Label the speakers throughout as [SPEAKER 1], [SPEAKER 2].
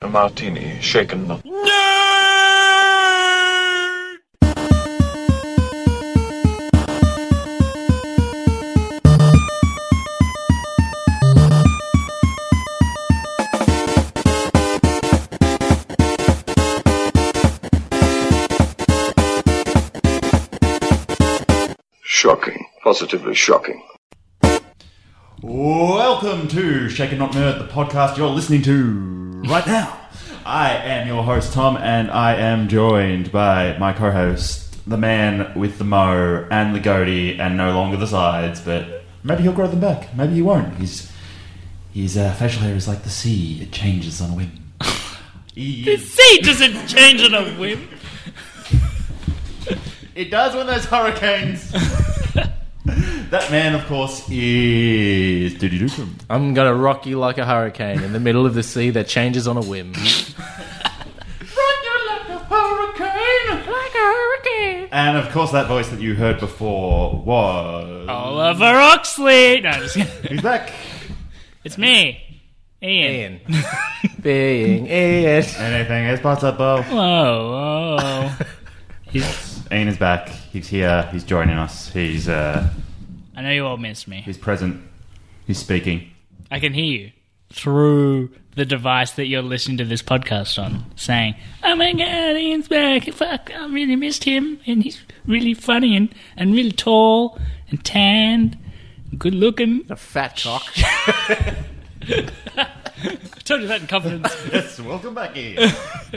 [SPEAKER 1] A martini, shaken not. Shocking. Positively shocking.
[SPEAKER 2] Welcome to Shaken Not Nerd, the podcast you're listening to right now. I am your host, Tom, and I am joined by my co host, the man with the mo and the goatee and no longer the sides, but maybe he'll grow them back. Maybe he won't. His, his uh, facial hair is like the sea, it changes on a whim. He
[SPEAKER 3] The
[SPEAKER 2] is-
[SPEAKER 3] sea doesn't change on a whim.
[SPEAKER 2] It does when there's hurricanes. that man, of course, is Diddy Dukum.
[SPEAKER 4] I'm gonna rock you like a hurricane in the middle of the sea that changes on a whim.
[SPEAKER 2] And of course, that voice that you heard before was.
[SPEAKER 3] Oh. Oliver Oxley. No, I'm just kidding.
[SPEAKER 2] Who's back?
[SPEAKER 3] it's me, Ian.
[SPEAKER 4] Ian. Being Ian.
[SPEAKER 2] Anything is possible.
[SPEAKER 3] Whoa, whoa. He's-
[SPEAKER 2] Ian is back. He's here. He's joining us. He's uh,
[SPEAKER 3] I know you all miss me.
[SPEAKER 2] he's present. He's speaking.
[SPEAKER 3] I can hear you through the device that you're listening to this podcast on, saying, "Oh my God, Ian's back! Fuck, I really missed him, and he's really funny and and really tall and tanned, good looking."
[SPEAKER 4] A fat cock.
[SPEAKER 3] I told you that in confidence.
[SPEAKER 2] Yes, welcome back, Ian.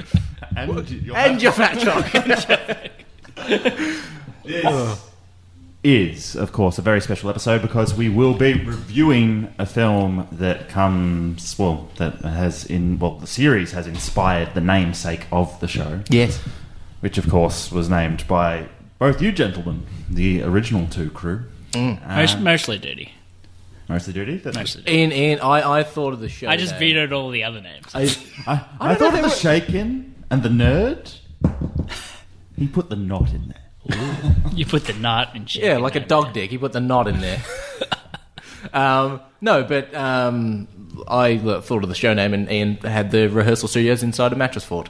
[SPEAKER 2] and your
[SPEAKER 4] And your fat cock.
[SPEAKER 2] This is, of course, a very special episode because we will be reviewing a film that comes, well, that has in, well, the series has inspired the namesake of the show,
[SPEAKER 4] yes.
[SPEAKER 2] which, of course, was named by both you gentlemen, the original two crew.
[SPEAKER 3] Most, mostly dirty.
[SPEAKER 2] Mostly Dirty? That's-
[SPEAKER 3] Mostly. Dirty.
[SPEAKER 4] Ian, Ian, I, I thought of the show.
[SPEAKER 3] I just
[SPEAKER 4] name.
[SPEAKER 3] vetoed all the other names.
[SPEAKER 4] I,
[SPEAKER 2] I, I,
[SPEAKER 4] I don't
[SPEAKER 2] thought
[SPEAKER 4] know
[SPEAKER 2] of
[SPEAKER 4] if
[SPEAKER 2] the
[SPEAKER 4] they
[SPEAKER 2] Shaken and the Nerd. He put the knot in there.
[SPEAKER 3] You put the knot and shit.
[SPEAKER 4] yeah,
[SPEAKER 3] in
[SPEAKER 4] like a
[SPEAKER 3] there.
[SPEAKER 4] dog dick. He put the knot in there. um, no, but um, I thought of the show name, and Ian had the rehearsal studios inside of Mattress Fort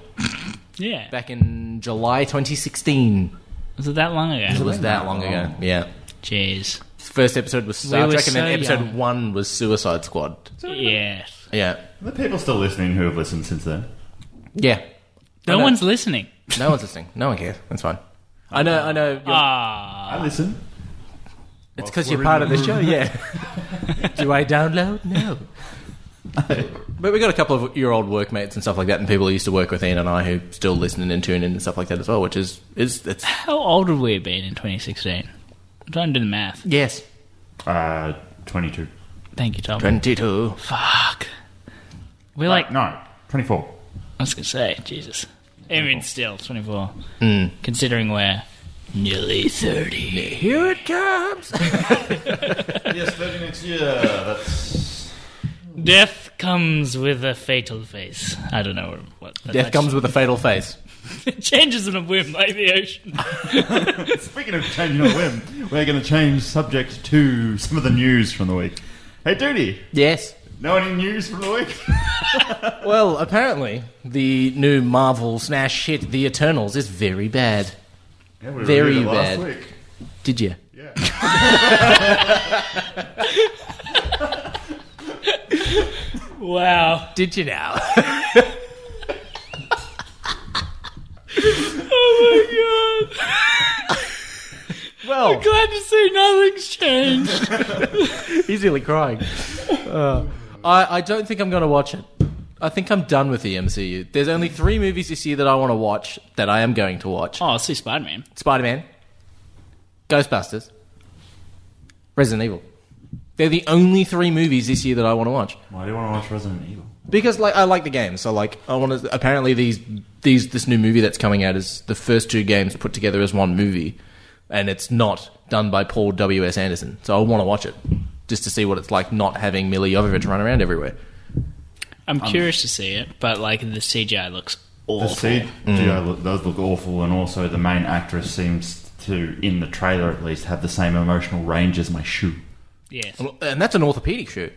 [SPEAKER 3] Yeah.
[SPEAKER 4] back in July 2016.
[SPEAKER 3] Was it that long
[SPEAKER 4] It
[SPEAKER 3] ago?
[SPEAKER 4] was that long ago. Yeah.
[SPEAKER 3] Jeez.
[SPEAKER 4] First episode was
[SPEAKER 3] We
[SPEAKER 4] Star
[SPEAKER 3] were
[SPEAKER 4] Trek, and then
[SPEAKER 3] so
[SPEAKER 4] episode
[SPEAKER 3] young.
[SPEAKER 4] one was Suicide Squad.
[SPEAKER 3] Yes.
[SPEAKER 4] Yeah,
[SPEAKER 2] The people still listening who have listened since then.
[SPEAKER 4] yeah.
[SPEAKER 3] No
[SPEAKER 4] know.
[SPEAKER 3] one's listening.
[SPEAKER 4] No one's listening. No one cares. That's fine. I know. I know. You're,
[SPEAKER 3] Ah.
[SPEAKER 2] I listen.
[SPEAKER 4] it's because
[SPEAKER 2] we're
[SPEAKER 4] you're part
[SPEAKER 2] in
[SPEAKER 4] of the show. Yeah. Do I download? No. but we got a couple of your old workmates and stuff like that, and people who used to work with Ian and I who still listen and tune in and stuff like that as well. Which is is it's
[SPEAKER 3] How old would we have been in 2016? I'm trying to do the math.
[SPEAKER 4] yes.
[SPEAKER 2] Uh, 22.
[SPEAKER 3] Thank you, Tom.
[SPEAKER 4] Twenty two.
[SPEAKER 3] Fuck. We're like,
[SPEAKER 2] No, 24.
[SPEAKER 3] I was going to say, Jesus. Even still, 24.
[SPEAKER 4] Hmm.
[SPEAKER 3] Considering we're nearly 30.
[SPEAKER 4] Here it comes.
[SPEAKER 2] yes, 30 next year. That's.
[SPEAKER 3] Death comes with a fatal face. I don't know what. that-
[SPEAKER 4] Death
[SPEAKER 3] that's-
[SPEAKER 4] comes with a fatal face.
[SPEAKER 3] It changes in a whim like the ocean.
[SPEAKER 2] Speaking of changing a whim, we're going to change subject to some of the news from the week. Hey, Duty,
[SPEAKER 4] Yes.
[SPEAKER 2] know any news from the week?
[SPEAKER 4] Well, apparently the new Marvel smash hit, The Eternals, is very bad.
[SPEAKER 2] Yeah, we
[SPEAKER 4] Very
[SPEAKER 2] reviewed it last
[SPEAKER 4] bad.
[SPEAKER 2] week.
[SPEAKER 4] Did you?
[SPEAKER 2] Yeah.
[SPEAKER 3] Wow.
[SPEAKER 4] Did you now?
[SPEAKER 3] Oh my god!
[SPEAKER 4] well,
[SPEAKER 3] Glad to see nothing's changed.
[SPEAKER 4] he's nearly crying. Uh, I, I don't think I'm going to watch it. I think I'm done with the MCU. There's only three movies this year that I want to watch that I am going to watch
[SPEAKER 3] Oh, I see Spider Man.
[SPEAKER 4] Spider Man, Ghostbusters, Resident Evil. They're the only three movies this year that I want to watch.
[SPEAKER 2] Why do you want to watch Resident Evil?
[SPEAKER 4] because like I like the game, so like I want to. Apparently, these these this new movie that's coming out is the first two games put together as one movie, and it's not done by Paul W S Anderson. So I want to watch it just to see what it's like not having Mila Jovovich run around everywhere.
[SPEAKER 3] I'm
[SPEAKER 4] Um,
[SPEAKER 3] curious to see it, but like the CGI looks
[SPEAKER 2] The
[SPEAKER 3] awful.
[SPEAKER 2] CGI look, does look awful, and also the main actress seems to, in the trailer at least, have the same emotional range as my shoe.
[SPEAKER 3] yes.
[SPEAKER 4] And that's an orthopedic shoe.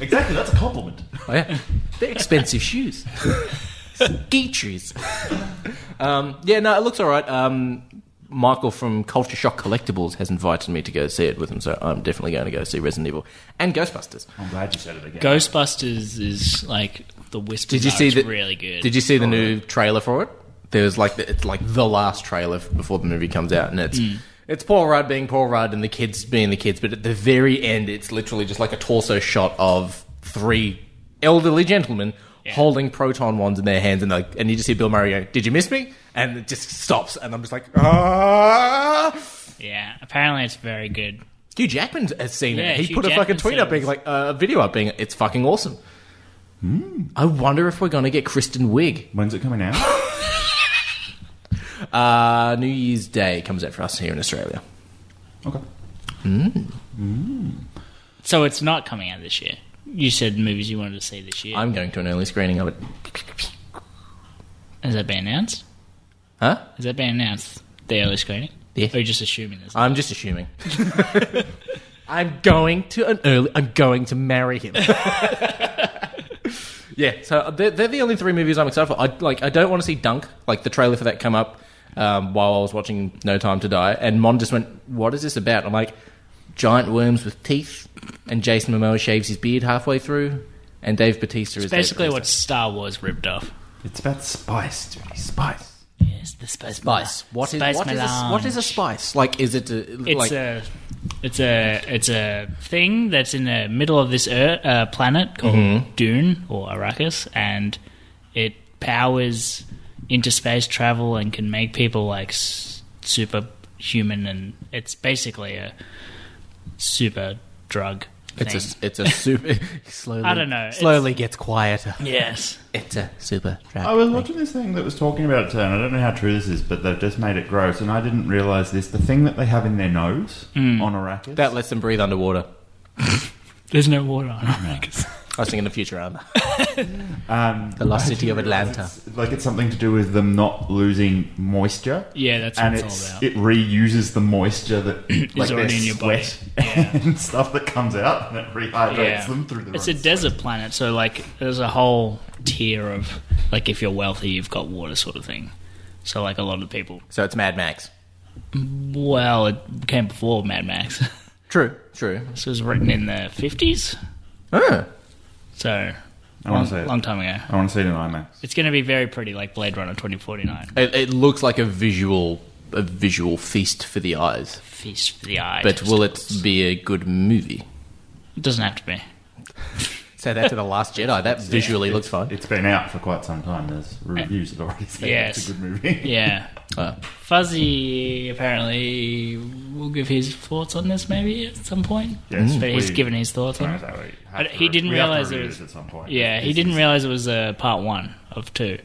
[SPEAKER 2] Exactly, that's a compliment.
[SPEAKER 4] Oh, yeah. They're expensive shoes. Geetri's. um, yeah, no, it looks all right. Um, Michael from Culture Shock Collectibles has invited me to go see it with him, so I'm definitely going to go see Resident Evil and Ghostbusters.
[SPEAKER 2] I'm glad you said it again.
[SPEAKER 3] Ghostbusters is like the whisper.
[SPEAKER 4] Did you see
[SPEAKER 3] that?
[SPEAKER 4] the
[SPEAKER 3] Really good.
[SPEAKER 4] Did you see the new trailer for it? There was like the, it's like the last trailer f- before the movie comes out, and it's
[SPEAKER 3] Hmm.
[SPEAKER 4] it's Paul Rudd being Paul Rudd and the kids being the kids, but at the very end, it's literally just like a torso shot of three elderly gentlemen holding proton wands in their hands, and like and you just hear Bill Murray go, "Did you miss me?" And it just stops, and I'm just like, ah.
[SPEAKER 3] Yeah, apparently it's very good.
[SPEAKER 4] Hugh Jackman has seen
[SPEAKER 3] Yeah,
[SPEAKER 4] it. He
[SPEAKER 3] Hugh
[SPEAKER 4] put a
[SPEAKER 3] Jackman
[SPEAKER 4] fucking tweet
[SPEAKER 3] said
[SPEAKER 4] up,
[SPEAKER 3] it
[SPEAKER 4] being
[SPEAKER 3] was-
[SPEAKER 4] like uh, a video up, being it's fucking awesome. I wonder if we're gonna get Kristen Wiig.
[SPEAKER 2] When's it coming out?
[SPEAKER 4] Uh, New Year's Day comes out for us here in Australia.
[SPEAKER 2] okay.
[SPEAKER 3] So it's not coming out this year. You said movies you wanted to see this year.
[SPEAKER 4] I'm going to an early screening of it.
[SPEAKER 3] Has that been announced?
[SPEAKER 4] Huh?
[SPEAKER 3] Has that been announced? The early screening?
[SPEAKER 4] Yeah.
[SPEAKER 3] Or are you just assuming this?
[SPEAKER 4] I'm just assuming. I'm going to an early. I'm going to marry him. yeah. So uh, they're, they're the only three movies I'm excited for. I like. I don't want to see Dunk. Like the trailer for that come up um, while I was watching No Time to Die, and Mon just went, "What is this about?" I'm like, "Giant worms with teeth," and Jason Momoa shaves his beard halfway through, and Dave Batista is Dave
[SPEAKER 3] Basically,
[SPEAKER 4] Bautista.
[SPEAKER 3] what Star Wars ripped off.
[SPEAKER 2] It's about spice, dude. Spice.
[SPEAKER 3] Yes, the space
[SPEAKER 4] spice. What is
[SPEAKER 3] space
[SPEAKER 4] what is a,
[SPEAKER 3] melange.
[SPEAKER 4] what is a spice? Like, is it a,
[SPEAKER 3] It's
[SPEAKER 4] like
[SPEAKER 3] a it's a it's a thing that's in the middle of this ear uh, planet called
[SPEAKER 4] Mm-hmm.
[SPEAKER 3] Dune or Arrakis, and it powers interspace travel and can make people like s- superhuman, and it's basically a super drug.
[SPEAKER 4] it's
[SPEAKER 3] thing.
[SPEAKER 4] a it's a super slowly?
[SPEAKER 3] I don't know. It's-
[SPEAKER 4] Slowly gets quieter.
[SPEAKER 3] yes.
[SPEAKER 4] It's a super. Drug.
[SPEAKER 2] I was watching this thing that was talking about it today, and I don't know how true this is, but they've just made it gross, and I didn't realise this. The thing that they have in their nose on Arrakis.
[SPEAKER 4] Mm. that lets them breathe underwater.
[SPEAKER 3] There's no water on Arrakis.
[SPEAKER 4] I was thinking the future armor.
[SPEAKER 2] um,
[SPEAKER 4] The lost
[SPEAKER 2] I didn't
[SPEAKER 4] city of
[SPEAKER 2] realise
[SPEAKER 4] Atlanta.
[SPEAKER 2] It's, like it's something to do with them not losing moisture.
[SPEAKER 3] Yeah, that's what
[SPEAKER 2] and
[SPEAKER 3] it's all
[SPEAKER 2] it's,
[SPEAKER 3] about.
[SPEAKER 2] it reuses the moisture that like their
[SPEAKER 3] already in your body.
[SPEAKER 2] sweat and stuff that comes out, and it rehydrates them through the.
[SPEAKER 3] It's a desert planet, so like there's a whole tier of like if you're wealthy, you've got water sort of thing. So like a lot of people.
[SPEAKER 4] So it's Mad Max.
[SPEAKER 3] Well, it came before Mad Max.
[SPEAKER 4] True. True.
[SPEAKER 3] this was written in the fifties,
[SPEAKER 4] Oh.
[SPEAKER 3] so
[SPEAKER 2] I
[SPEAKER 3] long,
[SPEAKER 2] want to see it.
[SPEAKER 3] long time ago.
[SPEAKER 2] I want to see it in IMAX.
[SPEAKER 3] It's going to be very pretty, like Blade Runner 2049.
[SPEAKER 4] It, it looks like a visual a visual feast for the eyes.
[SPEAKER 3] Feast for the eye.
[SPEAKER 4] But will it be a good movie?
[SPEAKER 3] It doesn't have to be.
[SPEAKER 4] Say that to the Last Jedi. That visually looks fine.
[SPEAKER 2] It's been out for quite some time. There's reviews that already say
[SPEAKER 3] Yes.
[SPEAKER 2] it's a good movie.
[SPEAKER 3] Yeah.
[SPEAKER 4] Uh,
[SPEAKER 3] Fuzzy apparently will give his thoughts on this maybe at some point.
[SPEAKER 2] Yes,
[SPEAKER 3] but he's
[SPEAKER 2] we-
[SPEAKER 3] given his thoughts on it. But he didn't realise it
[SPEAKER 2] it
[SPEAKER 3] was-
[SPEAKER 2] at some point.
[SPEAKER 3] Yeah, he
[SPEAKER 2] It's-
[SPEAKER 3] didn't realize it was uh, part one of two.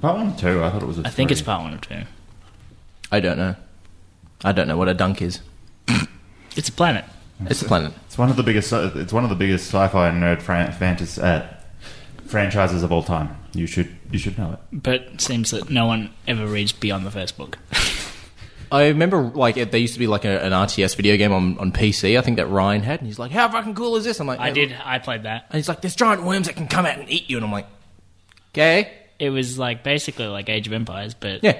[SPEAKER 2] Part one, or two. I thought it was. A
[SPEAKER 3] I think it's
[SPEAKER 2] three.
[SPEAKER 3] part one of two.
[SPEAKER 4] I don't know. I don't know what a dunk is.
[SPEAKER 3] It's a planet.
[SPEAKER 4] It's a planet.
[SPEAKER 2] It's one of the biggest. It's one of the biggest sci-fi nerd fran- fantas- uh, franchises of all time. You should. You should know it.
[SPEAKER 3] But it seems that no one ever reads beyond the first book.
[SPEAKER 4] I remember like it, there used to be like a, an RTS video game on, on PC. I think that Ryan had, and he's like, "How fucking cool is this?" I'm like,
[SPEAKER 3] I
[SPEAKER 4] "Hey,
[SPEAKER 3] did.
[SPEAKER 4] look."
[SPEAKER 3] I played that.
[SPEAKER 4] And he's like, "There's giant worms that can come out and eat you," and I'm like, "Okay,
[SPEAKER 3] It was like basically like Age of Empires, but yeah.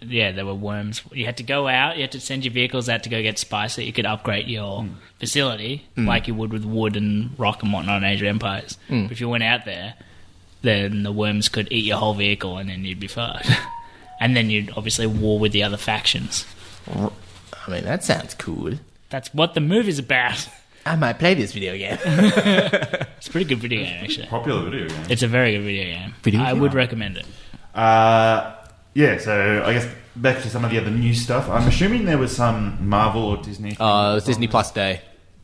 [SPEAKER 4] yeah."
[SPEAKER 3] there were worms. You had to go out. You had to send your vehicles out to go get spice so you could upgrade your facility, like you would with wood and rock and whatnot in Age of Empires. But if you went out there, then the worms could eat your whole vehicle, and then you'd be fucked. and then you'd obviously war with the other factions.
[SPEAKER 4] I mean, that sounds cool.
[SPEAKER 3] That's what the movie's about.
[SPEAKER 4] I might play this video game.
[SPEAKER 3] It's a pretty good video game, actually.
[SPEAKER 2] Popular video game.
[SPEAKER 3] It's a very good video game.
[SPEAKER 4] Video
[SPEAKER 3] I
[SPEAKER 4] game?
[SPEAKER 3] would recommend it.
[SPEAKER 2] Uh, yeah. So I guess back to some of the other new stuff. I'm assuming there was some Marvel or Disney. thing
[SPEAKER 4] Uh, it was
[SPEAKER 2] on-
[SPEAKER 4] Disney Mm. Plus Day.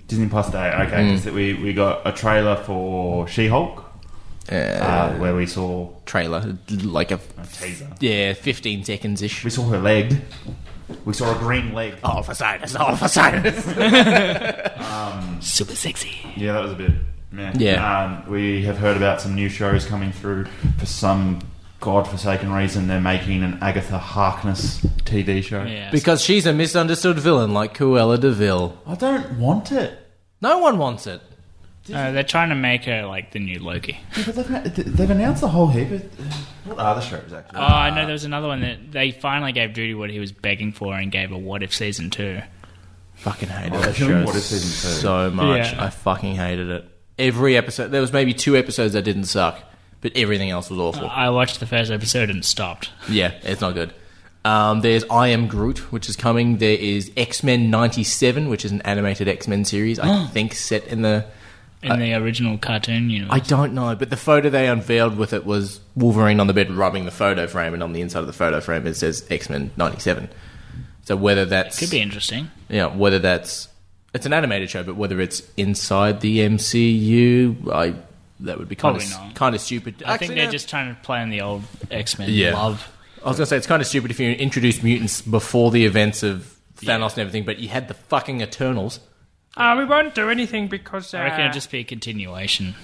[SPEAKER 2] Disney Plus Day. Okay, 'cause that we we got a trailer for She-Hulk,
[SPEAKER 4] Uh,
[SPEAKER 2] uh, where we saw
[SPEAKER 4] trailer, like a
[SPEAKER 2] a teaser.
[SPEAKER 4] yeah, 15 seconds ish.
[SPEAKER 2] We saw her leg. We saw a green leg.
[SPEAKER 4] All for Sinus, all for Sinus.
[SPEAKER 3] Super sexy.
[SPEAKER 2] Yeah, that was a bit. meh.
[SPEAKER 4] Yeah.
[SPEAKER 2] Um, we have heard about some new shows coming through. For some godforsaken reason, they're making an Agatha Harkness TV show.
[SPEAKER 3] Yeah.
[SPEAKER 4] because she's a misunderstood villain like Cruella de Vil.
[SPEAKER 2] I don't want it.
[SPEAKER 4] No one wants it.
[SPEAKER 3] No, they're trying to make her like the new Loki.
[SPEAKER 2] Yeah, but they've, they've announced a whole heap of. What are the shows, actually?
[SPEAKER 3] Oh, I know there was another one that they finally gave Judy what he was begging for and gave a What If season two.
[SPEAKER 4] Fucking hated
[SPEAKER 2] Oh, they're
[SPEAKER 4] that
[SPEAKER 2] doing
[SPEAKER 4] show
[SPEAKER 2] What If season two.
[SPEAKER 4] so much.
[SPEAKER 3] Yeah.
[SPEAKER 4] I fucking hated it. Every episode, there was maybe two episodes that didn't suck, but everything else was awful.
[SPEAKER 3] I watched the first episode and stopped.
[SPEAKER 4] Yeah, it's not good. Um, there's I Am Groot, whiwhich is coming. There is X Men '97, which is an animated X Men series. I think set in the.
[SPEAKER 3] In the original cartoon universe.
[SPEAKER 4] I don't know, but the photo they unveiled with it was Wolverine on the bed rubbing the photo frame, and on the inside of the photo frame it says X Men '97. So whether that's
[SPEAKER 3] Could be interesting.
[SPEAKER 4] yeah, whether that's it's an animated show, but whether it's inside the MCU, I that would be kind
[SPEAKER 3] Probably
[SPEAKER 4] of
[SPEAKER 3] not.
[SPEAKER 4] kind of stupid.
[SPEAKER 3] I think
[SPEAKER 4] Actually,
[SPEAKER 3] they're
[SPEAKER 4] no.
[SPEAKER 3] just trying to play on the old X Men
[SPEAKER 4] Yeah.
[SPEAKER 3] love.
[SPEAKER 4] I was going to say it's kind of stupid if you introduced mutants before the events of Thanos
[SPEAKER 3] Yeah.
[SPEAKER 4] and everything, but you had the fucking Eternals.
[SPEAKER 5] Uh, we won't do anything because. Uh,
[SPEAKER 3] I reckon it'd just be a continuation.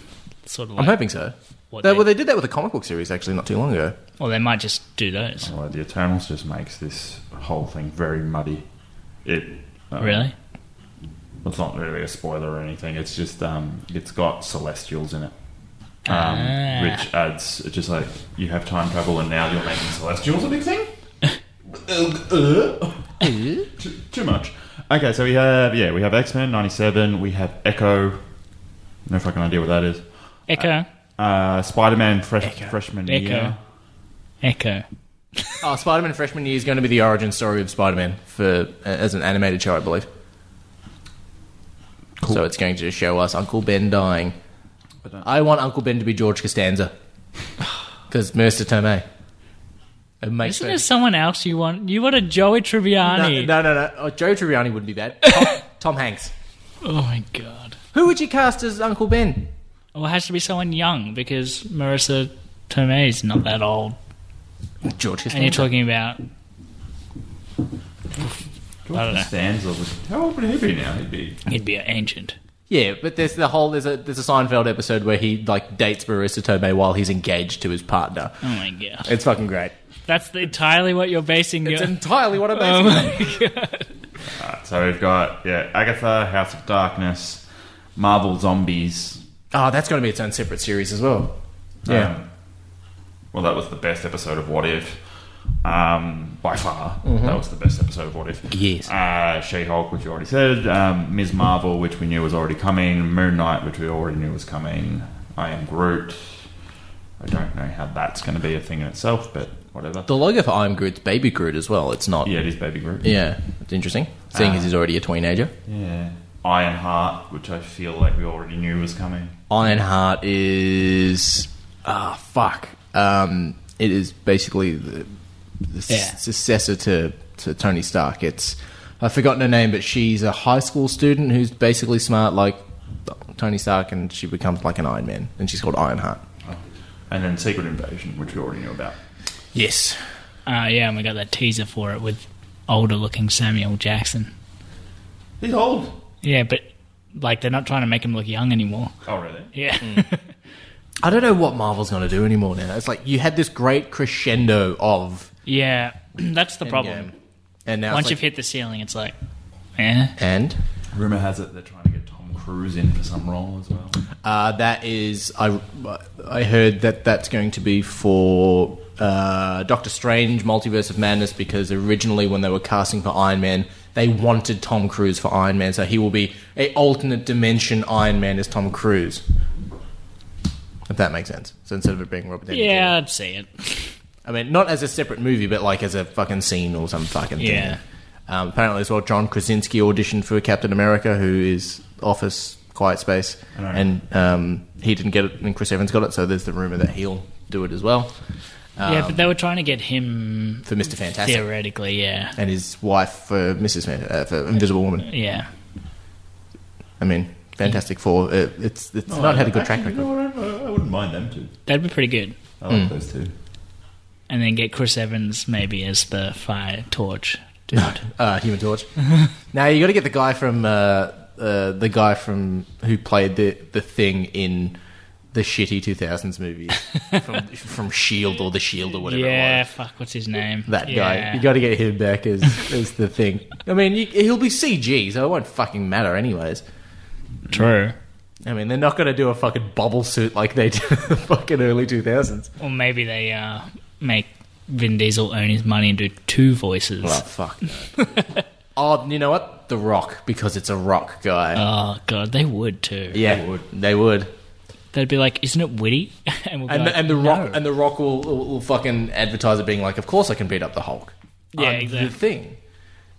[SPEAKER 3] Sort of
[SPEAKER 4] I'm
[SPEAKER 3] like.
[SPEAKER 4] hoping so.
[SPEAKER 3] What
[SPEAKER 4] They,
[SPEAKER 3] they-
[SPEAKER 4] well, they did that with a comic book series actually not too long ago.
[SPEAKER 3] well, they might just do those.
[SPEAKER 2] Well, the Eternals just makes this whole thing very muddy. It
[SPEAKER 4] Oh.
[SPEAKER 2] uh,
[SPEAKER 3] Really?
[SPEAKER 2] It's not really a spoiler or anything. It's just um, it's got Celestials in it, um,
[SPEAKER 3] Ah.
[SPEAKER 2] which adds it's just like you have time travel and now you're making Celestials a big thing. Uh, too, too much. Okay, so we have yeah we have X Men '97. We have Echo. No fucking idea what that is.
[SPEAKER 3] Echo.
[SPEAKER 2] Uh, Spider Man fresh, freshman
[SPEAKER 3] Echo.
[SPEAKER 2] year.
[SPEAKER 3] Echo.
[SPEAKER 4] Oh, Spider-Man Freshman Year is going to be the origin story of Spider-Man for uh, as an animated show, I believe. So it's going to show us Uncle Ben dying.
[SPEAKER 2] I don't-
[SPEAKER 4] I want Uncle Ben to be George Costanza because Mercer Tomei. It makes
[SPEAKER 3] Isn't
[SPEAKER 4] sense.
[SPEAKER 3] there someone else you want? You want a Joey Tribbiani?
[SPEAKER 4] No, no, no. no. Oh, Joe Tribbiani wouldn't be bad. Tom, Tom Hanks.
[SPEAKER 3] Oh my god.
[SPEAKER 4] Who would you cast as Uncle Ben?
[SPEAKER 3] Well, it has to be someone young because Marissa Tomei's not that old.
[SPEAKER 4] George
[SPEAKER 3] And you're
[SPEAKER 4] Costanza.
[SPEAKER 3] talking about I don't know.
[SPEAKER 2] Stanza was how old would he be now? He'd be
[SPEAKER 3] he'd be ancient.
[SPEAKER 4] yeah, but there's the whole there's a there's a Seinfeld episode where he like dates Marissa Tomei while he's engaged to his partner.
[SPEAKER 3] Oh my god.
[SPEAKER 4] It's fucking great.
[SPEAKER 3] That's entirely what you're basing
[SPEAKER 4] It's
[SPEAKER 3] your.
[SPEAKER 4] entirely what I'm
[SPEAKER 3] Oh
[SPEAKER 4] basing. it on.
[SPEAKER 3] my god.
[SPEAKER 2] So we've got yeah, Agatha, House of Darkness, Marvel Zombies.
[SPEAKER 4] Oh, that's going to be its own separate series as well. Yeah.
[SPEAKER 2] Um, well, that was the best episode of What If, um, by far. That was the best episode of What If.
[SPEAKER 4] Mm-hmm. Yes.
[SPEAKER 2] Uh, She-Hulk, which you already said. Um, Ms. Marvel, which we knew was already coming. Moon Knight, which we already knew was coming. I Am Groot. I don't know how that's going to be a thing in itself, but whatever.
[SPEAKER 4] the logo for I'm Groot's Baby Groot as well. It's not.
[SPEAKER 2] Yeah, it is Baby Groot.
[SPEAKER 4] Yeah, it's interesting. Seeing as he's already a teenager.
[SPEAKER 2] yeah. Ironheart, which I feel like we already knew was coming.
[SPEAKER 4] Ironheart is ah fuck. Um, it is basically the, the s-
[SPEAKER 3] Yeah.
[SPEAKER 4] successor to to Tony Stark. It's I've forgotten her name, but she's a high school student who's basically smart like Tony Stark, and she becomes like an Iron Man, and she's called Ironheart.
[SPEAKER 2] And then Secret Invasion, which we already knew about.
[SPEAKER 4] Yes,
[SPEAKER 3] Uh, yeah, and we got that teaser for it with older looking Samuel Jackson.
[SPEAKER 2] He's old.
[SPEAKER 3] Yeah, but like they're not trying to make him look young anymore.
[SPEAKER 2] Oh, really?
[SPEAKER 3] Yeah.
[SPEAKER 4] Hmm. I don't know what Marvel's going to do anymore now. It's like you had this great crescendo of
[SPEAKER 3] yeah, that's the problem.
[SPEAKER 4] Endgame, and now
[SPEAKER 3] Once
[SPEAKER 4] it's
[SPEAKER 3] you've
[SPEAKER 4] like,
[SPEAKER 3] hit the ceiling, it's like, eh.
[SPEAKER 4] and
[SPEAKER 2] Rumor has it they're trying to get Tom Cruise in for some role as well.
[SPEAKER 4] Uh, that is, I, I heard that that's going to be for uh, Doctor Strange, Multiverse of Madness, because originally when they were casting for Iron Man, they wanted Tom Cruise for Iron Man, so he will be a alternate dimension Iron Man as Tom Cruise. If that makes sense. So instead of it being Robert Downey
[SPEAKER 3] Yeah,
[SPEAKER 4] Jr.
[SPEAKER 3] I'd see it.
[SPEAKER 4] I mean, not as a separate movie, but like as a fucking scene or some fucking thing.
[SPEAKER 3] Yeah.
[SPEAKER 4] Um, apparently, as well, John Krasinski auditioned for Captain America, who is Office Quiet Space, and um, he didn't get it, and Chris Evans got it. So there's the rumor that he'll do it as well Um,
[SPEAKER 3] yeah, but they were trying to get him
[SPEAKER 4] for Mister Fantastic
[SPEAKER 3] theoretically. Yeah,
[SPEAKER 4] and his wife for Mrs. Fan- uh, for Invisible Woman.
[SPEAKER 3] yeah.
[SPEAKER 4] I mean, Fantastic Four. Uh, it's it's
[SPEAKER 3] Oh,
[SPEAKER 4] not had a good track
[SPEAKER 2] Oh, Actually,
[SPEAKER 4] record. Hmm.
[SPEAKER 2] you know what? I, I wouldn't mind them too.
[SPEAKER 3] That'd be pretty good.
[SPEAKER 2] I like those two.
[SPEAKER 3] And then get Chris Evans maybe as the fire torch dude.
[SPEAKER 4] Uh, Human Torch. now you got to get the guy from uh, uh, the guy from who played the the thing in the shitty two thousands movie from from Shield E or the Shield or whatever.
[SPEAKER 3] yeah,
[SPEAKER 4] it was.
[SPEAKER 3] fuck. What's his name?
[SPEAKER 4] That
[SPEAKER 3] yeah.
[SPEAKER 4] guy, you got to get him back as as the thing. I mean, you, he'll be CG, so it won't fucking matter, anyways.
[SPEAKER 3] True.
[SPEAKER 4] I mean, they're not going to do a fucking bubble suit like they did in the fucking early 2000s.
[SPEAKER 3] Or maybe they uh, make Vin Diesel earn his money and do two voices.
[SPEAKER 4] Oh, fuck. no. oh, you know what? The Rock, because it's a rock guy.
[SPEAKER 3] Oh god, they would too.
[SPEAKER 4] yeah, Uh, they would. They would.
[SPEAKER 3] They'd be like, "Isn't it witty?" and we'll be
[SPEAKER 4] And,
[SPEAKER 3] like,
[SPEAKER 4] the, and the Rock
[SPEAKER 3] "No."
[SPEAKER 4] and the Rock will, will, will fucking advertise it being like, "Of course I can beat up the Hulk."
[SPEAKER 3] Yeah,
[SPEAKER 4] I'm
[SPEAKER 3] exactly.
[SPEAKER 4] The thing.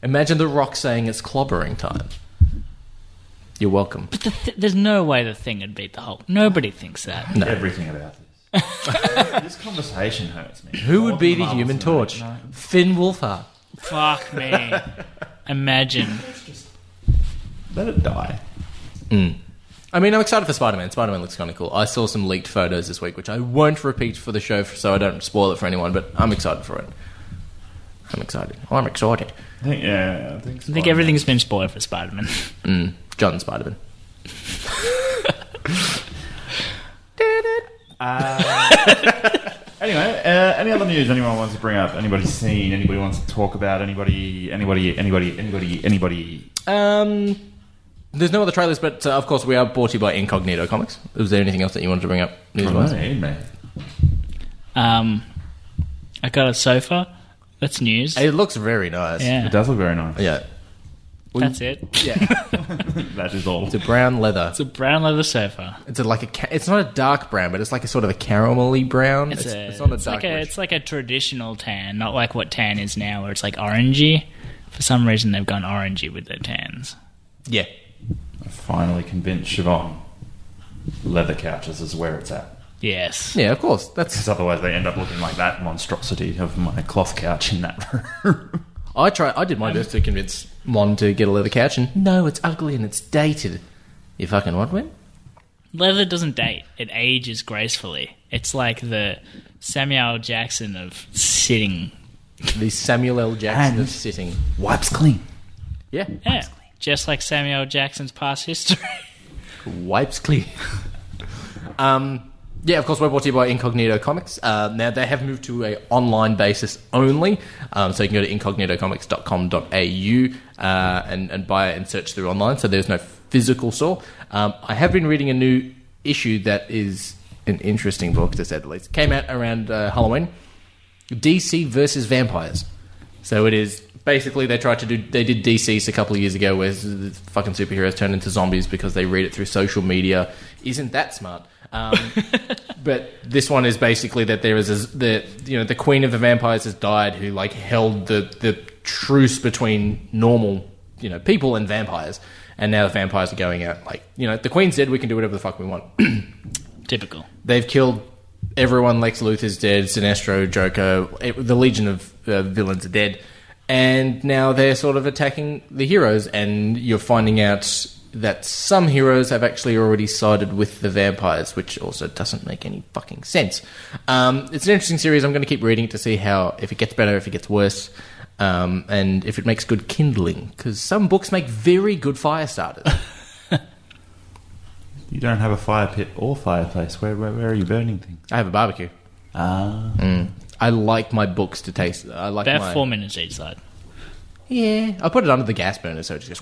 [SPEAKER 4] Imagine the Rock saying it's clobbering time. You're welcome.
[SPEAKER 3] But the th- there's no way the thing would beat the Hulk. Nobody thinks that.
[SPEAKER 2] Everything about this. this conversation hurts me.
[SPEAKER 4] Who would be the
[SPEAKER 2] Marvel
[SPEAKER 4] Human
[SPEAKER 2] Cinematic
[SPEAKER 4] Torch?
[SPEAKER 2] Universe.
[SPEAKER 4] Finn Wolfhard.
[SPEAKER 3] Fuck me. Imagine.
[SPEAKER 2] Let it die.
[SPEAKER 4] I mean, I'm excited for Spider Man. Spider Man looks kind of cool. I saw some leaked photos this week, which I won't repeat for the show, so I don't spoil it for anyone. But I'm excited for it. I'm excited. I'm excited.
[SPEAKER 2] I think, yeah, I think,
[SPEAKER 3] I think everything's been spoiled for Spider Man.
[SPEAKER 4] Mm, John Spider Man.
[SPEAKER 2] Anyway, uh, any other news anyone wants to bring up? Anybody seen? Anybody wants to talk about? Anybody? Anybody? Anybody? Anybody? Anybody?
[SPEAKER 4] Um, there's no other trailers, but uh, of course we are brought to you by Incognito Comics. Was there anything else that you wanted to bring up? News-wise?
[SPEAKER 2] Right, man.
[SPEAKER 3] Um, I got a sofa. That's news.
[SPEAKER 4] It looks very nice.
[SPEAKER 2] It
[SPEAKER 3] yeah,
[SPEAKER 2] does look very nice.
[SPEAKER 4] Yeah.
[SPEAKER 3] that's it.
[SPEAKER 2] That is all.
[SPEAKER 4] It's a brown leather.
[SPEAKER 3] It's a brown leather sofa.
[SPEAKER 4] It's a, like a. Ca- it's not a dark brown, but it's like a sort of a caramelly brown.
[SPEAKER 3] It's,
[SPEAKER 4] It's,
[SPEAKER 3] a,
[SPEAKER 4] it's not a dark.
[SPEAKER 3] like a,
[SPEAKER 4] rich-
[SPEAKER 3] it's like a traditional tan, not like what tan is now, where it's like orangey. For some reason, they've gone orangey with their tans.
[SPEAKER 4] yeah.
[SPEAKER 2] Finally convinced Siobhan. Leather couches is where it's at.
[SPEAKER 3] Yes.
[SPEAKER 4] Yeah. Of course. That's.
[SPEAKER 2] Because otherwise they end up looking like that monstrosity of my cloth couch in that room.
[SPEAKER 4] I try. I did
[SPEAKER 3] Um,
[SPEAKER 4] my best to convince Mon to get a leather couch, and no, it's ugly and it's dated. You fucking what, Win?
[SPEAKER 3] Leather doesn't date; it ages gracefully. It's like the Samuel L. Jackson of sitting.
[SPEAKER 4] The Samuel L. Jackson
[SPEAKER 2] And-
[SPEAKER 4] of sitting.
[SPEAKER 2] Wipes clean.
[SPEAKER 4] Yeah.
[SPEAKER 3] Yeah, just like Samuel L. Jackson's past history.
[SPEAKER 4] wipes clean. um, yeah, of course, we're brought to you by Incognito Comics. Uh, now, they have moved to a online basis only, um, so you can go to incognitocomics.com.au uh, and, and buy it and search through online, so there's no physical store. Um, I have been reading a new issue that is an interesting book, to say the least. Came out around uh, Halloween. DC versus vampires. So it is basically they tried to do they did DC's a couple of years ago where the fucking superheroes turned into zombies because they read it through social media. Isn't that smart? Um, but this one is basically that there is a, the you know the queen of the vampires has died who like held the the truce between normal you know people and vampires and now the vampires are going out like you know the queen said we can do whatever the fuck we want
[SPEAKER 3] Typical.
[SPEAKER 4] They've killed everyone. Lex Luthor's dead. Sinestro, Joker, it- the Legion of uh, villains are dead, and now they're sort of attacking the heroes. And you're finding out that some heroes have actually already sided with the vampires, which also doesn't make any fucking sense. Um, it's an interesting series. I'm going to keep reading it to see how if it gets better, if it gets worse. Um, and if it makes good kindling, because some books make very good fire starters.
[SPEAKER 2] You don't have a fire pit or fireplace. Where, where, where are you burning things?
[SPEAKER 4] I have a barbecue.
[SPEAKER 2] Ah.
[SPEAKER 4] I like my books to taste. I like
[SPEAKER 3] About
[SPEAKER 4] my...
[SPEAKER 3] four minutes each side.
[SPEAKER 4] Yeah, I put it under the gas burner so it just.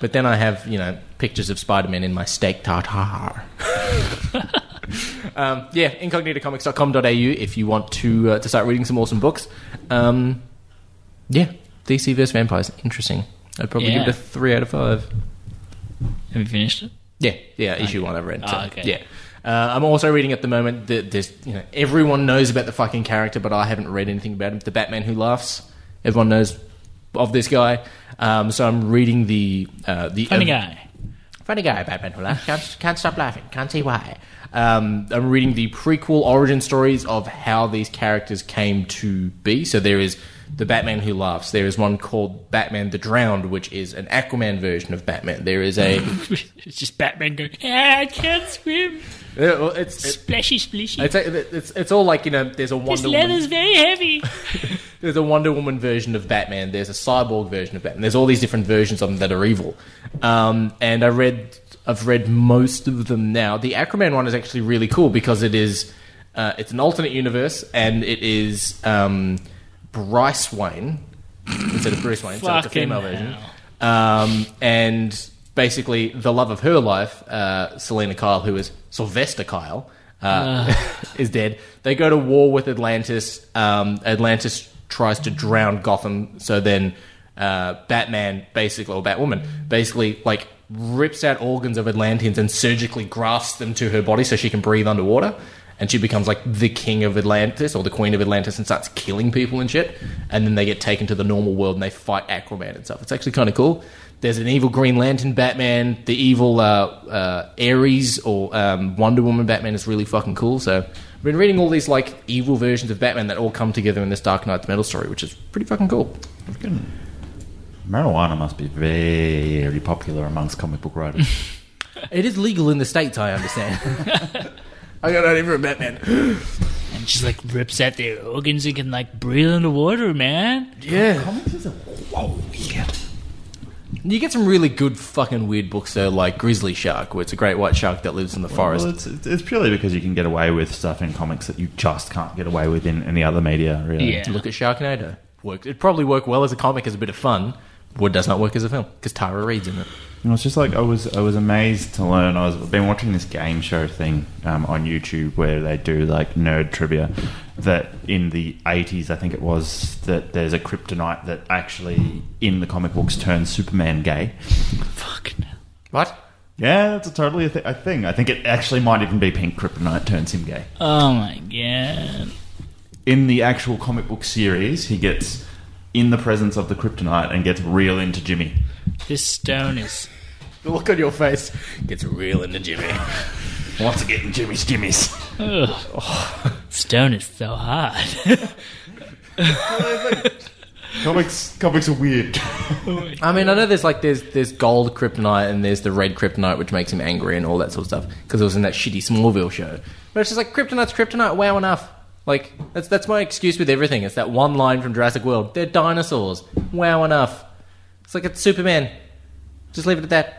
[SPEAKER 4] but then I have you know pictures of Spider Man in my steak tartare. um, yeah, incognitocomics.com.au if you want to uh, to start reading some awesome books. Um, yeah, DC vs vampires, interesting. I'd probably
[SPEAKER 3] Yeah.
[SPEAKER 4] give it a three out of five.
[SPEAKER 3] Have you finished it?
[SPEAKER 4] Yeah, yeah, issue one I've read. So,
[SPEAKER 3] Ah, okay.
[SPEAKER 4] Yeah. Uh, I'm also reading at the moment that there's, you know, everyone knows about the fucking character, but I haven't read anything about him. The Batman Who Laughs. Everyone knows of this guy. Um, so I'm reading the. Uh, the
[SPEAKER 3] Funny
[SPEAKER 4] ev-
[SPEAKER 3] guy.
[SPEAKER 4] Funny guy, Batman Who Laughs. Can't, can't stop laughing. Can't see why. Um, I'm reading the prequel origin stories of how these characters came to be. So there is the Batman Who Laughs. There is one called Batman the Drowned, which is an Aquaman version of Batman. There is a.
[SPEAKER 3] it's just Batman going, ah, I can't swim.
[SPEAKER 4] Yeah, well, it's, it's
[SPEAKER 3] Splashy, splishy.
[SPEAKER 4] It's, it's, it's all like you know. There's a
[SPEAKER 3] this
[SPEAKER 4] Wonder
[SPEAKER 3] leather's
[SPEAKER 4] Woman,
[SPEAKER 3] very heavy.
[SPEAKER 4] there's a Wonder Woman version of Batman. There's a cyborg version of Batman. There's all these different versions of them that are evil. Um, and I read, I've read most of them now. The Aquaman one is actually really cool because it is, uh, it's an alternate universe, and it is um, Bryce Wayne instead of Bruce Wayne. so it's a
[SPEAKER 3] Fucking
[SPEAKER 4] female
[SPEAKER 3] hell.
[SPEAKER 4] version. Um, and basically the love of her life, uh, Selena Kyle, who is Sylvester Kyle, uh, is dead. They go to war with Atlantis. Um, Atlantis tries to drown Gotham. So then uh, Batman, basically, or Batwoman, basically like rips out organs of Atlanteans and surgically grafts them to her body so she can breathe underwater. And she becomes like the king of Atlantis or the queen of Atlantis and starts killing people and shit. And then they get taken to the normal world and they fight Aquaman and stuff. It's actually kind of cool. There's an evil Green Lantern Batman, the evil uh, uh, Ares or um, Wonder Woman Batman is really fucking cool. So I've been reading all these like evil versions of Batman that all come together in this Dark Knight's Metal story, which is pretty fucking cool.
[SPEAKER 2] Marijuana must be very popular amongst comic book writers.
[SPEAKER 4] It is legal in the states, I understand. I got out here for Batman.
[SPEAKER 3] And just like rips out their organs and can like breathe underwater, man.
[SPEAKER 4] Yeah, you get some really good fucking weird books though, like Grizzly Shark, where it's a great white shark that lives in the forest.
[SPEAKER 2] Well, it's, it's it's purely because you can get away with stuff in comics that you just can't get away with in any other media, really.
[SPEAKER 3] Yeah.
[SPEAKER 4] Look at Sharknado. Worked. It'd probably work well as a comic as a bit of fun. What does not work as a film because Tara Reid's in it.
[SPEAKER 2] And it's just like I was I was amazed to learn. I was I've been watching this game show thing um, on YouTube where they do like nerd trivia. That in the eighties, I think it was that there's a kryptonite that actually in the comic books turns Superman gay.
[SPEAKER 3] Fucking hell.
[SPEAKER 4] What?
[SPEAKER 2] Yeah, that's a totally a, th- a thing. I think it actually might even be pink kryptonite turns him gay.
[SPEAKER 3] Oh my god.
[SPEAKER 2] in the actual comic book series, he gets in the presence of the kryptonite and gets real into Jimmy.
[SPEAKER 3] This stone is.
[SPEAKER 4] The look on your face gets real into Jimmy.
[SPEAKER 2] Wants to get in Jimmy's Jimmy's.
[SPEAKER 3] Ugh. Stone is so hard.
[SPEAKER 2] comics, comics are weird.
[SPEAKER 4] I mean, I know there's like there's there's gold kryptonite and there's the red kryptonite which makes him angry and all that sort of stuff because it was in that shitty Smallville show. But it's just like kryptonite's kryptonite. Wow, enough. Like that's that's my excuse with everything. It's that one line from Jurassic World. They're dinosaurs. Wow, enough. It's like it's Superman. Just leave it at that.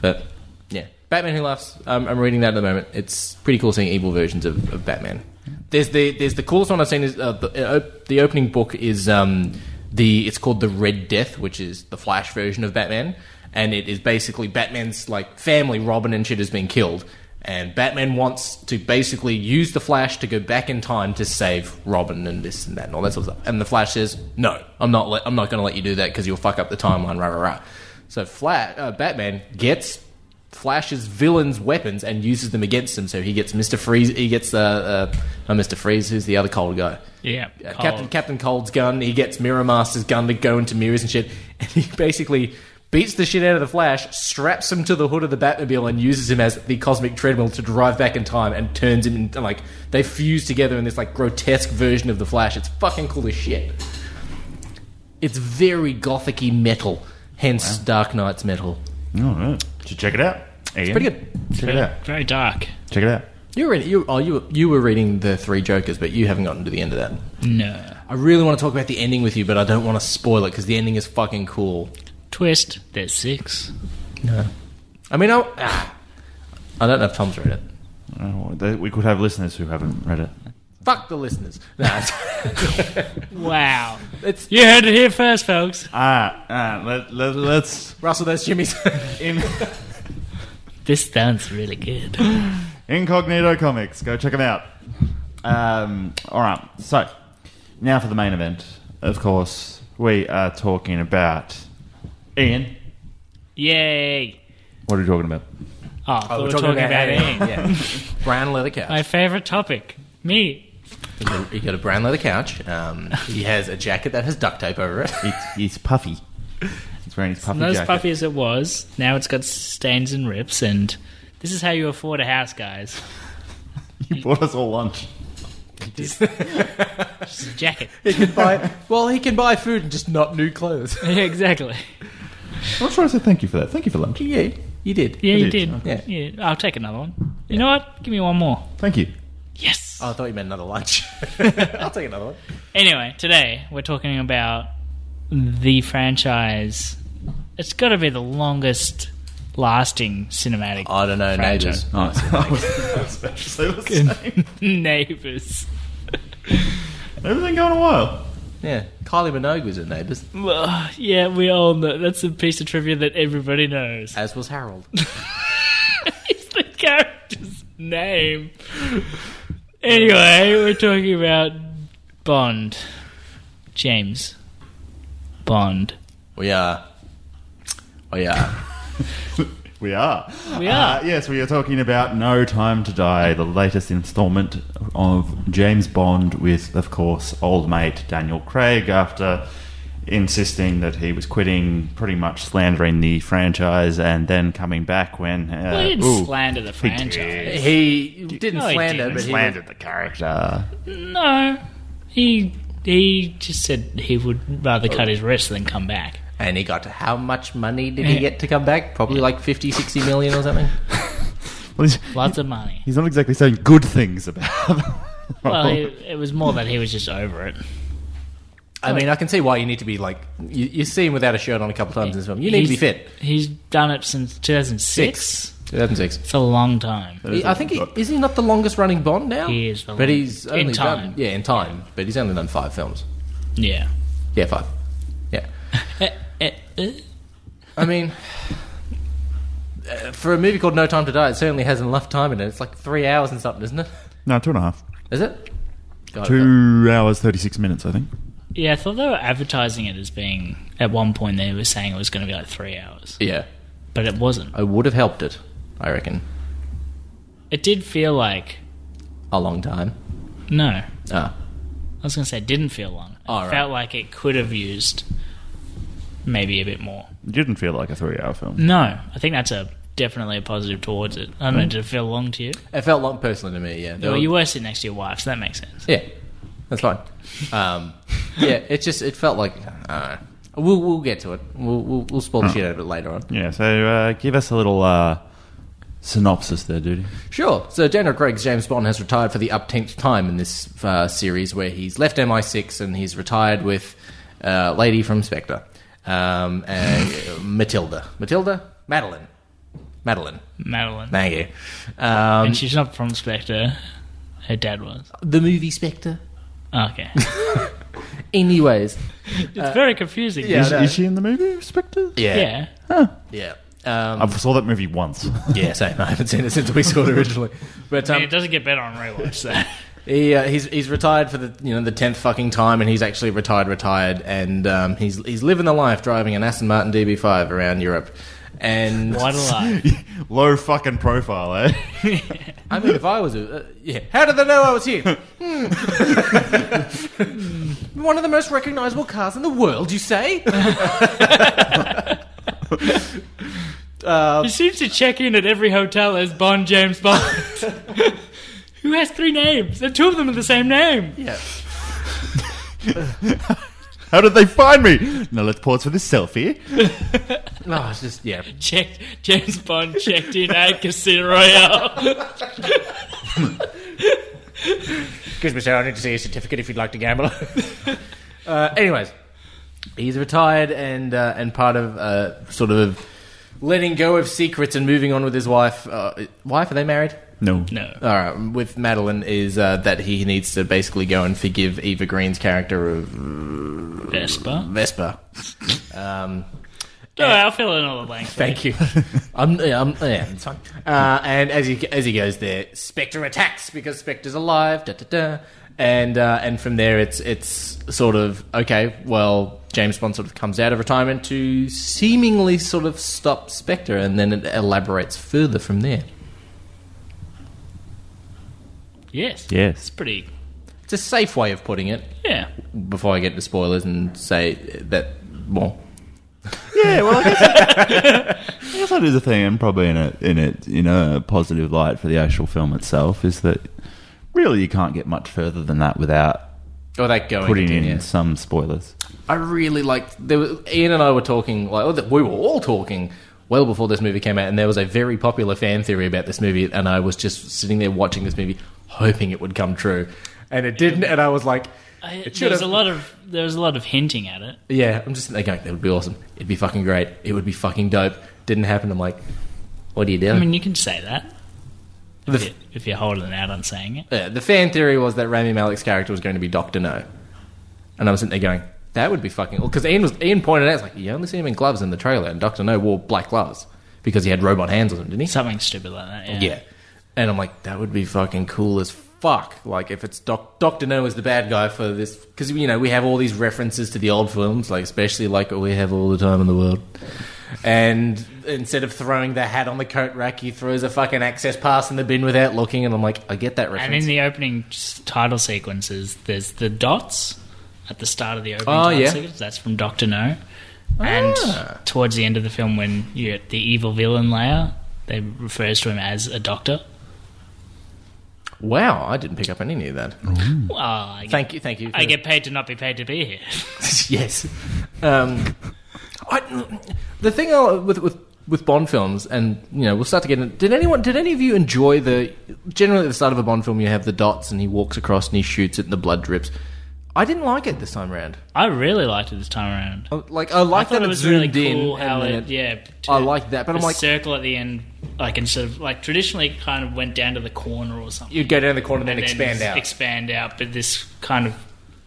[SPEAKER 4] But yeah, Batman Who Laughs. Um, I'm reading that at the moment. It's pretty cool seeing evil versions of, of Batman. There's the there's the coolest one I've seen is uh, the, uh, op- the opening book is um, the it's called the Red Death, which is the Flash version of Batman, and it is basically Batman's like family, Robin and shit, has been killed. And Batman wants to basically use the Flash to go back in time to save Robin and this and that and all that sort of stuff. And the Flash says, "No, I'm not. Let, I'm not going to let you do that because you'll fuck up the timeline." Rah rah rah. So Flat uh, Batman gets Flash's villains' weapons and uses them against him. So he gets Mister Freeze. He gets uh, uh not Mister Freeze. Who's the other cold guy?
[SPEAKER 3] Yeah.
[SPEAKER 4] Uh,
[SPEAKER 3] cold.
[SPEAKER 4] Captain Captain Cold's gun. He gets Mirror Master's gun to go into mirrors and shit. And he basically beats the shit out of the Flash, straps him to the hood of the Batmobile, and uses him as the cosmic treadmill to drive back in time and turns him into like they fuse together in this like grotesque version of the Flash. It's fucking cool as shit. It's very gothicy metal, hence Dark Knight's metal.
[SPEAKER 2] All right. Should check it out. It's
[SPEAKER 4] Pretty good.
[SPEAKER 2] Check it out.
[SPEAKER 3] Very dark.
[SPEAKER 2] Check it out.
[SPEAKER 4] You were, reading, you, oh, you, were- you were reading the Three Jokers, but you haven't gotten to the end of that.
[SPEAKER 3] No.
[SPEAKER 4] I really want to talk about the ending with you, but I don't want to spoil it because the ending is fucking cool.
[SPEAKER 3] Twist. There's six.
[SPEAKER 4] I mean, I'll, ah, I don't know if Tom's read it.
[SPEAKER 2] Oh, they- We could have listeners who haven't read it.
[SPEAKER 4] Fuck the listeners. Nah, it's-
[SPEAKER 3] Wow.
[SPEAKER 4] It's-
[SPEAKER 3] you heard it here first, folks.
[SPEAKER 2] Ah, ah let, let, let's
[SPEAKER 4] Russell, that's Jimmy's.
[SPEAKER 2] in,
[SPEAKER 3] This sounds really good.
[SPEAKER 2] incognito comics. Go check them out. Um, all right. So now for the main event. Of course, we are talking about Ian.
[SPEAKER 3] Yay.
[SPEAKER 2] What are you talking about?
[SPEAKER 3] Oh, I thought we were talking, about, it.
[SPEAKER 4] Yeah. brown leather couch.
[SPEAKER 3] My favorite topic. Me.
[SPEAKER 4] He's got, he got a brown leather couch. Um, he has a jacket that has duct tape over it.
[SPEAKER 2] It's, it's puffy. He's wearing his puffy
[SPEAKER 3] Not as
[SPEAKER 2] jacket.
[SPEAKER 3] puffy as it was. Now it's got stains and rips, and this is how you afford a house, guys.
[SPEAKER 2] He bought us all lunch.
[SPEAKER 3] Just a jacket.
[SPEAKER 4] He can buy. Well, he can buy food and just not new clothes.
[SPEAKER 3] yeah, exactly.
[SPEAKER 2] I'm not sure I said thank you for that. Thank you for lunch.
[SPEAKER 4] yeah, you did.
[SPEAKER 3] Yeah,
[SPEAKER 2] I
[SPEAKER 3] you
[SPEAKER 2] did,
[SPEAKER 3] did.
[SPEAKER 4] yeah.
[SPEAKER 3] Yeah. I'll take another one. You know what? Give me one more.
[SPEAKER 2] Thank you.
[SPEAKER 3] Yes.
[SPEAKER 4] Oh, I thought you meant another lunch. I'll take another one.
[SPEAKER 3] Anyway, today we're talking about the franchise. It's got to be the longest lasting cinematic.
[SPEAKER 4] I don't know, neighbors.
[SPEAKER 3] Franchise.
[SPEAKER 2] I was- I was about to say the same.
[SPEAKER 3] Neighbors.
[SPEAKER 2] Everything going a while.
[SPEAKER 4] Yeah, Kylie Minogue was in Neighbours,
[SPEAKER 3] Ugh, yeah, we all know. That's a piece of trivia that everybody knows.
[SPEAKER 4] as was Harold.
[SPEAKER 3] It's the character's name. Anyway, we're talking about Bond. James Bond.
[SPEAKER 4] we are. We are.
[SPEAKER 2] We are.
[SPEAKER 3] We are.
[SPEAKER 2] Uh, yes, we are talking about No Time to Die, the latest installment of James Bond with, of course, old mate Daniel Craig after insisting that he was quitting, pretty much slandering the franchise, and then coming back when. Uh,
[SPEAKER 3] Well, he didn't
[SPEAKER 2] ooh,
[SPEAKER 3] slander the
[SPEAKER 2] he did.
[SPEAKER 3] franchise.
[SPEAKER 4] He didn't
[SPEAKER 3] No, he
[SPEAKER 4] slander,
[SPEAKER 3] didn't.
[SPEAKER 4] but he
[SPEAKER 2] Slandered the character.
[SPEAKER 3] No, he he just said he would rather cut his wrist than come back.
[SPEAKER 4] and he got how much money did he get to come back? Probably like 50, 60 million or something.
[SPEAKER 2] Well, he's,
[SPEAKER 3] Lots of money.
[SPEAKER 2] he's not exactly saying good things about.
[SPEAKER 3] Well, it, it was more that he was just over it.
[SPEAKER 4] I mean, I can see why you need to be like you, you see him without a shirt on a couple times in this film. You need to be
[SPEAKER 3] He's-
[SPEAKER 4] fit.
[SPEAKER 3] He's done it since 2006.
[SPEAKER 4] Six. Uh, 2006.
[SPEAKER 3] It's a long time.
[SPEAKER 4] He- I think he, is he not the longest running Bond now?
[SPEAKER 3] He is the
[SPEAKER 4] but he's
[SPEAKER 3] longest-
[SPEAKER 4] only
[SPEAKER 3] in time.
[SPEAKER 4] Done, yeah, in time. But he's only done five films.
[SPEAKER 3] Yeah.
[SPEAKER 4] Yeah, five. Yeah.
[SPEAKER 3] Eh, eh.
[SPEAKER 4] I mean, uh, for a movie called No Time to Die, it certainly has enough time in it. It's like three hours and something, isn't it?
[SPEAKER 2] no, two and a half.
[SPEAKER 4] Is it? God,
[SPEAKER 2] Two hours, 36 minutes, I think.
[SPEAKER 3] Yeah, I thought they were advertising it as being. At one point, they were saying it was going to be like three hours,
[SPEAKER 4] Yeah,
[SPEAKER 3] but it wasn't.
[SPEAKER 4] I would have helped it. I reckon
[SPEAKER 3] It did feel like
[SPEAKER 4] a long time.
[SPEAKER 3] no. I
[SPEAKER 4] Ah,
[SPEAKER 3] was going to say it didn't feel long. It
[SPEAKER 4] All right.
[SPEAKER 3] felt like it could have used maybe a bit more.
[SPEAKER 2] It didn't feel like a three hour film.
[SPEAKER 3] No, I think that's a definitely a positive towards it. I don't know. Did it feel long to you?
[SPEAKER 4] it felt long personally to me. Yeah, There
[SPEAKER 3] Well,
[SPEAKER 4] were-
[SPEAKER 3] you were sitting next to your wife, so that makes sense.
[SPEAKER 4] Yeah, that's fine. Um, yeah, it just it felt like uh, we'll we'll get to it. We'll we'll, we'll spoil the shit out of it later on.
[SPEAKER 2] Yeah, so uh, give us a little uh, synopsis there, dude.
[SPEAKER 4] Sure. So Daniel Craig's James Bond has retired for the uptenth time in this uh, series, where he's left MI6 and he's retired with uh, lady from Spectre, um, and uh, Matilda, Matilda, Madeline, Madeline.
[SPEAKER 3] Madeline.
[SPEAKER 4] Thank you. Um,
[SPEAKER 3] And she's not from Spectre. Her dad was.
[SPEAKER 4] the movie Spectre.
[SPEAKER 3] Okay.
[SPEAKER 4] Anyways,
[SPEAKER 3] it's very confusing.
[SPEAKER 4] yeah.
[SPEAKER 2] Is,
[SPEAKER 4] I know.
[SPEAKER 2] is she in the movie, Spectre?
[SPEAKER 4] yeah,
[SPEAKER 3] Yeah.
[SPEAKER 4] yeah. Um,
[SPEAKER 2] I saw that movie once.
[SPEAKER 4] yeah, same. I haven't seen it since we saw it originally. But
[SPEAKER 3] I
[SPEAKER 4] um,
[SPEAKER 3] mean, it doesn't get better on rewatch, so.
[SPEAKER 4] He, uh, he's he's retired for the you know the tenth fucking time, and he's actually retired, retired, and um, he's he's living the life driving an Aston Martin DB5 around Europe. And
[SPEAKER 3] What a lie.
[SPEAKER 2] Low fucking profile, eh?
[SPEAKER 4] I mean, if I was a uh, yeah, how did they know I was here? Hmm. One of the most recognizable cars in the world, you say?
[SPEAKER 3] He seems to check in at every hotel as Bond James Bond. Who has three names? And two of them are the same name.
[SPEAKER 4] yeah.
[SPEAKER 2] How did they find me? Now let's pause for this selfie.
[SPEAKER 4] No, it's just yeah.
[SPEAKER 3] Checked, James Bond checked in at Casino Royale.
[SPEAKER 4] Excuse me, sir. I need to see your certificate if you'd like to gamble. uh, anyways, he's retired and uh, and part of uh, sort of letting go of secrets and moving on with his wife. Uh, wife? Are they married?
[SPEAKER 2] No.
[SPEAKER 3] No.
[SPEAKER 4] All right. With Madeline is uh, that he needs to basically go and forgive Eva Green's character of
[SPEAKER 3] Vespa.
[SPEAKER 4] Vespa. Um,
[SPEAKER 3] No, I'll fill in all the blanks.
[SPEAKER 4] thank you. I'm, yeah, I'm, yeah, it's fine. Uh, and as he as he goes there, Spectre attacks because Spectre's alive. Da da da. And uh, and from there, it's it's sort of okay. Well, James Bond sort of comes out of retirement to seemingly sort of stop Spectre, and then it elaborates further from there.
[SPEAKER 3] Yes. It's
[SPEAKER 2] Yes.
[SPEAKER 3] pretty.
[SPEAKER 4] It's a safe way of putting it.
[SPEAKER 3] Yeah.
[SPEAKER 4] Before I get to spoilers and say that, well,
[SPEAKER 2] Yeah, well, I guess, I guess that is a thing, and probably in a in a in a positive light for the actual film itself is that really you can't get much further than that without
[SPEAKER 4] or that going
[SPEAKER 2] putting
[SPEAKER 4] into-
[SPEAKER 2] in
[SPEAKER 4] yeah.
[SPEAKER 2] some spoilers.
[SPEAKER 4] I really liked. There was, Ian and I were talking. Like oh, we were all talking well before this movie came out, and there was a very popular fan theory about this movie. And I was just sitting there watching this movie, hoping it would come true, and it didn't. And I was like,
[SPEAKER 3] I,
[SPEAKER 4] It should
[SPEAKER 3] there was a
[SPEAKER 4] have-
[SPEAKER 3] lot of there was a lot of hinting at it.
[SPEAKER 4] "Yeah, I'm just sitting there going, that would be awesome. It'd be fucking great. It would be fucking dope." Didn't happen. I'm like, "What do you do?"
[SPEAKER 3] I mean, you can say that
[SPEAKER 4] the,
[SPEAKER 3] if, if you're holding out on saying it.
[SPEAKER 4] yeah, the fan theory was that Rami Malek's character was going to be Doctor No, And I was sitting there going, that would be fucking. Because Ian was Ian pointed out, it's like, you only see him in gloves in the trailer, and Doctor No wore black gloves because he had robot hands on him, didn't he?
[SPEAKER 3] Something stupid like that. Yeah.
[SPEAKER 4] Yeah. And I'm like, that would be fucking cool as fuck. Like, if it's Doc- Dr. No is the bad guy for this. Because, you know, we have all these references to the old films, like, especially like we have all the time in the world. And instead of throwing the hat on the coat rack, he throws a fucking access pass in the bin without looking. And I'm like, I get that
[SPEAKER 3] And
[SPEAKER 4] reference.
[SPEAKER 3] in the opening s- title sequences, there's the dots at the start of the opening
[SPEAKER 4] Oh,
[SPEAKER 3] title
[SPEAKER 4] yeah. Ah.
[SPEAKER 3] sequence. That's from Doctor No. And towards the end of the film, when you're at the evil villain layer, they refers to him as a doctor.
[SPEAKER 4] wow, I didn't pick up on any of that.
[SPEAKER 3] Well, I get,
[SPEAKER 4] Hmm. Thank you, thank you.
[SPEAKER 3] I get paid to not be paid to be here.
[SPEAKER 4] yes. Um, I, the thing I, with with with Bond films, and you know, we'll start to get. In, did anyone? Did any of you enjoy the? Generally, at the start of a Bond film, you have the dots, and he walks across, and he shoots it, and the blood drips. I didn't like it this time around.
[SPEAKER 3] I really liked it this time around.
[SPEAKER 4] I- Like I like
[SPEAKER 3] I thought
[SPEAKER 4] that
[SPEAKER 3] it
[SPEAKER 4] it,
[SPEAKER 3] was really
[SPEAKER 4] zoomed
[SPEAKER 3] cool
[SPEAKER 4] in.
[SPEAKER 3] how
[SPEAKER 4] and then
[SPEAKER 3] it, yeah. to-
[SPEAKER 4] I like that, but
[SPEAKER 3] the
[SPEAKER 4] I'm like,
[SPEAKER 3] circle at the end, like instead of like traditionally, it kind of went down to the corner or something.
[SPEAKER 4] you'd go down the corner and then expand
[SPEAKER 3] s-
[SPEAKER 4] out.
[SPEAKER 3] Expand out, but this kind of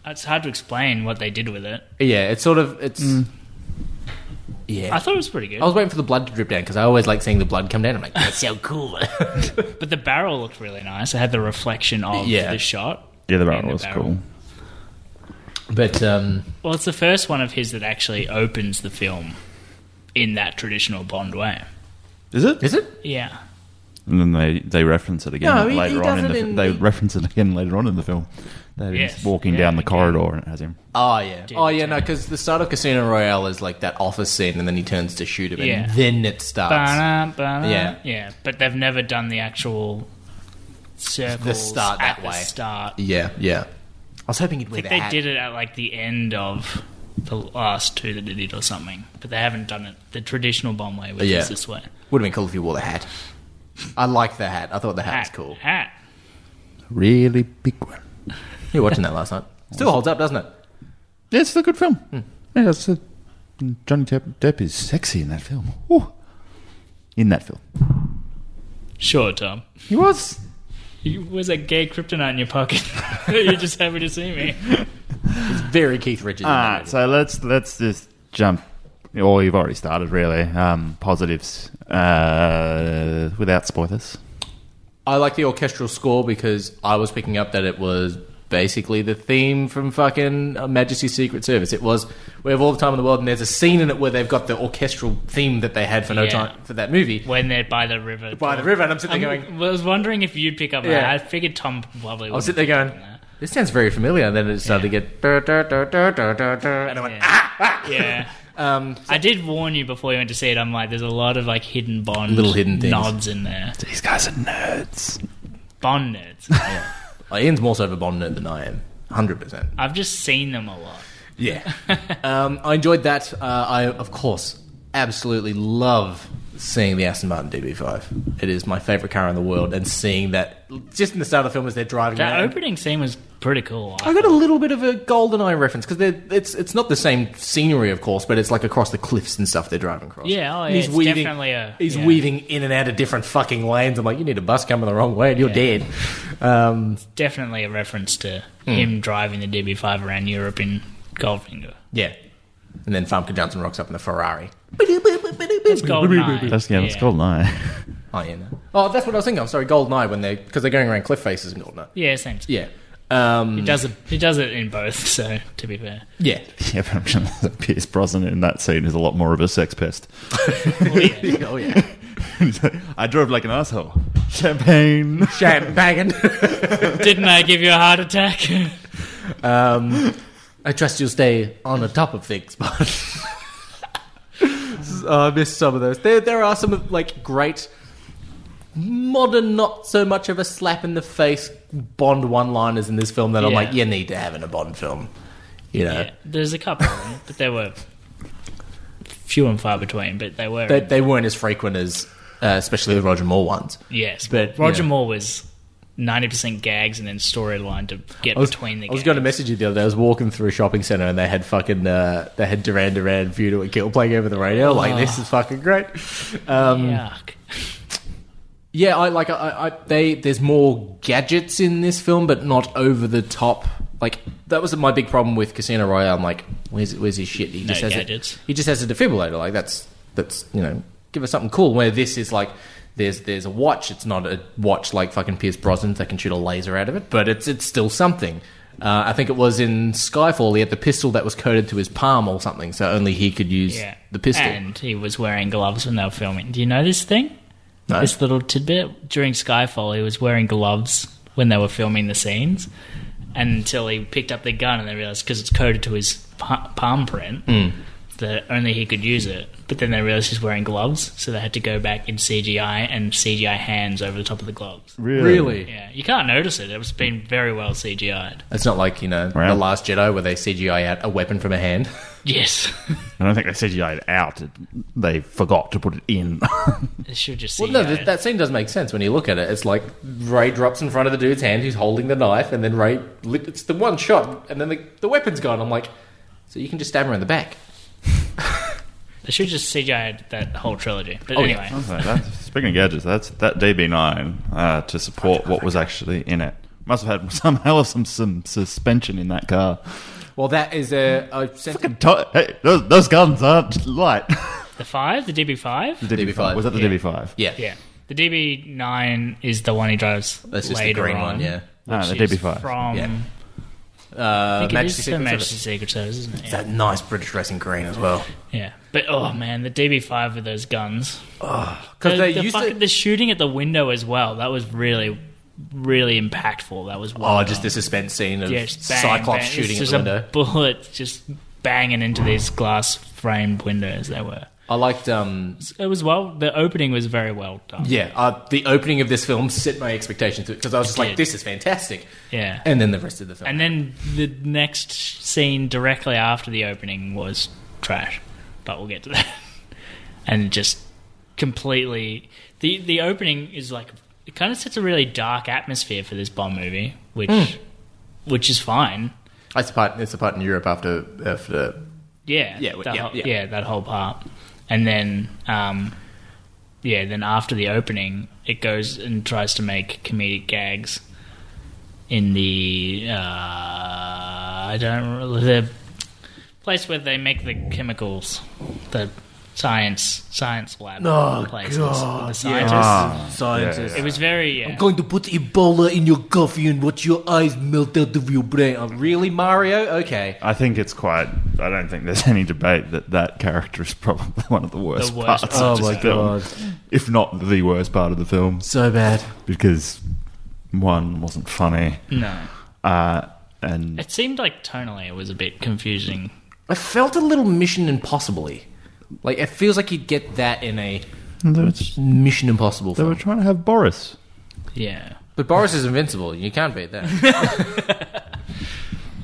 [SPEAKER 3] it's hard to explain what they did with it.
[SPEAKER 4] yeah, it's sort of it's. Yeah,
[SPEAKER 3] Mm. I thought it was pretty good,
[SPEAKER 4] I was waiting for the blood to drip down because I always like seeing the blood come down. I'm like, that's so cool.
[SPEAKER 3] but the barrel looked really nice. It had the reflection of
[SPEAKER 4] Yeah.
[SPEAKER 3] the shot.
[SPEAKER 2] Yeah, the
[SPEAKER 3] in
[SPEAKER 2] barrel was cool.
[SPEAKER 4] but um,
[SPEAKER 3] Well, it's the first one of his that actually opens the film in that traditional Bond way.
[SPEAKER 2] Is it?
[SPEAKER 4] is it?
[SPEAKER 3] Yeah,
[SPEAKER 2] And then they, they reference it again
[SPEAKER 4] No, he- he
[SPEAKER 2] later on
[SPEAKER 4] does
[SPEAKER 2] in
[SPEAKER 4] it
[SPEAKER 2] the
[SPEAKER 4] in-
[SPEAKER 2] they
[SPEAKER 4] he-
[SPEAKER 2] reference it again later on in the film. That he's
[SPEAKER 3] Yes.
[SPEAKER 2] walking
[SPEAKER 3] Yeah,
[SPEAKER 2] down the
[SPEAKER 3] okay.
[SPEAKER 2] corridor and it has him.
[SPEAKER 4] Oh yeah.
[SPEAKER 3] Dude,
[SPEAKER 4] oh yeah.
[SPEAKER 3] yeah.
[SPEAKER 4] No, because the start of Casino Royale is like that office scene, and then he turns to shoot him,
[SPEAKER 3] Yeah.
[SPEAKER 4] and then it starts.
[SPEAKER 3] Ba-na, ba-na.
[SPEAKER 4] Yeah.
[SPEAKER 3] yeah. But they've never done the actual circles
[SPEAKER 4] start
[SPEAKER 3] at
[SPEAKER 4] that
[SPEAKER 3] the
[SPEAKER 4] way.
[SPEAKER 3] Start.
[SPEAKER 4] Yeah, yeah. I was hoping he'd
[SPEAKER 3] I
[SPEAKER 4] wear
[SPEAKER 3] think
[SPEAKER 4] the
[SPEAKER 3] they
[SPEAKER 4] hat.
[SPEAKER 3] did it at like the end of the last two that they did or something, but they haven't done it the traditional bomb way, which
[SPEAKER 4] Yeah.
[SPEAKER 3] is this way.
[SPEAKER 4] Would have been cool if he wore the hat. I like the hat. I thought the hat, was cool.
[SPEAKER 3] Hat.
[SPEAKER 2] Really big one.
[SPEAKER 4] You were watching that last night. Still holds up, doesn't it?
[SPEAKER 2] Yeah, it's a good film.
[SPEAKER 4] Hmm.
[SPEAKER 2] Yeah, that's a, Johnny Depp, Depp is sexy in that film. Whew. In that film.
[SPEAKER 3] Sure, Tom.
[SPEAKER 2] He was.
[SPEAKER 3] You was a gay kryptonite in your pocket. You're just happy to see me.
[SPEAKER 4] It's very Keith Richards. in that
[SPEAKER 2] All right,
[SPEAKER 4] movie.
[SPEAKER 2] so let's let's just jump. Or you've already started, really. Um, positives uh, without spoilers.
[SPEAKER 4] I like the orchestral score because I was picking up that it was basically the theme from fucking uh, Majesty's Secret Service. It was we have all the time in the world, and there's a scene in it where they've got the orchestral theme that they had for no
[SPEAKER 3] Yeah.
[SPEAKER 4] time for that movie.
[SPEAKER 3] When they're by the river.
[SPEAKER 4] By the river, and I'm sitting
[SPEAKER 3] I'm-
[SPEAKER 4] there going,
[SPEAKER 3] I was wondering if you'd pick up. on
[SPEAKER 4] Yeah.
[SPEAKER 3] that. I figured Tom probably.
[SPEAKER 4] I was sitting there going, this sounds very familiar. And then it started to get. "Dur, dur, dur, dur, dur, dur, dur," And I went,
[SPEAKER 3] Yeah.
[SPEAKER 4] ah!
[SPEAKER 3] Yeah.
[SPEAKER 4] Um,
[SPEAKER 3] I did warn you before you went to see it. I'm like, there's a lot of like hidden Bond
[SPEAKER 4] Little hidden things.
[SPEAKER 3] nods in there.
[SPEAKER 2] These guys are nerds.
[SPEAKER 3] Bond nerds.
[SPEAKER 4] oh, Ian's more so of a Bond nerd than I am. 100%.
[SPEAKER 3] I've just seen them a lot.
[SPEAKER 4] Yeah. um, I enjoyed that. Uh, I, of course, absolutely love seeing the Aston Martin DB5. It is my favourite car in the world. And seeing that just in the start of the film as they're driving
[SPEAKER 3] That
[SPEAKER 4] around.
[SPEAKER 3] opening scene was pretty cool.
[SPEAKER 4] I got a little bit of a golden eye reference because it's it's not the same scenery, of course, but it's like across the cliffs and stuff they're driving across.
[SPEAKER 3] Yeah, oh,
[SPEAKER 4] And
[SPEAKER 3] yeah, it's definitely a-
[SPEAKER 4] he's
[SPEAKER 3] yeah.
[SPEAKER 4] weaving in and out of different fucking lanes. I'm like, you need a bus coming the wrong way, and you're dead. Um,
[SPEAKER 3] Definitely a reference to
[SPEAKER 4] Hmm.
[SPEAKER 3] him driving the DB5 around Europe in Goldfinger.
[SPEAKER 4] yeah, and then Famke Johnson rocks up in the Ferrari.
[SPEAKER 3] It's Goldeneye.
[SPEAKER 2] That's yeah, that's golden eye.
[SPEAKER 4] Oh yeah, no. oh that's what I was thinking. I'm sorry, Goldeneye when they're because they're going around cliff faces in Goldeneye.
[SPEAKER 3] Yeah, same. Yeah.
[SPEAKER 4] Yeah, um,
[SPEAKER 3] He does it. He does it in both. So to be fair,
[SPEAKER 4] yeah.
[SPEAKER 2] yeah, but I'm sure that Pierce Brosnan in that scene is a lot more of a sex pest.
[SPEAKER 4] oh yeah,
[SPEAKER 2] He's like, I drove like an asshole. Champagne.
[SPEAKER 4] champagne.
[SPEAKER 3] didn't I give you a heart attack?
[SPEAKER 4] Um, I trust you'll stay on the top of things, but Oh, I missed some of those. There, there are some of, like great modern, not so much of a slap in the face Bond one-liners in this film that I'm
[SPEAKER 3] Yeah.
[SPEAKER 4] like, you need to have in a Bond film, you know.
[SPEAKER 3] yeah, there's a couple, of them, but they were few and far between. But they were.
[SPEAKER 4] They, they weren't as frequent as, uh, especially the Roger Moore ones.
[SPEAKER 3] yes,
[SPEAKER 4] but,
[SPEAKER 3] but Roger
[SPEAKER 4] yeah.
[SPEAKER 3] Moore was. 90% gags and then storyline to get
[SPEAKER 4] I was,
[SPEAKER 3] between the
[SPEAKER 4] I was
[SPEAKER 3] gags.
[SPEAKER 4] going to message you the other day. I was walking through a shopping center and they had fucking uh, they had Duran Duran, View to a Kill playing over the radio. Like this is fucking great. Um,
[SPEAKER 3] Yuck.
[SPEAKER 4] Yeah, I like I, I they there's more gadgets in this film, but not over the top like that was my big problem with Casino Royale. I'm like, where's where's his shit? He
[SPEAKER 3] No
[SPEAKER 4] just has
[SPEAKER 3] gadgets.
[SPEAKER 4] A, he just has a defibrillator. Like that's that's you know, give us something cool. Where this is like. There's, there's a watch. It's not a watch like fucking Pierce Brosnan's that can shoot a laser out of it, but it's it's still something. Uh, I think it was in Skyfall. He had the pistol that was coated to his palm or something, so only he could use
[SPEAKER 3] Yeah.
[SPEAKER 4] the pistol.
[SPEAKER 3] And he was wearing gloves when they were filming. Do you know this thing?
[SPEAKER 4] No.
[SPEAKER 3] This little tidbit? During Skyfall, he was wearing gloves when they were filming the scenes until he picked up the gun and they realized because it's coded to his pa- palm print
[SPEAKER 4] Hmm.
[SPEAKER 3] that only he could use it. But then they realized he's wearing gloves, so they had to go back in CGI and CGI hands over the top of the gloves.
[SPEAKER 2] Really?
[SPEAKER 4] really?
[SPEAKER 3] Yeah, you can't notice it. It's been very well CGI'd.
[SPEAKER 4] It's not like you know
[SPEAKER 2] Wow.
[SPEAKER 4] the Last Jedi where they CGI out a weapon from a hand.
[SPEAKER 3] Yes.
[SPEAKER 2] I don't think they CGI'd it out. They forgot to put it in.
[SPEAKER 3] it should just
[SPEAKER 4] Well,
[SPEAKER 3] CGI.
[SPEAKER 4] no, th- that scene does make sense when you look at it. It's like Ray drops in front of the dude's hand who's holding the knife, and then Ray lit- it's the one shot, and then the, the weapon's gone. I'm like, so you can just stab her in the back.
[SPEAKER 3] They should just CGI that whole trilogy. But
[SPEAKER 4] Oh, yeah.
[SPEAKER 3] anyway.
[SPEAKER 2] Okay, that's, speaking of gadgets, that's that DB9 uh, to support what was actually in it. Must have had some hell of some, some suspension in that car.
[SPEAKER 4] Well, that is a, a
[SPEAKER 2] Fucking to- hey, those, those guns aren't light.
[SPEAKER 3] The five, the DB five.
[SPEAKER 2] The
[SPEAKER 4] DB5,
[SPEAKER 2] Was that the
[SPEAKER 4] yeah.
[SPEAKER 2] DB5?
[SPEAKER 4] yeah,
[SPEAKER 3] Yeah, the DB nine is the one he drives
[SPEAKER 4] That's just the
[SPEAKER 3] later
[SPEAKER 4] green
[SPEAKER 3] on.
[SPEAKER 4] one, yeah.
[SPEAKER 2] Ah,
[SPEAKER 3] which
[SPEAKER 2] the
[SPEAKER 3] is
[SPEAKER 2] DB5.
[SPEAKER 3] From
[SPEAKER 4] Yeah.
[SPEAKER 3] I
[SPEAKER 4] Uh,
[SPEAKER 3] think it
[SPEAKER 4] Majesty
[SPEAKER 3] is
[SPEAKER 4] Secret
[SPEAKER 3] from
[SPEAKER 4] Service.
[SPEAKER 3] Majesty's Secret Service, isn't it? Yeah.
[SPEAKER 4] That nice British dress in green as well.
[SPEAKER 3] yeah, but oh man, the DB five with those guns.
[SPEAKER 4] Because
[SPEAKER 3] The,
[SPEAKER 4] Oh, they
[SPEAKER 3] the
[SPEAKER 4] used
[SPEAKER 3] fucking-
[SPEAKER 4] to.
[SPEAKER 3] the shooting at the window as well. That was really, really impactful. That was well
[SPEAKER 4] Oh,
[SPEAKER 3] done.
[SPEAKER 4] just the suspense scene of
[SPEAKER 3] Yeah, just bang,
[SPEAKER 4] Cyclops
[SPEAKER 3] bang.
[SPEAKER 4] shooting
[SPEAKER 3] it's
[SPEAKER 4] at
[SPEAKER 3] just
[SPEAKER 4] the window.
[SPEAKER 3] A bullet just banging into these glass framed windows. They were.
[SPEAKER 4] I liked um,
[SPEAKER 3] It was well. The opening was very well done.
[SPEAKER 4] Yeah, uh, the opening of this film set my expectations because I was just
[SPEAKER 3] It
[SPEAKER 4] like,
[SPEAKER 3] did.
[SPEAKER 4] "This is fantastic,"
[SPEAKER 3] yeah.
[SPEAKER 4] and then the rest of the film.
[SPEAKER 3] And then the next scene directly after the opening was trash, but we'll get to that. And just completely the the opening is like it kind of sets a really dark atmosphere for this bomb movie, which
[SPEAKER 4] Hmm.
[SPEAKER 3] which is fine.
[SPEAKER 4] it's the part. It's the part in Europe after after.
[SPEAKER 3] Yeah,
[SPEAKER 4] Yeah, w-
[SPEAKER 3] that
[SPEAKER 4] yeah,
[SPEAKER 3] whole-
[SPEAKER 4] yeah.
[SPEAKER 3] that whole part, and then um, yeah, then after the opening, it goes and tries to make comedic gags in the uh, I don't re- the place where they make the chemicals, the science science lab
[SPEAKER 4] Oh,
[SPEAKER 3] places
[SPEAKER 4] God,
[SPEAKER 3] with the
[SPEAKER 4] yeah.
[SPEAKER 3] scientists.
[SPEAKER 4] Ah. Scientists.
[SPEAKER 3] It was very uh, yeah.
[SPEAKER 4] Going to put Ebola in your coffee and watch your eyes melt out of your brain. Oh, really, Mario? Okay.
[SPEAKER 2] I think it's quite. I don't think there's any debate that that character is probably one of the worst,
[SPEAKER 3] The worst
[SPEAKER 2] parts
[SPEAKER 3] part
[SPEAKER 2] of
[SPEAKER 3] of
[SPEAKER 2] this
[SPEAKER 3] the
[SPEAKER 2] film, if not the worst part of the film,
[SPEAKER 4] So bad.
[SPEAKER 2] because one wasn't funny,
[SPEAKER 3] no.
[SPEAKER 2] uh, and
[SPEAKER 3] It seemed like tonally it was a bit confusing.
[SPEAKER 4] I felt a little Mission Impossibly. Like it feels like you'd get that in a
[SPEAKER 2] they were,
[SPEAKER 4] Mission Impossible
[SPEAKER 2] they were
[SPEAKER 4] film.
[SPEAKER 2] trying to have Boris.
[SPEAKER 3] Yeah.
[SPEAKER 4] But Boris is invincible. You can't beat that.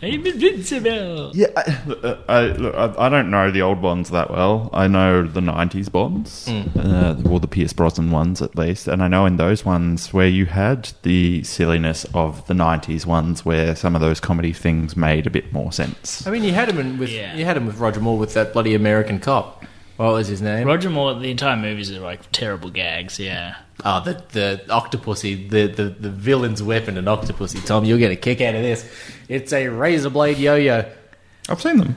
[SPEAKER 3] I'm invincible.
[SPEAKER 2] Yeah, I, uh, I, look, I, I don't know the old Bonds that well. I know the '90s Bonds,
[SPEAKER 4] Mm.
[SPEAKER 2] uh, or the Pierce Brosnan ones at least, and I know in those ones where you had the silliness of the '90s ones, where some of those comedy things made a bit more sense.
[SPEAKER 4] I mean, you had him in with
[SPEAKER 3] Yeah.
[SPEAKER 4] you had him with Roger Moore with that bloody American cop. What was his name?
[SPEAKER 3] Roger Moore, the entire movies are like terrible gags, yeah.
[SPEAKER 4] Ah, the the octopussy, the, the the villain's weapon, an octopussy. Tom, you'll get a kick out of this. It's a razor blade yo-yo.
[SPEAKER 2] I've seen them.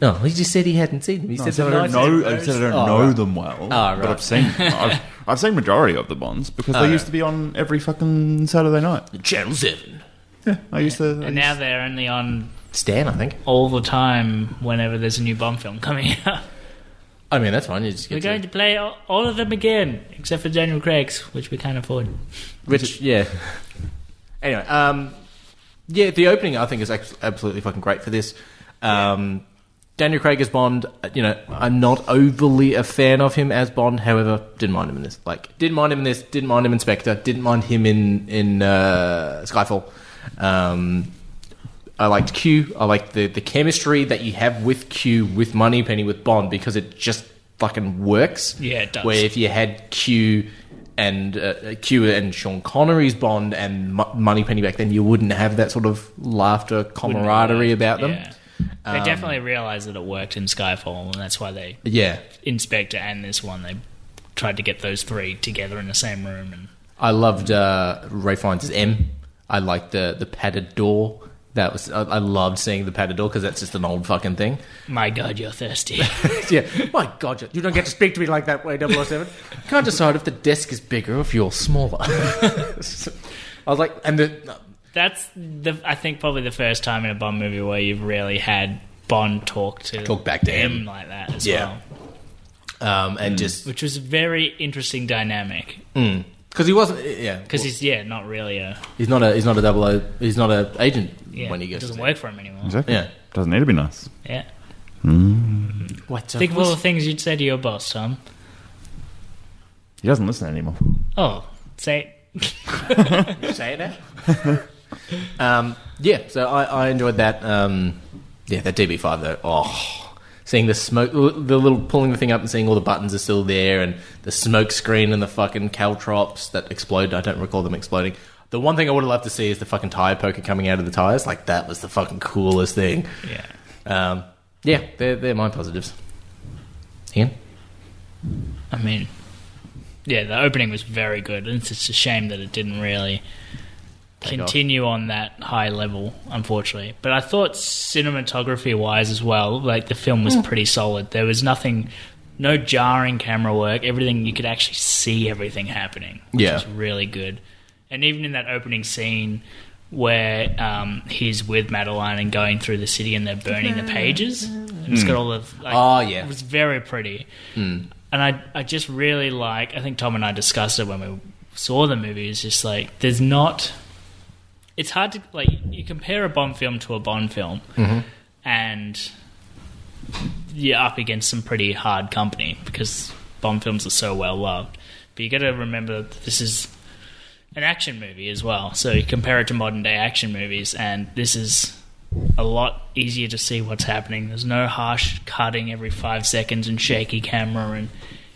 [SPEAKER 4] No, he just said he hadn't seen them. He
[SPEAKER 2] I
[SPEAKER 4] said
[SPEAKER 2] said
[SPEAKER 4] the
[SPEAKER 2] I don't
[SPEAKER 4] knife-
[SPEAKER 2] know. I said I don't
[SPEAKER 4] Oh,
[SPEAKER 2] know
[SPEAKER 4] right.
[SPEAKER 2] them well,
[SPEAKER 4] Ah,
[SPEAKER 2] but
[SPEAKER 4] right. Ah,
[SPEAKER 2] I've seen. I've, I've seen majority of the Bonds because they used to be on every fucking Saturday night.
[SPEAKER 4] Channel Seven.
[SPEAKER 2] Yeah, I used to. I
[SPEAKER 3] And now
[SPEAKER 2] used-
[SPEAKER 3] they're only on
[SPEAKER 4] Stan, I think.
[SPEAKER 3] all the time whenever there's a new Bond film coming out.
[SPEAKER 4] I mean, that's fine. You just
[SPEAKER 3] We're
[SPEAKER 4] get
[SPEAKER 3] going
[SPEAKER 4] to,
[SPEAKER 3] to play all all of them again, except for Daniel Craig's, which we can't afford.
[SPEAKER 4] which yeah. anyway, um, yeah, the opening I think is ac- absolutely fucking great for this. Um, Daniel Craig as Bond, uh, you know, I'm not overly a fan of him as Bond. However, didn't mind him in this. Like, didn't mind him in this. Didn't mind him in Spectre. Didn't mind him in in uh, Skyfall. Um, I liked Q. I liked the the chemistry that you have with Q, with Moneypenny, with Bond because it just fucking works.
[SPEAKER 3] Yeah, it does.
[SPEAKER 4] Where if you had Q and uh, Q and Sean Connery's Bond and Mo- Moneypenny back then, you wouldn't have that sort of laughter
[SPEAKER 3] Wouldn't
[SPEAKER 4] camaraderie
[SPEAKER 3] really-
[SPEAKER 4] about them. Um,
[SPEAKER 3] Yeah. They definitely realised that it worked in Skyfall, and that's why they,
[SPEAKER 4] Yeah.
[SPEAKER 3] Inspector and this one, they tried to get those three together in the same room. And
[SPEAKER 4] I loved uh, Ray Fiennes' M. I liked the the padded door. That was I, I loved seeing the Patador because that's just an old fucking thing.
[SPEAKER 3] My God, you're thirsty.
[SPEAKER 4] yeah, my God, you- you don't get to speak to me like that way, 007. Can't decide if the desk is bigger or if you're smaller. I was like, and the
[SPEAKER 3] That's the I think probably the first time in a Bond movie where you've really had Bond talk to
[SPEAKER 4] Talk back to him.
[SPEAKER 3] like that as
[SPEAKER 4] Yeah.
[SPEAKER 3] well,
[SPEAKER 4] um, and just
[SPEAKER 3] which was a very interesting dynamic
[SPEAKER 4] because he wasn't, yeah,
[SPEAKER 3] because he's yeah not really a
[SPEAKER 4] he's not a he's not a double O, he's not a agent
[SPEAKER 3] yeah
[SPEAKER 4] when he
[SPEAKER 3] it
[SPEAKER 4] goes.
[SPEAKER 3] doesn't
[SPEAKER 4] to-
[SPEAKER 3] work for him anymore.
[SPEAKER 2] Exactly.
[SPEAKER 4] Yeah.
[SPEAKER 2] Doesn't need to be nice.
[SPEAKER 3] Yeah,
[SPEAKER 4] What
[SPEAKER 3] think of all the things you'd say to your boss, Tom.
[SPEAKER 2] He doesn't listen anymore.
[SPEAKER 3] Oh, say
[SPEAKER 4] say it now. um, yeah, so I, I enjoyed that. Um, yeah, that DB5 though. Oh, seeing the smoke, the little pulling the thing up and seeing all the buttons are still there, and the smoke screen and the fucking caltrops that explode. I don't recall them exploding. The one thing I would have loved to see is the fucking tire poker coming out of the tires. Like that was the fucking coolest thing.
[SPEAKER 3] yeah.
[SPEAKER 4] Um, yeah, they're they're my positives. Ian,
[SPEAKER 3] I mean, yeah, the opening was very good, and it's just a shame that it didn't really
[SPEAKER 4] off.
[SPEAKER 3] continue on that high level, unfortunately. But I thought cinematography wise as well, like the film
[SPEAKER 4] Hmm.
[SPEAKER 3] was pretty solid. There was nothing, no jarring camera work. Everything you could actually see everything happening, which
[SPEAKER 4] Yeah.
[SPEAKER 3] was really good. And even in that opening scene. Where um, he's with Madeline and going through the city and they're burning the
[SPEAKER 4] Mm.
[SPEAKER 3] pages. And it's got all the like,
[SPEAKER 4] Oh, yeah.
[SPEAKER 3] it was very pretty and I, I just really like I think Tom and I discussed it when we saw the movie it's just like there's not it's hard to like you compare a Bond film to a Bond film and you're up against some pretty hard company because Bond films are so well loved but you got to remember that this is an action movie as well so you compare it to modern day action movies and this is a lot easier to see what's happening. There's no harsh cutting every five seconds and shaky camera, and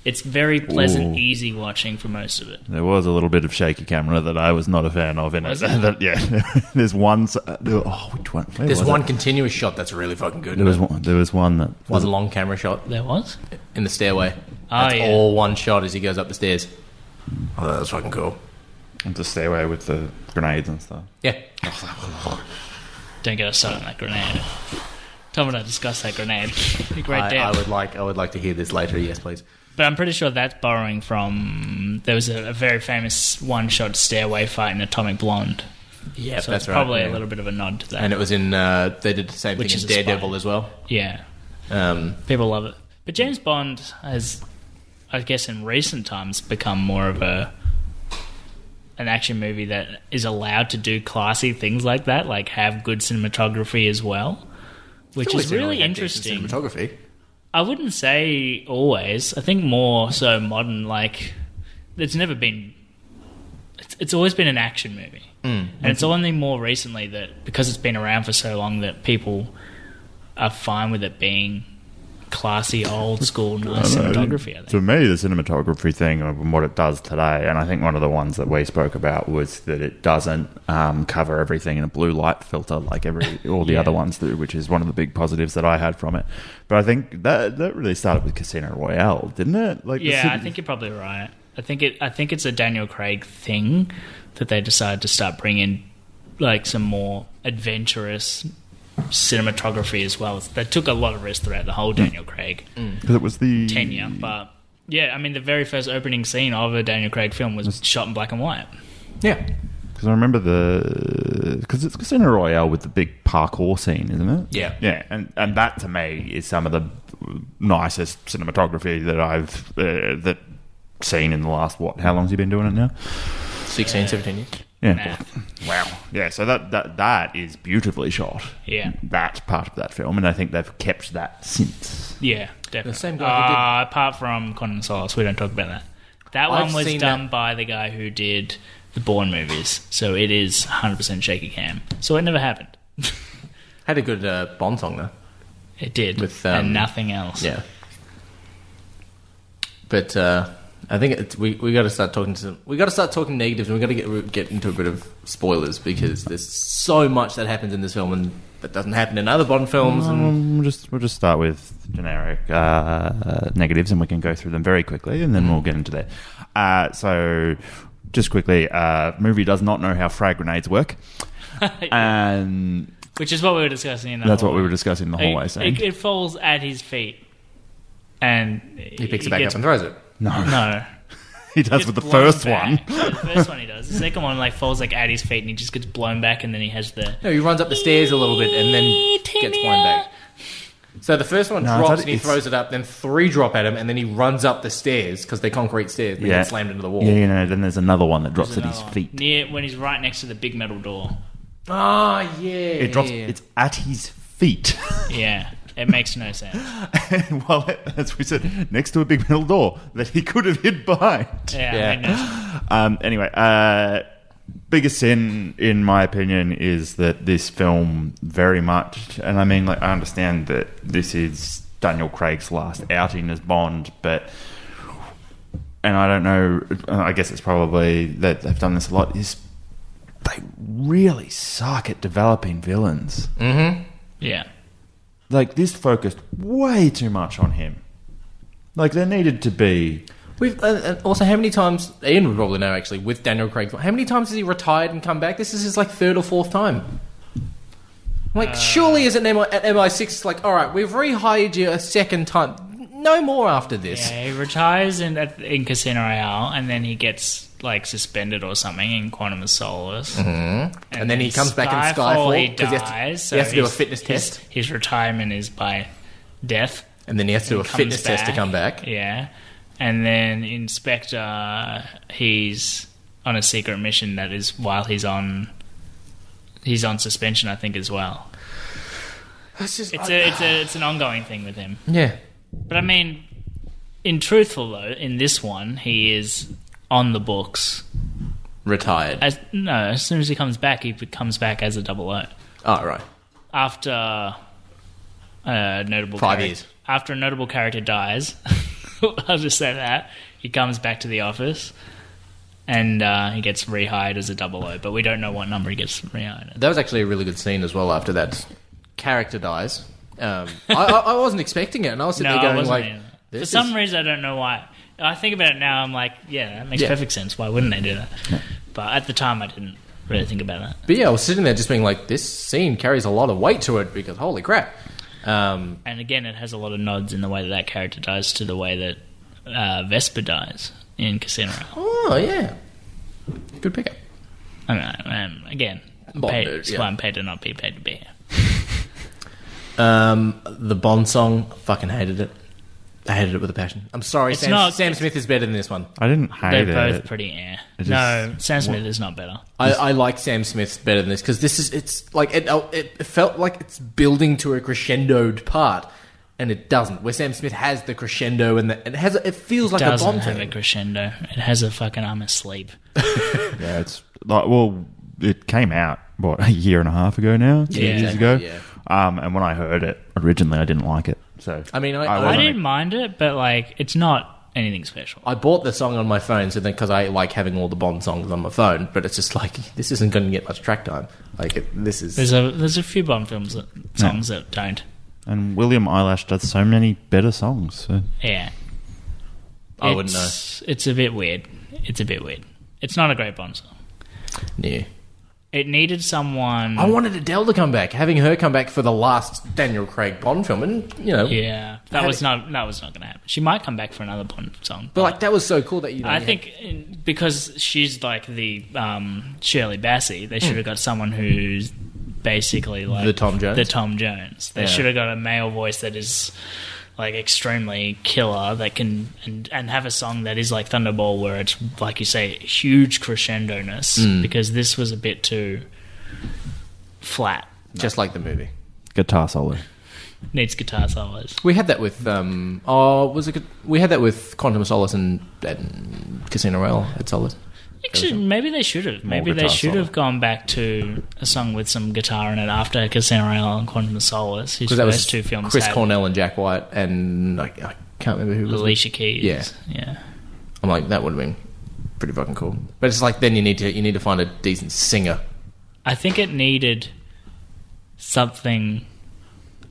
[SPEAKER 3] it's very pleasant,
[SPEAKER 2] Ooh.
[SPEAKER 3] easy watching for most of it.
[SPEAKER 2] There was a little bit of shaky camera that I was not a fan of in
[SPEAKER 3] Was it?
[SPEAKER 2] that, yeah, there's one. s- Uh, there, oh, which one? Where
[SPEAKER 4] there's
[SPEAKER 2] was
[SPEAKER 4] one
[SPEAKER 2] It?
[SPEAKER 4] continuous shot that's really fucking good.
[SPEAKER 2] There was one. There was one that
[SPEAKER 4] One long camera shot.
[SPEAKER 3] There was?
[SPEAKER 4] in the stairway.
[SPEAKER 2] Oh,
[SPEAKER 3] Ah,
[SPEAKER 4] That's
[SPEAKER 3] yeah.
[SPEAKER 4] all one shot as he goes up the stairs. Oh, that was fucking cool.
[SPEAKER 2] the stairway with the grenades and stuff.
[SPEAKER 4] Yeah.
[SPEAKER 3] Don't get us started on that grenade. Tom and I discussed that grenade. in Great
[SPEAKER 4] I, I
[SPEAKER 3] depth.
[SPEAKER 4] would like I would like to hear this later. Yes, please.
[SPEAKER 3] But I'm pretty sure that's borrowing from. There was a, a very famous one shot stairway fight in Atomic Blonde.
[SPEAKER 4] Yeah,
[SPEAKER 3] So it's probably a little bit of a nod to that.
[SPEAKER 4] And it was in uh, they did the same
[SPEAKER 3] Which
[SPEAKER 4] thing
[SPEAKER 3] is
[SPEAKER 4] in
[SPEAKER 3] a spy.
[SPEAKER 4] Daredevil as well.
[SPEAKER 3] yeah.
[SPEAKER 4] Um,
[SPEAKER 3] People love it. But James Bond has, I guess, in recent times become more of a an action movie that is allowed to do classy things like that, like have good cinematography as well, which is really interesting.
[SPEAKER 4] cinematography.
[SPEAKER 3] I wouldn't say always. I think more so modern. Like it's never been. It's, it's always been an action movie, and it's only more recently that because it's been around for so long that people are fine with it being classy, old school, nice cinematography. I
[SPEAKER 2] To
[SPEAKER 3] think.
[SPEAKER 2] me, the cinematography thing and what it does today, and I think one of the ones that we spoke about was that it doesn't um, cover everything in a blue light filter like every all the
[SPEAKER 3] Yeah.
[SPEAKER 2] other ones do, which is one of the big positives that I had from it. But I think that that really started with Casino Royale, didn't it? Like, the
[SPEAKER 3] Yeah, I
[SPEAKER 2] cin-
[SPEAKER 3] think you're probably right. I think it. I think it's a Daniel Craig thing that they decided to start bringing like some more adventurous cinematography as well. They took a lot of risks throughout the whole Daniel Craig.
[SPEAKER 4] Mm.
[SPEAKER 2] 'cause it was the
[SPEAKER 3] tenure. But yeah, I mean, the very first opening scene of a Daniel Craig film was shot in black and white.
[SPEAKER 4] Yeah,
[SPEAKER 2] Because I remember the because it's Casino Royale with the big parkour scene, isn't it?
[SPEAKER 4] Yeah.
[SPEAKER 2] yeah, and and that to me is some of the nicest cinematography that I've uh, that seen in the last what? How long's he been doing it now?
[SPEAKER 4] 16, 17 years.
[SPEAKER 2] Yeah,
[SPEAKER 3] Nah.
[SPEAKER 2] wow, yeah. So that that that is beautifully shot.
[SPEAKER 3] Yeah.
[SPEAKER 2] that part of that film, and I think they've kept that since.
[SPEAKER 3] Yeah, definitely.
[SPEAKER 4] same guy
[SPEAKER 3] uh, apart from Conan Solace, we don't talk about that. That
[SPEAKER 4] I've
[SPEAKER 3] one was
[SPEAKER 4] seen
[SPEAKER 3] done
[SPEAKER 4] that-
[SPEAKER 3] by the guy who did the Bourne movies, so it is 100% shaky cam. So it never happened.
[SPEAKER 4] Had a good uh, Bond song though.
[SPEAKER 3] It did,
[SPEAKER 4] With, um,
[SPEAKER 3] and nothing else.
[SPEAKER 4] Yeah. But uh, I think it's, we we got to start talking to some, we got to start talking negatives and we got to get get into a bit of spoilers because there's so much that happens in this film and that doesn't happen in other Bond films
[SPEAKER 3] Mm.
[SPEAKER 4] and
[SPEAKER 2] Um, we'll just we'll just start with generic uh, negatives, and we can go through them very quickly, and then we'll get into that. Uh, so, just quickly, uh, movie does not know how frag grenades work, and
[SPEAKER 3] which is what we were discussing in the
[SPEAKER 2] That's what we
[SPEAKER 3] hallway.
[SPEAKER 2] were discussing in the
[SPEAKER 3] It-
[SPEAKER 2] hallway. saying.
[SPEAKER 3] It, it falls at his feet, and
[SPEAKER 4] He picks it back up and throws it.
[SPEAKER 2] no,
[SPEAKER 3] No,
[SPEAKER 2] he does with the
[SPEAKER 3] Gets blown
[SPEAKER 2] first one.
[SPEAKER 3] back. No, the first one he does. The second one like falls like at his feet, and he just gets blown back, and then he has the
[SPEAKER 4] No, he runs up the stairs a little bit and then gets blown back. So the first one
[SPEAKER 2] No, it's
[SPEAKER 4] drops
[SPEAKER 2] not-
[SPEAKER 4] and he
[SPEAKER 2] it's-
[SPEAKER 4] throws it up, then three drop at him, and then he runs up the stairs because they're concrete stairs, but he
[SPEAKER 2] Yeah,
[SPEAKER 4] gets slammed into the wall.
[SPEAKER 2] Yeah, you know. Then there's another one that drops at his feet.
[SPEAKER 3] Oh, near when he's right next to the big metal door.
[SPEAKER 4] Ah, yeah.
[SPEAKER 2] It drops. It's at his feet.
[SPEAKER 3] Yeah, it makes no sense.
[SPEAKER 2] and while it, as we said, next to a big metal door that he could have hid behind.
[SPEAKER 3] Yeah,
[SPEAKER 4] Yeah.
[SPEAKER 3] it made no sense.
[SPEAKER 2] Um, anyway, uh, biggest sin, in my opinion, is that this film very much, and I mean, like, I understand that this is Daniel Craig's last outing as Bond, but. And I don't know. I guess it's probably that they've done this a lot. Is they really suck at developing villains?
[SPEAKER 3] yeah.
[SPEAKER 2] Like this focused way too much on him. Like there needed to be
[SPEAKER 4] We've, uh, and also, how many times, Ian would probably know actually, with Daniel Craig, how many times has he retired and come back? This is his like third or fourth time.
[SPEAKER 3] Uh.
[SPEAKER 4] Like, surely as an MI, at MI6, it's like, all right, we've rehired you a second time. No more after this.
[SPEAKER 3] Yeah, he retires in at, in Casino Royale, and then he gets like suspended or something in Quantum of Solace,
[SPEAKER 4] Mm-hmm. And, then he comes back in Skyfall
[SPEAKER 3] He
[SPEAKER 4] he has to-
[SPEAKER 3] dies. so
[SPEAKER 4] he has to do a
[SPEAKER 3] his-
[SPEAKER 4] fitness
[SPEAKER 3] his-
[SPEAKER 4] test.
[SPEAKER 3] His retirement is by death.
[SPEAKER 4] And then he has to do a
[SPEAKER 3] comes
[SPEAKER 4] fitness test to come back.
[SPEAKER 3] Yeah, and then Inspector, he's on a secret mission that is while he's on. He's on suspension, I think, as well.
[SPEAKER 4] That's just,
[SPEAKER 3] It's a, it's a, it's an ongoing thing with him.
[SPEAKER 4] yeah.
[SPEAKER 3] But I mean, in truthful though, in this one, he is on the books.
[SPEAKER 4] Retired.
[SPEAKER 3] As no, as soon as he comes back, he comes back as a double O.
[SPEAKER 4] Oh, right.
[SPEAKER 3] After a notable
[SPEAKER 4] Five
[SPEAKER 3] character-
[SPEAKER 4] years.
[SPEAKER 3] After a notable character dies, I'll just say that he comes back to the office. And uh, he gets rehired as a double O, but we don't know what number he gets rehired. As.
[SPEAKER 4] That was actually a really good scene as well after that character dies. Um, I, I, I wasn't expecting it, and I was sitting
[SPEAKER 3] No,
[SPEAKER 4] there
[SPEAKER 3] I
[SPEAKER 4] going,
[SPEAKER 3] wasn't.
[SPEAKER 4] like,
[SPEAKER 3] either. For
[SPEAKER 4] this
[SPEAKER 3] some
[SPEAKER 4] is-
[SPEAKER 3] reason, I don't know why. I think about it now. I'm like, yeah, that makes
[SPEAKER 4] Yeah.
[SPEAKER 3] perfect sense. Why wouldn't they do that? But at the time, I didn't really think about that.
[SPEAKER 4] But yeah, I was sitting there just being like, this scene carries a lot of weight to it because holy crap. Um,
[SPEAKER 3] and again, it has a lot of nods in the way that that character dies to the way that uh, Vespa dies in Casino Royale.
[SPEAKER 4] oh, yeah. Good pickup.
[SPEAKER 3] I mean, um, again, I'm
[SPEAKER 4] Bond
[SPEAKER 3] paid,
[SPEAKER 4] dude,
[SPEAKER 3] that's
[SPEAKER 4] yeah.
[SPEAKER 3] why I'm paid to not be paid to be here.
[SPEAKER 4] Um, the Bond song, fucking hated it. I hated it with a passion. I'm sorry,
[SPEAKER 3] It's
[SPEAKER 4] Sam,
[SPEAKER 3] not-
[SPEAKER 4] Sam Smith is better than this one.
[SPEAKER 2] I didn't hate
[SPEAKER 3] They're
[SPEAKER 2] it.
[SPEAKER 3] both pretty eh.
[SPEAKER 2] It
[SPEAKER 3] No,
[SPEAKER 2] is-
[SPEAKER 3] Sam Smith is not better.
[SPEAKER 4] I, I like Sam Smith better than this because this is it's like it, it felt like it's building to a crescendoed part, and it doesn't. Where Sam Smith has the crescendo and, the, and it has a, it feels like a
[SPEAKER 3] Doesn't
[SPEAKER 4] bomb
[SPEAKER 3] have
[SPEAKER 4] thing.
[SPEAKER 3] a crescendo. It has a fucking I'm asleep.
[SPEAKER 2] Yeah, it's like well, it came out what a year and a half ago now, two
[SPEAKER 3] Yeah.
[SPEAKER 2] years ago.
[SPEAKER 4] Yeah.
[SPEAKER 2] Um, and when I heard it originally, I didn't like it. So
[SPEAKER 4] I mean, I- I
[SPEAKER 3] I
[SPEAKER 2] wasn't-
[SPEAKER 3] didn't mind it, but like, it's not anything special.
[SPEAKER 4] I bought the song on my phone so then because I like having all the Bond songs on my phone, but it's just like this isn't going to get much track time. Like it, this is
[SPEAKER 3] There's a there's a few Bond films that songs that don't.
[SPEAKER 2] And William Eyelash does so many better songs. So.
[SPEAKER 3] Yeah,
[SPEAKER 4] I wouldn't
[SPEAKER 3] It's- It's a bit weird. It's a bit weird. It's not a great Bond song.
[SPEAKER 4] new.
[SPEAKER 3] It needed someone.
[SPEAKER 4] I wanted Adele to come back, having her come back for the last Daniel Craig Bond film, and you know,
[SPEAKER 3] Yeah, that
[SPEAKER 4] Had
[SPEAKER 3] was
[SPEAKER 4] it-
[SPEAKER 3] not that was not going to happen. She might come back for another Bond song.
[SPEAKER 4] but like that was so cool that you. Know,
[SPEAKER 3] I
[SPEAKER 4] you
[SPEAKER 3] think in, because she's like the um, Shirley Bassey, they should have got someone who's basically like
[SPEAKER 4] Hmm. The Tom Jones?
[SPEAKER 3] The Tom Jones. They
[SPEAKER 4] Yeah.
[SPEAKER 3] should have got a male voice that is like extremely killer that can and, and have a song that is like Thunderball where it's like you say huge crescendo ness
[SPEAKER 4] Hmm.
[SPEAKER 3] because this was a bit too flat.
[SPEAKER 4] had- just like the movie.
[SPEAKER 2] Guitar solo.
[SPEAKER 3] Needs guitar solos.
[SPEAKER 4] We had that with um oh was it we had that with Quantum of Solace and, and Casino Royale at Solace.
[SPEAKER 3] Actually, maybe they should have. Maybe they
[SPEAKER 2] guitar
[SPEAKER 3] should
[SPEAKER 2] solo.
[SPEAKER 3] have gone back to a song with some guitar in it after Casino Royale and Quantum of Solace. His
[SPEAKER 4] Because
[SPEAKER 3] first
[SPEAKER 4] that was
[SPEAKER 3] two films
[SPEAKER 4] Chris
[SPEAKER 3] had
[SPEAKER 4] Cornell and Jack White and I, I can't remember who was. with-
[SPEAKER 3] Alicia Keys.
[SPEAKER 4] Yeah.
[SPEAKER 3] yeah.
[SPEAKER 4] I'm like that would have been pretty fucking cool. But it's like then you need to you need to find a decent singer.
[SPEAKER 3] I think it needed something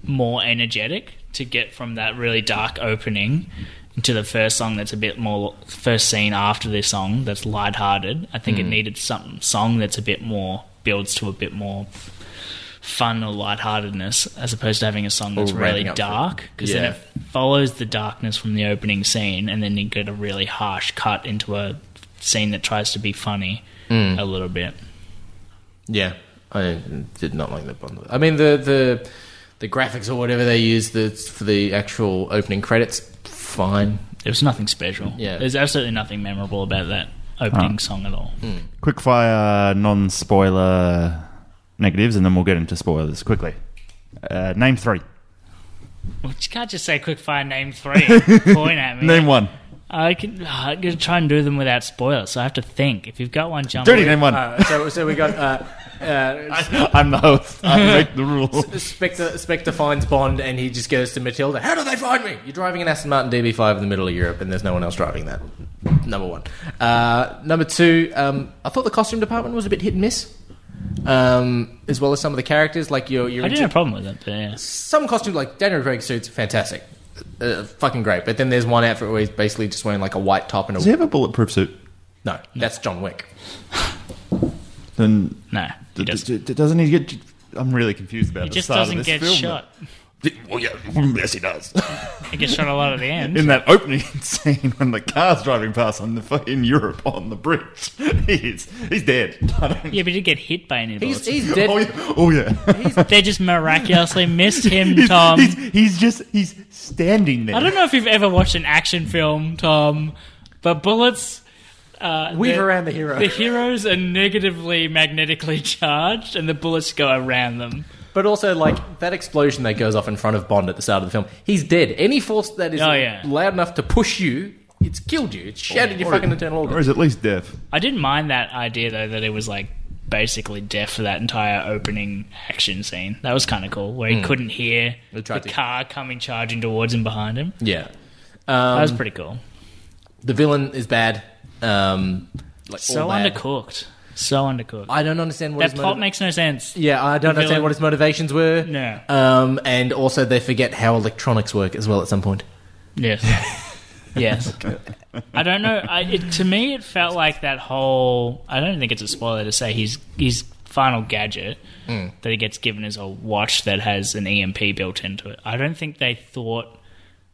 [SPEAKER 3] more energetic to get from that really dark opening into the first song that's a bit more first scene after this song that's
[SPEAKER 4] Hmm.
[SPEAKER 3] lighthearted. I think it needed some song that's a bit more builds to a bit more fun or lightheartedness as opposed to having a song that's really
[SPEAKER 4] ramping up for-
[SPEAKER 3] dark because then
[SPEAKER 4] Yeah.
[SPEAKER 3] it follows the darkness from the opening scene and then you get a really harsh cut into a scene that tries to be funny
[SPEAKER 4] Hmm.
[SPEAKER 3] a little bit.
[SPEAKER 4] Yeah, I did not like that bundle. I mean, the the the graphics or whatever they use the, for the actual opening credits, fine.
[SPEAKER 3] There was nothing special.
[SPEAKER 4] Yeah.
[SPEAKER 3] There's absolutely nothing memorable about that opening song at all.
[SPEAKER 4] Hmm.
[SPEAKER 2] Quick fire non spoiler negatives, and then we'll get into spoilers quickly. Uh, name three.
[SPEAKER 3] Well, you can't just say quick fire name three. and point at me.
[SPEAKER 2] Name one.
[SPEAKER 3] I can. ah, I'm gonna try and do them without spoilers. So I have to think. If you've got one, jump.
[SPEAKER 2] Dirty
[SPEAKER 3] in.
[SPEAKER 2] name one.
[SPEAKER 4] Uh, so so we got uh, uh,
[SPEAKER 2] I'm the host. I make the rules.
[SPEAKER 4] Spectre, Spectre finds Bond, and he just goes to Matilda. How do they find me? You're driving an Aston Martin DB5 in the middle of Europe, and there's no one else driving that. Number one. Uh, number two. Um, I thought the costume department was a bit hit and miss, um, as well as some of the characters. Like you're, you're
[SPEAKER 3] I didn't
[SPEAKER 4] into-
[SPEAKER 3] have a problem with it, but yeah.
[SPEAKER 4] some costumes like Daniel Craig suits fantastic, uh, fucking great. But then there's one outfit where he's basically just wearing like a white top and a
[SPEAKER 2] Does he have a bulletproof suit?
[SPEAKER 4] no. That's John Wick.
[SPEAKER 2] Then
[SPEAKER 3] no, he
[SPEAKER 2] d- d-
[SPEAKER 3] doesn't.
[SPEAKER 2] d- d- doesn't he get? I'm really confused about
[SPEAKER 3] He
[SPEAKER 2] the
[SPEAKER 3] just
[SPEAKER 2] start
[SPEAKER 3] doesn't
[SPEAKER 2] of this
[SPEAKER 3] get
[SPEAKER 2] film.
[SPEAKER 3] shot.
[SPEAKER 2] Well, yeah, yes, he does.
[SPEAKER 3] He gets shot a lot at the end.
[SPEAKER 2] In that opening scene, when the car's driving past on the fu- in Europe on the bridge, he's he's dead. I don't-
[SPEAKER 3] yeah, but he did get hit by any
[SPEAKER 4] He's,
[SPEAKER 3] bullets.
[SPEAKER 4] he's dead.
[SPEAKER 2] Oh yeah, oh yeah.
[SPEAKER 3] They just miraculously missed him,
[SPEAKER 2] He's,
[SPEAKER 3] Tom.
[SPEAKER 2] he's, he's just he's standing there.
[SPEAKER 3] I don't know if you've ever watched an action film, Tom, but bullets. Uh,
[SPEAKER 4] Weave
[SPEAKER 3] the-
[SPEAKER 4] around the hero.
[SPEAKER 3] The heroes are negatively magnetically charged, and the bullets go around them.
[SPEAKER 4] But also, like that explosion that goes off in front of Bond at the start of the film, he's dead. Any force that is
[SPEAKER 3] Oh, yeah.
[SPEAKER 4] loud enough to push you, it's killed you. It's shattered your fucking internal
[SPEAKER 2] Or
[SPEAKER 4] organs.
[SPEAKER 2] is at least deaf.
[SPEAKER 3] I didn't mind that idea though that it was like basically deaf for that entire opening action scene. That was kind of cool, where he couldn't hear
[SPEAKER 4] Hmm. They
[SPEAKER 3] the
[SPEAKER 4] tried to-
[SPEAKER 3] car coming charging towards him behind him.
[SPEAKER 4] Yeah,
[SPEAKER 3] that
[SPEAKER 4] Hmm.
[SPEAKER 3] was pretty cool.
[SPEAKER 4] the villain is bad. Um, like
[SPEAKER 3] So
[SPEAKER 4] all bad.
[SPEAKER 3] undercooked. So undercooked.
[SPEAKER 4] I don't understand what
[SPEAKER 3] that
[SPEAKER 4] his
[SPEAKER 3] plot
[SPEAKER 4] motiv-
[SPEAKER 3] makes no sense.
[SPEAKER 4] Yeah, I don't understand
[SPEAKER 3] villain-
[SPEAKER 4] what his motivations were.
[SPEAKER 3] No.
[SPEAKER 4] Um, and also they forget how electronics work as well at some point.
[SPEAKER 3] Yes. yes. I don't know. I, it, to me, it felt like that whole. I don't think it's a spoiler to say his his final gadget that he gets given is a watch that has an EMP built into it. I don't think they thought.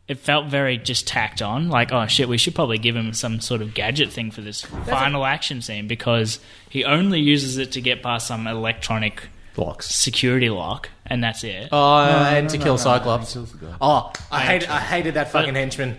[SPEAKER 3] It felt very just tacked on, like, oh shit, we should probably give him some sort of gadget thing for this final action scene because he only uses it to get past some electronic
[SPEAKER 4] Blocks.
[SPEAKER 3] security lock, and that's it.
[SPEAKER 4] Oh, and to kill Cyclops. oh, I hated, I hated that fucking henchman.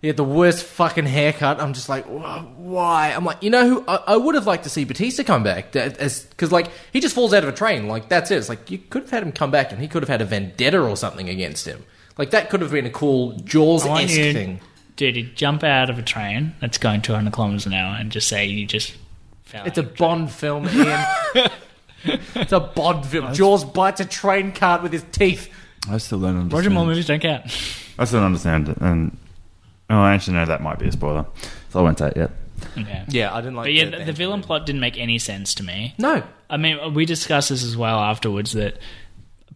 [SPEAKER 4] He had the worst fucking haircut. I'm just like, "Wh- why? I'm like, you know who? I, I would have liked to see Batista come back. Because, like, he just falls out of a train. Like, that's it. It's like, you could have had him come back and he could have had a vendetta or something against him. Like, that could have been a cool Jaws
[SPEAKER 3] I want you,
[SPEAKER 4] esque thing.
[SPEAKER 3] Dude, you jump out of a train that's going 200 kilometers an hour and just say you just fell.
[SPEAKER 4] It's a Bond film, Ian. it's a Bond film. Jaws bites a train cart with his teeth.
[SPEAKER 2] I still don't understand.
[SPEAKER 3] Roger Moore movies don't count.
[SPEAKER 2] I still don't understand, it, and oh, I actually know that might be a spoiler, so I won't say it yet.
[SPEAKER 3] okay.
[SPEAKER 4] Yeah, I didn't like
[SPEAKER 3] But yeah, the, the villain plot didn't make any sense to me.
[SPEAKER 4] No.
[SPEAKER 3] I mean, we discussed this as well afterwards that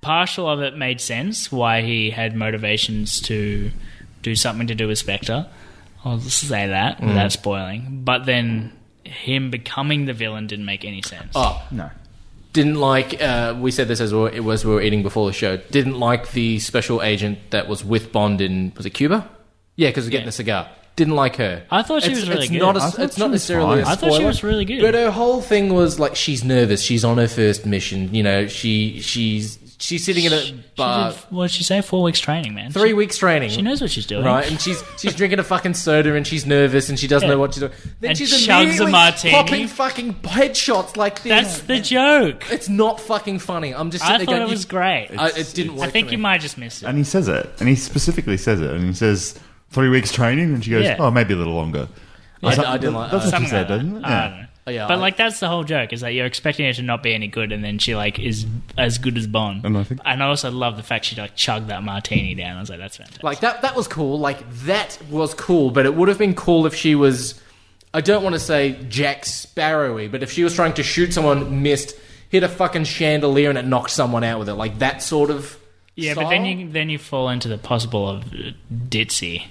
[SPEAKER 3] partial of it made sense why he had motivations to do something to do with Spectre. I'll just say that
[SPEAKER 4] Mm.
[SPEAKER 3] without spoiling. But then him becoming the villain didn't make any sense.
[SPEAKER 4] Oh,
[SPEAKER 2] No,
[SPEAKER 4] Didn't like. Uh, we said this as we were, it was we were eating before the show. Didn't like the special agent that was with Bond in was it Cuba? Yeah, because getting a cigar. Didn't like her.
[SPEAKER 3] I thought she
[SPEAKER 4] It's-
[SPEAKER 3] was really
[SPEAKER 4] it's
[SPEAKER 3] good.
[SPEAKER 4] Not a-
[SPEAKER 2] I thought
[SPEAKER 4] it's
[SPEAKER 2] she
[SPEAKER 4] not
[SPEAKER 2] was
[SPEAKER 4] necessarily. A
[SPEAKER 2] fine.
[SPEAKER 3] I thought she
[SPEAKER 4] spoiler,
[SPEAKER 3] was really good.
[SPEAKER 4] But her whole thing was like she's nervous. She's on her first mission. You know, she she's she's sitting in
[SPEAKER 3] She
[SPEAKER 4] a
[SPEAKER 3] did-
[SPEAKER 4] bar,
[SPEAKER 3] what did she say? Four weeks training, man.
[SPEAKER 4] three weeks training.
[SPEAKER 3] She knows what she's doing.
[SPEAKER 4] Right, and she's she's drinking a fucking soda, and she's nervous, and she doesn't
[SPEAKER 3] Yeah.
[SPEAKER 4] know what she's doing. Then
[SPEAKER 3] And
[SPEAKER 4] she's
[SPEAKER 3] chugs a
[SPEAKER 4] immediately
[SPEAKER 3] martini.
[SPEAKER 4] popping fucking headshots like this.
[SPEAKER 3] That's the joke.
[SPEAKER 4] It's not fucking funny. I'm just.
[SPEAKER 3] I
[SPEAKER 4] Sitting
[SPEAKER 3] thought
[SPEAKER 4] there
[SPEAKER 3] it
[SPEAKER 4] going,
[SPEAKER 3] was
[SPEAKER 4] you-
[SPEAKER 3] great.
[SPEAKER 4] I, it didn't work.
[SPEAKER 3] I think
[SPEAKER 4] for
[SPEAKER 3] you
[SPEAKER 4] me.
[SPEAKER 3] might have just missed it.
[SPEAKER 2] and he says it, and he specifically says it, and he says three weeks training, and she goes,
[SPEAKER 3] Yeah.
[SPEAKER 2] "Oh, maybe a little longer."
[SPEAKER 4] I, I didn't like.
[SPEAKER 2] That's
[SPEAKER 4] I-
[SPEAKER 2] what she
[SPEAKER 3] Something
[SPEAKER 2] said,
[SPEAKER 3] like
[SPEAKER 2] doesn't it?
[SPEAKER 3] that. I don't know.
[SPEAKER 4] Oh, yeah,
[SPEAKER 3] but
[SPEAKER 4] I-
[SPEAKER 3] like that's the whole joke is that you're expecting her to not be any good, and then she like is as good as Bond.
[SPEAKER 2] And I think-
[SPEAKER 3] and I also love the fact she like chugged that martini down. I was like, that's fantastic.
[SPEAKER 4] like that. That was cool. Like that was cool. But it would have been cool if she was. I don't want to say Jack Sparrowy, but if she was trying to shoot someone, missed, hit a fucking chandelier, and it knocked someone out with it, like that sort of.
[SPEAKER 3] yeah, but then
[SPEAKER 4] style?
[SPEAKER 3] you then you fall into the possible of uh, ditzy.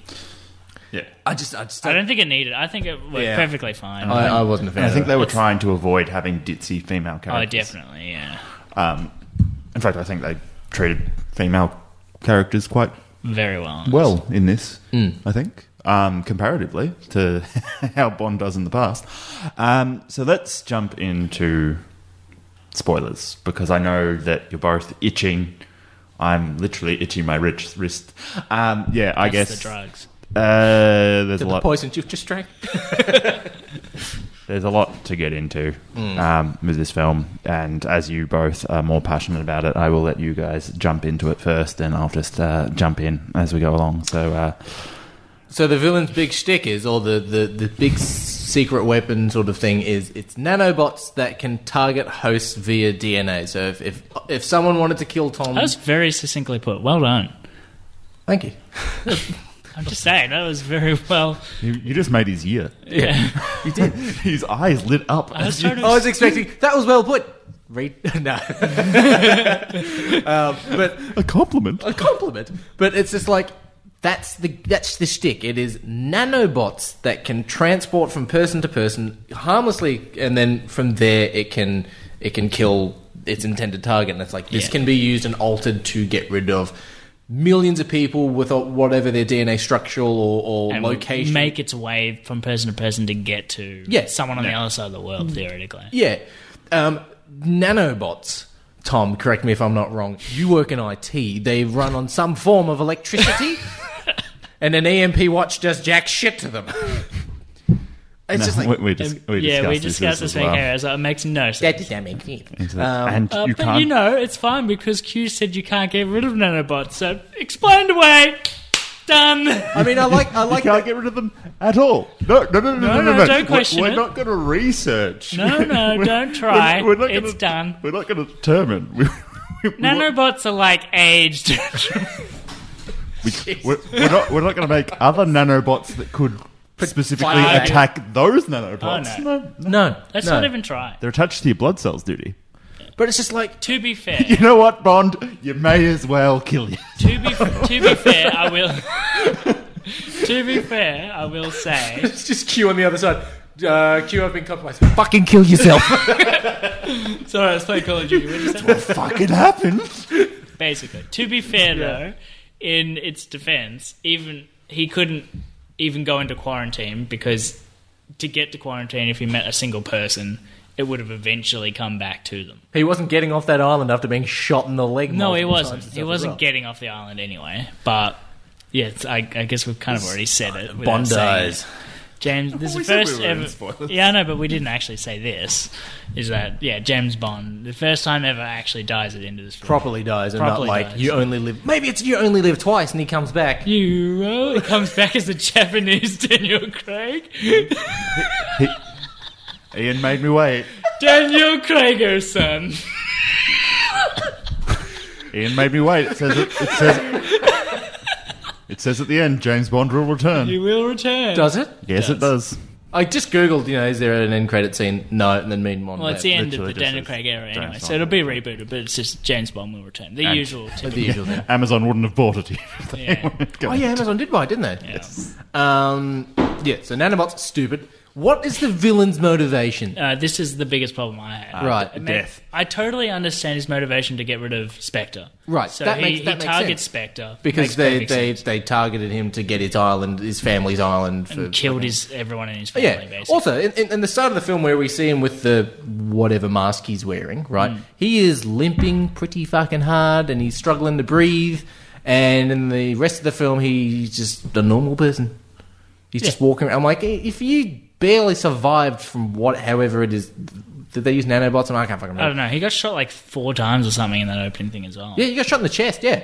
[SPEAKER 2] Yeah.
[SPEAKER 4] I just. I just.
[SPEAKER 3] I don't think it needed. I think it worked
[SPEAKER 4] Yeah.
[SPEAKER 3] perfectly fine.
[SPEAKER 4] I, I wasn't a fan.
[SPEAKER 2] And I
[SPEAKER 4] of
[SPEAKER 2] think
[SPEAKER 4] that.
[SPEAKER 2] they were trying to avoid having ditzy female
[SPEAKER 3] oh,
[SPEAKER 2] characters.
[SPEAKER 3] definitely, yeah.
[SPEAKER 2] Um, In fact, I think they treated female characters quite
[SPEAKER 3] Very well.
[SPEAKER 2] well in this.
[SPEAKER 3] Mm.
[SPEAKER 2] I think um, comparatively to how Bond does in the past. Um, so let's jump into spoilers because I know that you're both itching. I'm literally itching my rich wrist. Um, yeah, I
[SPEAKER 3] That's
[SPEAKER 2] guess
[SPEAKER 3] the drugs.
[SPEAKER 2] Uh, there's a lot.
[SPEAKER 4] Poison you've just drank.
[SPEAKER 2] there's a lot to get into um, with this film, and as you both are more passionate about it, I will let you guys jump into it first, and I'll just uh, jump in as we go along. So, uh,
[SPEAKER 4] So the villain's big shtick is, or the, the, the big secret weapon sort of thing is, it's nanobots that can target hosts via DNA. So if if, if someone wanted to kill Tom,
[SPEAKER 3] That was very succinctly put. Well done.
[SPEAKER 4] thank you.
[SPEAKER 3] I'm just saying, that was very well.
[SPEAKER 2] you, you just made his year.
[SPEAKER 3] Yeah.
[SPEAKER 2] You did. His eyes lit up.
[SPEAKER 3] I was trying to.
[SPEAKER 4] I was expecting that was well put. Read no, um, but
[SPEAKER 2] a compliment.
[SPEAKER 4] a compliment. But it's just like that's the that's the shtick. It is nanobots that can transport from person to person harmlessly, and then from there it can it can kill its intended target. And it's like this
[SPEAKER 3] Yeah.
[SPEAKER 4] can be used and altered to get rid of millions of people with uh, whatever their DNA structural or, or
[SPEAKER 3] and
[SPEAKER 4] location.
[SPEAKER 3] Make its way from person to person to get to
[SPEAKER 4] Yeah.
[SPEAKER 3] someone on the other side of the world, theoretically.
[SPEAKER 4] yeah, um, nanobots. Tom, correct me if I'm not wrong. You work in IT. They run on some form of electricity. And an EMP watch does jack shit to them. It's just like
[SPEAKER 2] we, we, dis-
[SPEAKER 3] And-
[SPEAKER 2] we
[SPEAKER 3] yeah, we discussed
[SPEAKER 2] discussed
[SPEAKER 3] this
[SPEAKER 2] this,
[SPEAKER 3] thing
[SPEAKER 2] as
[SPEAKER 3] here. So it makes no sense.
[SPEAKER 4] that does not make sense.
[SPEAKER 2] well. and
[SPEAKER 3] Uh,
[SPEAKER 2] you
[SPEAKER 3] but
[SPEAKER 2] can't.
[SPEAKER 3] you know, it's fine because Q said you can't get rid of nanobots. So explained away. Done.
[SPEAKER 4] I mean, I like I
[SPEAKER 2] you
[SPEAKER 4] like
[SPEAKER 2] can't
[SPEAKER 4] that-
[SPEAKER 2] get rid of them at all. No, no, no, no, no, no.
[SPEAKER 3] no, don't
[SPEAKER 2] We're-
[SPEAKER 3] question
[SPEAKER 2] We're
[SPEAKER 3] it.
[SPEAKER 2] not going to research.
[SPEAKER 3] No, no,
[SPEAKER 2] We're-
[SPEAKER 3] don't try.
[SPEAKER 2] gonna-
[SPEAKER 3] It's done.
[SPEAKER 2] We're not going to determine. We, we, we-
[SPEAKER 3] Nanobots are like aged.
[SPEAKER 2] We're, we're not, we're not going to make other nanobots that could specifically
[SPEAKER 4] fire at
[SPEAKER 2] attack those nanobots.
[SPEAKER 3] Oh,
[SPEAKER 2] no.
[SPEAKER 4] no.
[SPEAKER 3] Let's
[SPEAKER 4] no.
[SPEAKER 3] not even try.
[SPEAKER 2] They're attached to your blood cells, duty.
[SPEAKER 4] But it's just like
[SPEAKER 3] To be fair,
[SPEAKER 2] You know what, Bond? You may as well kill you.
[SPEAKER 3] to be to be fair, I will. to be fair, I will say
[SPEAKER 4] it's just Q on the other side. Uh, Q, I've been compromised. Fucking kill yourself.
[SPEAKER 3] sorry. I was playing Call of Duty. What did you say?
[SPEAKER 2] Fucking happened.
[SPEAKER 3] basically. To be fair, though, in its defense, even he couldn't even go into quarantine because to get to quarantine, if he met a single person, it would have eventually come back to them.
[SPEAKER 4] he wasn't getting off that island after being shot in the leg.
[SPEAKER 3] No, he
[SPEAKER 4] multiple times
[SPEAKER 3] wasn't.
[SPEAKER 4] and
[SPEAKER 3] He
[SPEAKER 4] stuff as
[SPEAKER 3] wasn't
[SPEAKER 4] well.
[SPEAKER 3] getting off the island anyway. But yeah, it's, I, I guess we've kind of already said it. without
[SPEAKER 4] Bond
[SPEAKER 3] saying it.
[SPEAKER 4] dies.
[SPEAKER 3] James, this is the
[SPEAKER 2] we said we
[SPEAKER 3] first
[SPEAKER 2] were in
[SPEAKER 3] ever.
[SPEAKER 2] spoilers.
[SPEAKER 3] Yeah, I know, but we didn't actually say this. Is that yeah, James Bond, the first time ever actually dies at the end of this film.
[SPEAKER 4] Properly dies, and
[SPEAKER 3] Properly
[SPEAKER 4] not like
[SPEAKER 3] dies.
[SPEAKER 4] you only live. Maybe it's you only live twice, and he comes back.
[SPEAKER 3] Euro. It comes back as the Japanese Daniel Craig.
[SPEAKER 2] Ian made me wait.
[SPEAKER 3] Daniel Craig, son.
[SPEAKER 2] Ian made me wait. It says it, it says it says at the end, James Bond will return.
[SPEAKER 3] You will return.
[SPEAKER 4] Does it?
[SPEAKER 2] yes, it does.
[SPEAKER 4] I just googled. You know, is there an end credit scene? No, and then mean one.
[SPEAKER 3] well, it's the end of the
[SPEAKER 2] Literally just
[SPEAKER 3] Daniel
[SPEAKER 2] says
[SPEAKER 3] Craig era
[SPEAKER 2] James
[SPEAKER 3] anyway, so
[SPEAKER 2] Bond
[SPEAKER 3] it'll be rebooted, but it's just James Bond will return. The
[SPEAKER 2] And-
[SPEAKER 3] usual.
[SPEAKER 4] the usual thing.
[SPEAKER 2] Amazon wouldn't have bought it. If they
[SPEAKER 3] Yeah.
[SPEAKER 2] weren't
[SPEAKER 4] Oh
[SPEAKER 2] going
[SPEAKER 4] yeah,
[SPEAKER 2] to.
[SPEAKER 4] Amazon did buy, it, didn't they? Um, yeah. So nanobots, stupid. What is the villain's motivation?
[SPEAKER 3] Uh, this is the biggest problem I have.
[SPEAKER 4] Right.
[SPEAKER 3] I mean,
[SPEAKER 2] Death.
[SPEAKER 3] I totally understand his motivation to get rid of Spectre.
[SPEAKER 4] Right,
[SPEAKER 3] So
[SPEAKER 4] that
[SPEAKER 3] he,
[SPEAKER 4] makes- that
[SPEAKER 3] he
[SPEAKER 4] makes
[SPEAKER 3] targets
[SPEAKER 4] sense.
[SPEAKER 3] Spectre
[SPEAKER 4] because
[SPEAKER 3] makes
[SPEAKER 4] they,
[SPEAKER 3] perfect
[SPEAKER 4] they,
[SPEAKER 3] sense,
[SPEAKER 4] they targeted him to get his island, his family's island. For,
[SPEAKER 3] and killed his everyone in his family.
[SPEAKER 4] yeah.
[SPEAKER 3] Basically.
[SPEAKER 4] Also, in, in, in the start of the film where we see him with the whatever mask he's wearing, right?
[SPEAKER 3] Mm.
[SPEAKER 4] He is limping pretty fucking hard, and he's struggling to breathe. And in the rest of the film, he's just a normal person. He's just walking. I'm like, "I- if you barely survived from what, however it is, did they use nanobots? And I can't fucking remember.
[SPEAKER 3] I don't know. He got shot like four times or something in that opening thing as well.
[SPEAKER 4] Yeah, you got shot in the chest. Yeah,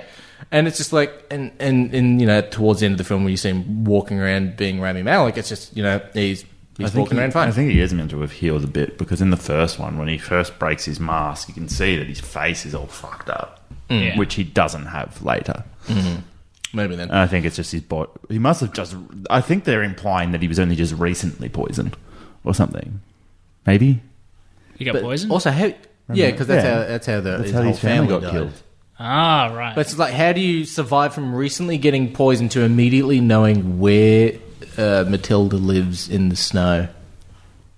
[SPEAKER 4] and it's just like, and and and you know, towards the end of the film, when you see him walking around being Rami Malek, it's just you know he's he's walking
[SPEAKER 2] he,
[SPEAKER 4] around fine.
[SPEAKER 2] I think he is meant to have healed a bit because in the first one, when he first breaks his mask, you can see that his face is all fucked up,
[SPEAKER 3] Yeah.
[SPEAKER 2] which he doesn't have later.
[SPEAKER 4] Maybe then.
[SPEAKER 2] And I think it's just his body. He must have just. I think they're implying that he was only just recently poisoned or something. Maybe
[SPEAKER 3] He got
[SPEAKER 4] But
[SPEAKER 3] poisoned.
[SPEAKER 4] Also, how? Yeah, because that's
[SPEAKER 2] Yeah.
[SPEAKER 4] how that's how the
[SPEAKER 2] that's
[SPEAKER 4] his
[SPEAKER 2] how
[SPEAKER 4] whole
[SPEAKER 2] Uh, his family, got
[SPEAKER 4] died.
[SPEAKER 2] killed.
[SPEAKER 3] ah, right.
[SPEAKER 4] But it's like, how do you survive from recently getting poisoned to immediately knowing where uh, Matilda lives in the snow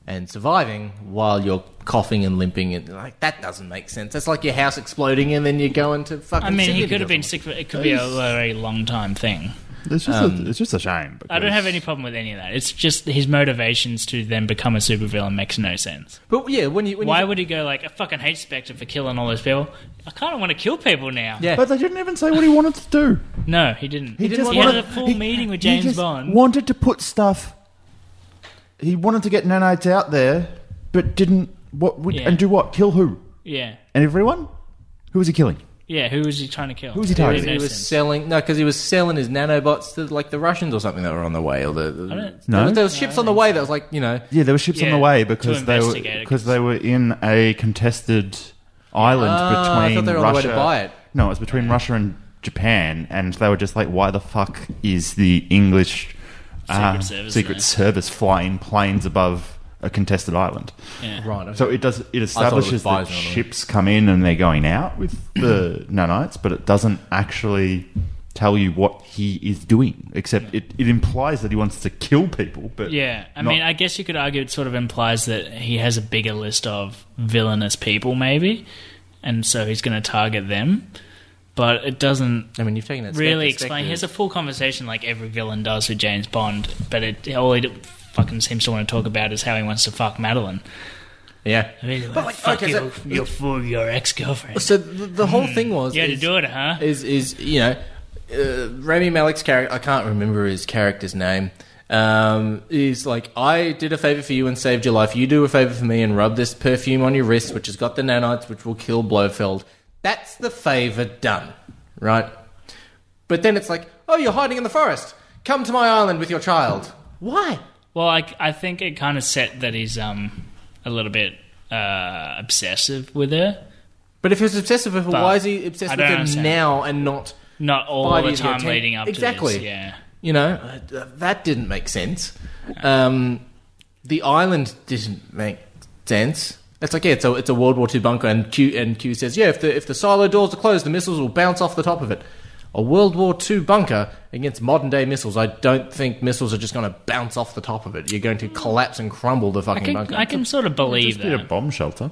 [SPEAKER 4] and surviving while you're coughing and limping, and like that doesn't make sense. That's like your house exploding, and then you go into fucking.
[SPEAKER 3] I mean, he
[SPEAKER 4] Sydney
[SPEAKER 3] could have been
[SPEAKER 4] together.
[SPEAKER 3] sick. For, it could be a very long time thing.
[SPEAKER 2] It's just, a, it's just a shame.
[SPEAKER 3] Um, I don't
[SPEAKER 2] because-
[SPEAKER 3] have any problem with any of that. It's just his motivations to then become a supervillain makes no sense.
[SPEAKER 4] But yeah, when you when
[SPEAKER 3] Why
[SPEAKER 4] you,
[SPEAKER 3] would he go like, I fucking hate Spectre for killing all those people. I kind of want to kill people now.
[SPEAKER 4] Yeah.
[SPEAKER 2] But they didn't even say what he wanted to do.
[SPEAKER 3] No, he didn't. He,
[SPEAKER 4] didn't
[SPEAKER 3] he
[SPEAKER 4] want
[SPEAKER 3] had
[SPEAKER 4] to-
[SPEAKER 3] a full
[SPEAKER 2] he-
[SPEAKER 3] meeting with
[SPEAKER 2] he
[SPEAKER 3] James
[SPEAKER 2] just
[SPEAKER 3] Bond.
[SPEAKER 2] Wanted to put stuff. He wanted to get nanites out there, but didn't. What would,
[SPEAKER 3] Yeah.
[SPEAKER 2] and do what? Kill who?
[SPEAKER 3] Yeah.
[SPEAKER 2] And everyone? Who was he killing?
[SPEAKER 3] Yeah, who was he trying to kill?
[SPEAKER 2] Who was he targeting?
[SPEAKER 3] It
[SPEAKER 4] he
[SPEAKER 3] made no
[SPEAKER 4] was
[SPEAKER 3] sense.
[SPEAKER 4] selling no because he was selling his nanobots to like the Russians or something that were on the way or the, the-
[SPEAKER 3] I don't-
[SPEAKER 2] No?
[SPEAKER 4] there, there was ships on the way that was like you know
[SPEAKER 2] Yeah, there were ships on
[SPEAKER 3] Yeah,
[SPEAKER 2] the way
[SPEAKER 3] to
[SPEAKER 2] because they were
[SPEAKER 3] investigate it.
[SPEAKER 2] because they were in a contested island
[SPEAKER 4] Ah, I thought
[SPEAKER 2] between
[SPEAKER 4] they were on the way
[SPEAKER 2] Russia.
[SPEAKER 4] to buy it.
[SPEAKER 2] No, it was between Russia and Japan, and they were just like, "Why the fuck is the English uh,
[SPEAKER 3] Secret Service
[SPEAKER 2] Secret
[SPEAKER 3] there.
[SPEAKER 2] Service flying planes above a contested island?"
[SPEAKER 3] Yeah.
[SPEAKER 4] right okay.
[SPEAKER 2] So it does it establishes that
[SPEAKER 4] Pfizer, I mean.
[SPEAKER 2] ships come in and they're going out with the nanites, but it doesn't actually tell you what he is doing. Except it, it implies that he wants to kill people, but
[SPEAKER 3] Yeah, I
[SPEAKER 2] not-
[SPEAKER 3] mean, I guess you could argue it sort of implies that he has a bigger list of villainous people, maybe, and so he's going to target them. But it doesn't
[SPEAKER 4] I mean you've taken that
[SPEAKER 3] really
[SPEAKER 4] spec-
[SPEAKER 3] explain. He has a
[SPEAKER 4] perspective.
[SPEAKER 3] full conversation like every villain does with James Bond, but it all he d- fucking seems to want to talk about is how he wants to fuck Madeline.
[SPEAKER 4] yeah
[SPEAKER 3] Really,
[SPEAKER 4] But,
[SPEAKER 3] but
[SPEAKER 4] like,
[SPEAKER 3] fuck
[SPEAKER 4] okay,
[SPEAKER 3] you,
[SPEAKER 4] so-
[SPEAKER 3] you fool, your ex girlfriend.
[SPEAKER 4] so the, the whole thing was
[SPEAKER 3] You had to
[SPEAKER 4] is-
[SPEAKER 3] do it, huh?
[SPEAKER 4] is is you know uh, Rami Malek's character. I can't remember his character's name. Um, is like I did a favor for you and saved your life. You do a favor for me and rub this perfume on your wrist, which has got the nanites, which will kill Blofeld. That's the favor done, right? But then it's like, oh, you're hiding in the forest. Come to my island with your child. Why?
[SPEAKER 3] Well, I, I think it kind of set that he's um a little bit uh, obsessive with her.
[SPEAKER 4] But if he was obsessive with her,
[SPEAKER 3] But
[SPEAKER 4] why is he
[SPEAKER 3] I
[SPEAKER 4] obsessed
[SPEAKER 3] don't
[SPEAKER 4] with her
[SPEAKER 3] understand.
[SPEAKER 4] now and not?
[SPEAKER 3] Not all
[SPEAKER 4] Five
[SPEAKER 3] the
[SPEAKER 4] years ago,
[SPEAKER 3] time
[SPEAKER 4] ten-
[SPEAKER 3] leading up
[SPEAKER 4] Exactly.
[SPEAKER 3] to this. Yeah.
[SPEAKER 4] You know, uh, th- that didn't make sense. Um, the island didn't make sense. It's like yeah, it's a it's a World War II bunker, and Q and Q says yeah, if the if the silo doors are closed, the missiles will bounce off the top of it. A World War II bunker against modern day missiles. I don't think missiles are just going to bounce off the top of it. You're going to collapse and crumble the
[SPEAKER 3] I
[SPEAKER 4] fucking
[SPEAKER 3] can,
[SPEAKER 4] bunker.
[SPEAKER 3] I can sort of believe
[SPEAKER 2] just be a
[SPEAKER 3] that.
[SPEAKER 2] bomb shelter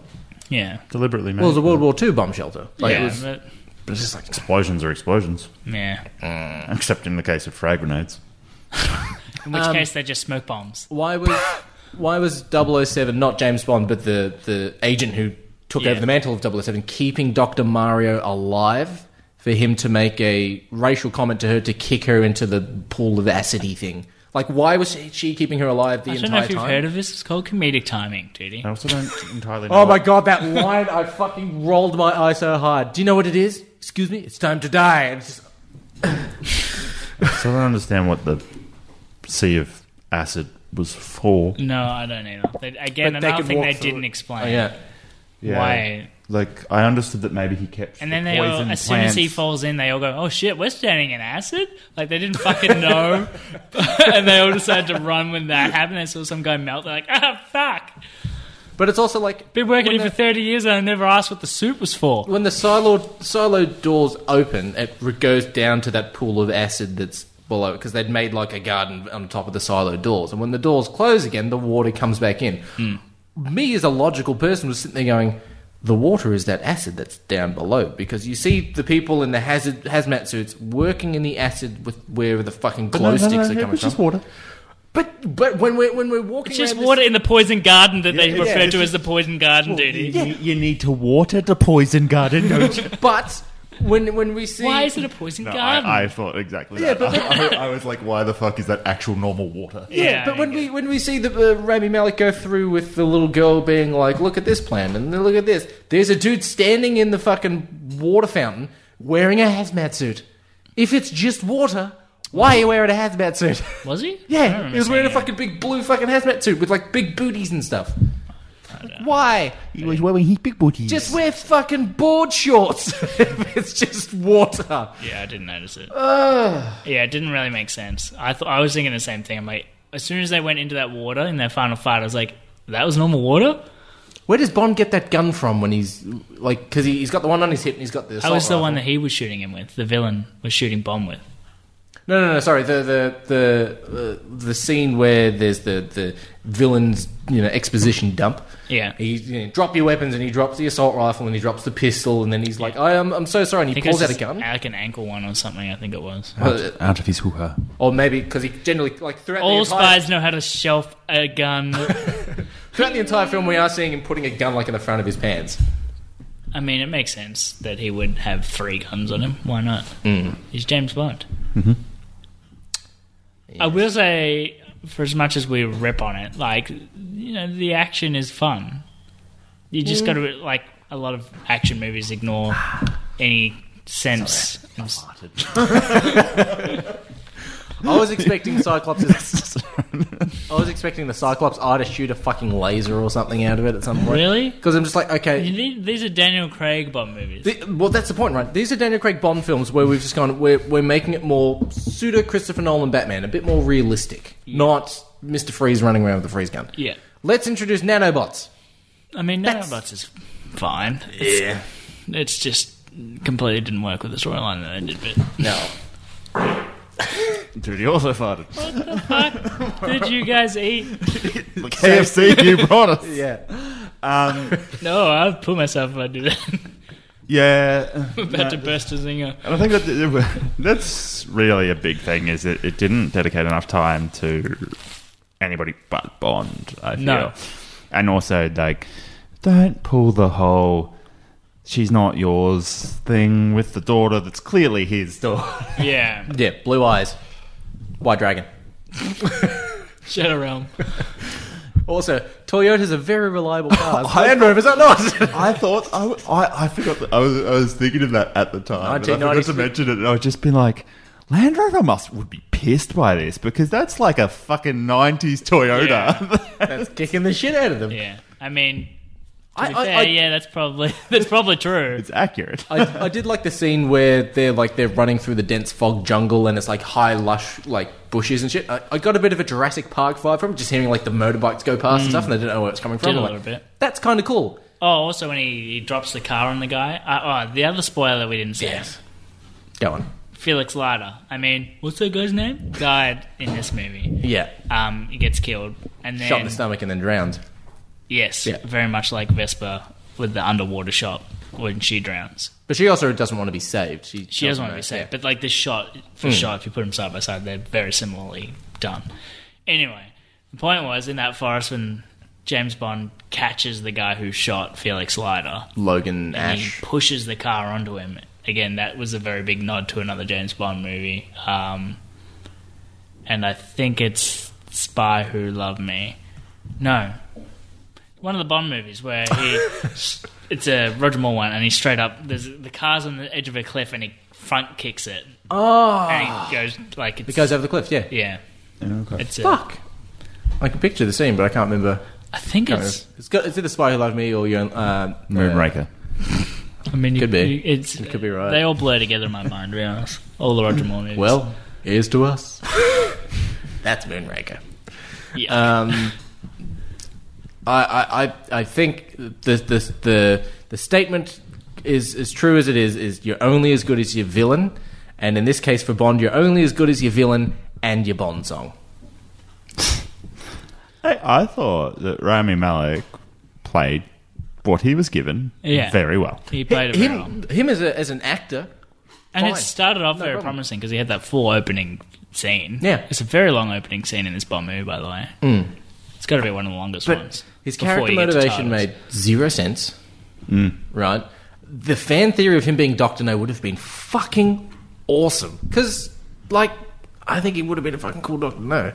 [SPEAKER 3] Yeah.
[SPEAKER 2] deliberately. Made.
[SPEAKER 4] well, it was a World War II bomb shelter. Like,
[SPEAKER 3] yeah,
[SPEAKER 4] it was,
[SPEAKER 3] but-
[SPEAKER 4] it was just like
[SPEAKER 2] explosions are explosions,
[SPEAKER 3] yeah.
[SPEAKER 2] except in the case of frag grenades.
[SPEAKER 3] In
[SPEAKER 4] Um,
[SPEAKER 3] which case, they're just smoke bombs.
[SPEAKER 4] Why was why was 007 not James Bond but the the agent who took
[SPEAKER 3] Yeah.
[SPEAKER 4] over the mantle of 007 keeping Dr. Mario alive for him to make a racial comment to her to kick her into the pool of acidy thing? Like why was she, she keeping her alive the
[SPEAKER 3] I don't know
[SPEAKER 4] entire
[SPEAKER 3] if you've
[SPEAKER 4] time?
[SPEAKER 3] heard of this. It's called comedic timing, Judy.
[SPEAKER 2] I also don't entirely. know
[SPEAKER 4] Oh my
[SPEAKER 2] what-
[SPEAKER 4] god, that line! I fucking rolled my eye so hard. Do you know what it is? Excuse me, it's time to die. And it's just-
[SPEAKER 2] So I don't understand what the sea of acid was for.
[SPEAKER 3] No, I don't either. They, again,
[SPEAKER 4] But they
[SPEAKER 3] another
[SPEAKER 4] could
[SPEAKER 3] thing
[SPEAKER 4] walk
[SPEAKER 3] they
[SPEAKER 4] through
[SPEAKER 3] didn't
[SPEAKER 4] it.
[SPEAKER 3] explain.
[SPEAKER 4] oh, yeah,
[SPEAKER 3] Why?
[SPEAKER 2] Like I understood that maybe he kept.
[SPEAKER 3] And
[SPEAKER 2] the
[SPEAKER 3] then they all,
[SPEAKER 2] poison
[SPEAKER 3] as soon as he
[SPEAKER 2] plants-
[SPEAKER 3] falls in, they all go, "Oh shit, we're standing in acid!" Like they didn't fucking know, and they all decided to run when that happened. They saw some guy melt. They're like, "Ah, fuck!
[SPEAKER 4] but it's also like
[SPEAKER 3] Been working
[SPEAKER 4] When
[SPEAKER 3] here for thirty years, and I never asked what the soup was for."
[SPEAKER 4] when the silo silo doors open, it re- goes down to that pool of acid that's below because they'd made like a garden on top of the silo doors, and when the doors close again, the water comes back in.
[SPEAKER 2] Hmm.
[SPEAKER 4] Me as a logical person was sitting there going. The water is that acid that's down below because you see the people in the hazard hazmat suits working in the acid with where the fucking glow
[SPEAKER 2] No, no, no,
[SPEAKER 4] sticks are
[SPEAKER 2] it
[SPEAKER 4] coming
[SPEAKER 2] was
[SPEAKER 4] from.
[SPEAKER 2] just water.
[SPEAKER 4] But but when we're when we're walking,
[SPEAKER 3] It's just
[SPEAKER 4] around this-
[SPEAKER 3] water in the poison garden that they
[SPEAKER 2] Yeah,
[SPEAKER 3] refer
[SPEAKER 2] yeah.
[SPEAKER 3] to as the poison garden, Judy.
[SPEAKER 2] You, you need to water the poison garden. Don't you?
[SPEAKER 4] But when when we see
[SPEAKER 3] Why is it a poison
[SPEAKER 2] No,
[SPEAKER 3] garden?
[SPEAKER 2] I, I thought exactly
[SPEAKER 4] Yeah,
[SPEAKER 2] that. I, I was like, why the fuck is that actual normal water?
[SPEAKER 3] yeah,
[SPEAKER 4] but when we when we see the uh, Rami Malik go through with the little girl being like, "Look at this plan," and then look at this. There's a dude standing in the fucking water fountain wearing a hazmat suit. If it's just water, why are you wearing a hazmat suit?
[SPEAKER 3] was he? I don't
[SPEAKER 4] yeah,
[SPEAKER 3] remember
[SPEAKER 4] he was wearing a
[SPEAKER 3] seeing that.
[SPEAKER 4] fucking big blue fucking hazmat suit with like big booties and stuff. Why?
[SPEAKER 2] He was wearing his big booty.
[SPEAKER 4] Just wear fucking board shorts if it's just water.
[SPEAKER 3] Yeah, I didn't notice it. yeah, it didn't really make sense. I thought I was thinking the same thing. I'm like, as soon as they went into that water in their final fight, I was like, that was normal water.
[SPEAKER 4] Where does Bond get that gun from when he's like? Because he, he's got the one on his hip and he's got the.
[SPEAKER 3] That
[SPEAKER 4] assault
[SPEAKER 3] was the
[SPEAKER 4] rifle.
[SPEAKER 3] one that he was shooting him with. The villain was shooting bomb with.
[SPEAKER 4] No, no, no. Sorry, the the the uh, the scene where there's the the villain's you know exposition dump.
[SPEAKER 3] Yeah.
[SPEAKER 4] he you know, drop your weapons, and he drops the assault rifle, and he drops the pistol, and then he's like, "I am, I'm so sorry," and
[SPEAKER 3] I
[SPEAKER 4] he
[SPEAKER 3] think it was
[SPEAKER 4] pulls out
[SPEAKER 3] just
[SPEAKER 4] a gun,
[SPEAKER 3] Like an ankle one or something, I think it was.
[SPEAKER 4] Uh,
[SPEAKER 2] Out, out of his hoo-ha.
[SPEAKER 4] or maybe because he generally like throughout
[SPEAKER 3] All
[SPEAKER 4] the entire,
[SPEAKER 3] spies know how to shelf a gun.
[SPEAKER 4] throughout the entire film, we are seeing him putting a gun like in the front of his pants.
[SPEAKER 3] I mean, it makes sense that he would have three guns on him. Why not?
[SPEAKER 4] Mm.
[SPEAKER 3] He's James Bond. I will say, for as much as we rip on it, like you know, the action is fun. You
[SPEAKER 4] Mm.
[SPEAKER 3] just got to like a lot of action movies ignore any sense. of-
[SPEAKER 4] I was expecting Cyclops. I was expecting the Cyclops eye to shoot a fucking laser or something out of it at some point.
[SPEAKER 3] Really?
[SPEAKER 4] Because I'm just like, okay,
[SPEAKER 3] These these are Daniel Craig Bond movies.
[SPEAKER 4] The, well, that's the point, right? These are Daniel Craig Bond films where we've just gone, we're, we're making it more pseudo Christopher Nolan Batman, a bit more realistic, not Mr. Freeze running around with a freeze gun.
[SPEAKER 3] yeah,
[SPEAKER 4] Let's introduce nanobots.
[SPEAKER 3] I mean,
[SPEAKER 4] That's-
[SPEAKER 3] Nanobots is fine. It's, it's just completely didn't work with the storyline that I did. But
[SPEAKER 4] No.
[SPEAKER 2] Dude, he also farted.
[SPEAKER 3] did you guys eat?
[SPEAKER 2] The KFC you brought us.
[SPEAKER 4] Yeah.
[SPEAKER 3] No, I'd pull myself if I do that.
[SPEAKER 2] Yeah.
[SPEAKER 3] I'm about to burst a zinger.
[SPEAKER 2] And I think that that's really a big thing is it, it didn't dedicate enough time to anybody but Bond, I feel.
[SPEAKER 3] No.
[SPEAKER 2] And also, like, don't pull the whole she's not yours thing with the daughter that's clearly his daughter.
[SPEAKER 3] Yeah,
[SPEAKER 4] Yeah, blue eyes. White Dragon.
[SPEAKER 3] Shadow Realm.
[SPEAKER 4] Also, Toyotas are very reliable cars.
[SPEAKER 2] I-
[SPEAKER 4] Land Rovers are not.
[SPEAKER 2] I thought, I, w- I- I forgot, that, I, was, I was thinking of that at the time. and I forgot to
[SPEAKER 4] 1993.
[SPEAKER 2] mention it, and I've just been like, Land Rover must would be pissed by this because that's like a fucking 90s Toyota.
[SPEAKER 4] that's kicking the shit out of them.
[SPEAKER 3] Yeah, I mean, to
[SPEAKER 4] I,
[SPEAKER 3] be
[SPEAKER 4] I,
[SPEAKER 3] fair,
[SPEAKER 4] I,
[SPEAKER 3] yeah, that's probably that's probably true.
[SPEAKER 2] It's accurate.
[SPEAKER 4] I, I did like the scene where they're like they're running through the dense fog jungle and it's like high lush like bushes and shit. I, I got a bit of a Jurassic Park vibe from it, just hearing like the motorbikes go past and stuff, and I didn't know where it's coming from.
[SPEAKER 3] Mm. Did a
[SPEAKER 4] I'm like,
[SPEAKER 3] little bit.
[SPEAKER 4] That's kind of cool.
[SPEAKER 3] Oh, also when he, he drops the car on the guy. Uh, oh, the other spoiler we didn't say.
[SPEAKER 4] Go on.
[SPEAKER 3] Felix Leiter. I mean, what's that guy's name? Died in this movie.
[SPEAKER 4] Yeah.
[SPEAKER 3] Um, he gets killed, and then
[SPEAKER 4] Shot in the stomach and then drowned.
[SPEAKER 3] yes,
[SPEAKER 4] Yeah.
[SPEAKER 3] very much like Vespa with the underwater shot when she drowns.
[SPEAKER 4] But she also doesn't want to be saved. She,
[SPEAKER 3] She doesn't want to
[SPEAKER 4] know.
[SPEAKER 3] be safe,
[SPEAKER 4] Yeah.
[SPEAKER 3] but like this shot for shot, if you put them side by side, they're very similarly done. Anyway, the point was in that forest when James Bond catches the guy who shot Felix Leiter,
[SPEAKER 4] Logan
[SPEAKER 3] and he
[SPEAKER 4] Ash.
[SPEAKER 3] pushes the car onto him. Again, that was a very big nod to another James Bond movie, um, and I think it's Spy Who Loved Me. No, one of the Bond movies where he. It's a Roger Moore one, and he straight up. There's the car's on the edge of a cliff, and he front kicks it,
[SPEAKER 4] Oh,
[SPEAKER 3] and he goes like it's
[SPEAKER 4] it goes over the cliff. Yeah.
[SPEAKER 3] yeah.
[SPEAKER 2] okay.
[SPEAKER 3] It's a,
[SPEAKER 4] Fuck. I can picture the scene, but I can't remember.
[SPEAKER 3] I think it's.
[SPEAKER 4] It's got. It's either Spy Who Loved Me or your uh,
[SPEAKER 2] Moonraker.
[SPEAKER 3] I mean, you,
[SPEAKER 4] Could be.
[SPEAKER 3] you- it's
[SPEAKER 4] could be right.
[SPEAKER 3] They all blur together in my mind. To be honest, all the Roger Moore movies.
[SPEAKER 4] Well, here's to us. That's Moonraker.
[SPEAKER 3] yeah.
[SPEAKER 4] Um, I, I, I- I think the, the, the, the statement is as true as it is, is you're only as good as your villain. And in this case for Bond, you're only as good as your villain and your Bond song.
[SPEAKER 2] Hey, I thought that Rami Malek played what he was given
[SPEAKER 3] Yeah.
[SPEAKER 2] very well.
[SPEAKER 3] he played it very well.
[SPEAKER 4] Him, him as, a, as an actor,
[SPEAKER 3] And it
[SPEAKER 4] Fine.
[SPEAKER 3] started off
[SPEAKER 4] No
[SPEAKER 3] very
[SPEAKER 4] problem.
[SPEAKER 3] promising because he had that full opening scene.
[SPEAKER 4] Yeah. Hmm.
[SPEAKER 3] It's a very long opening scene in this Bond movie, by the way. It's got to be one of the longest ones.
[SPEAKER 4] his
[SPEAKER 3] before
[SPEAKER 4] character
[SPEAKER 3] you get to
[SPEAKER 4] motivation
[SPEAKER 3] Tartarus.
[SPEAKER 4] made zero sense. Right? The fan theory of him being Doctor No would have been fucking awesome. Because, like, I think he would have been a fucking cool Doctor No.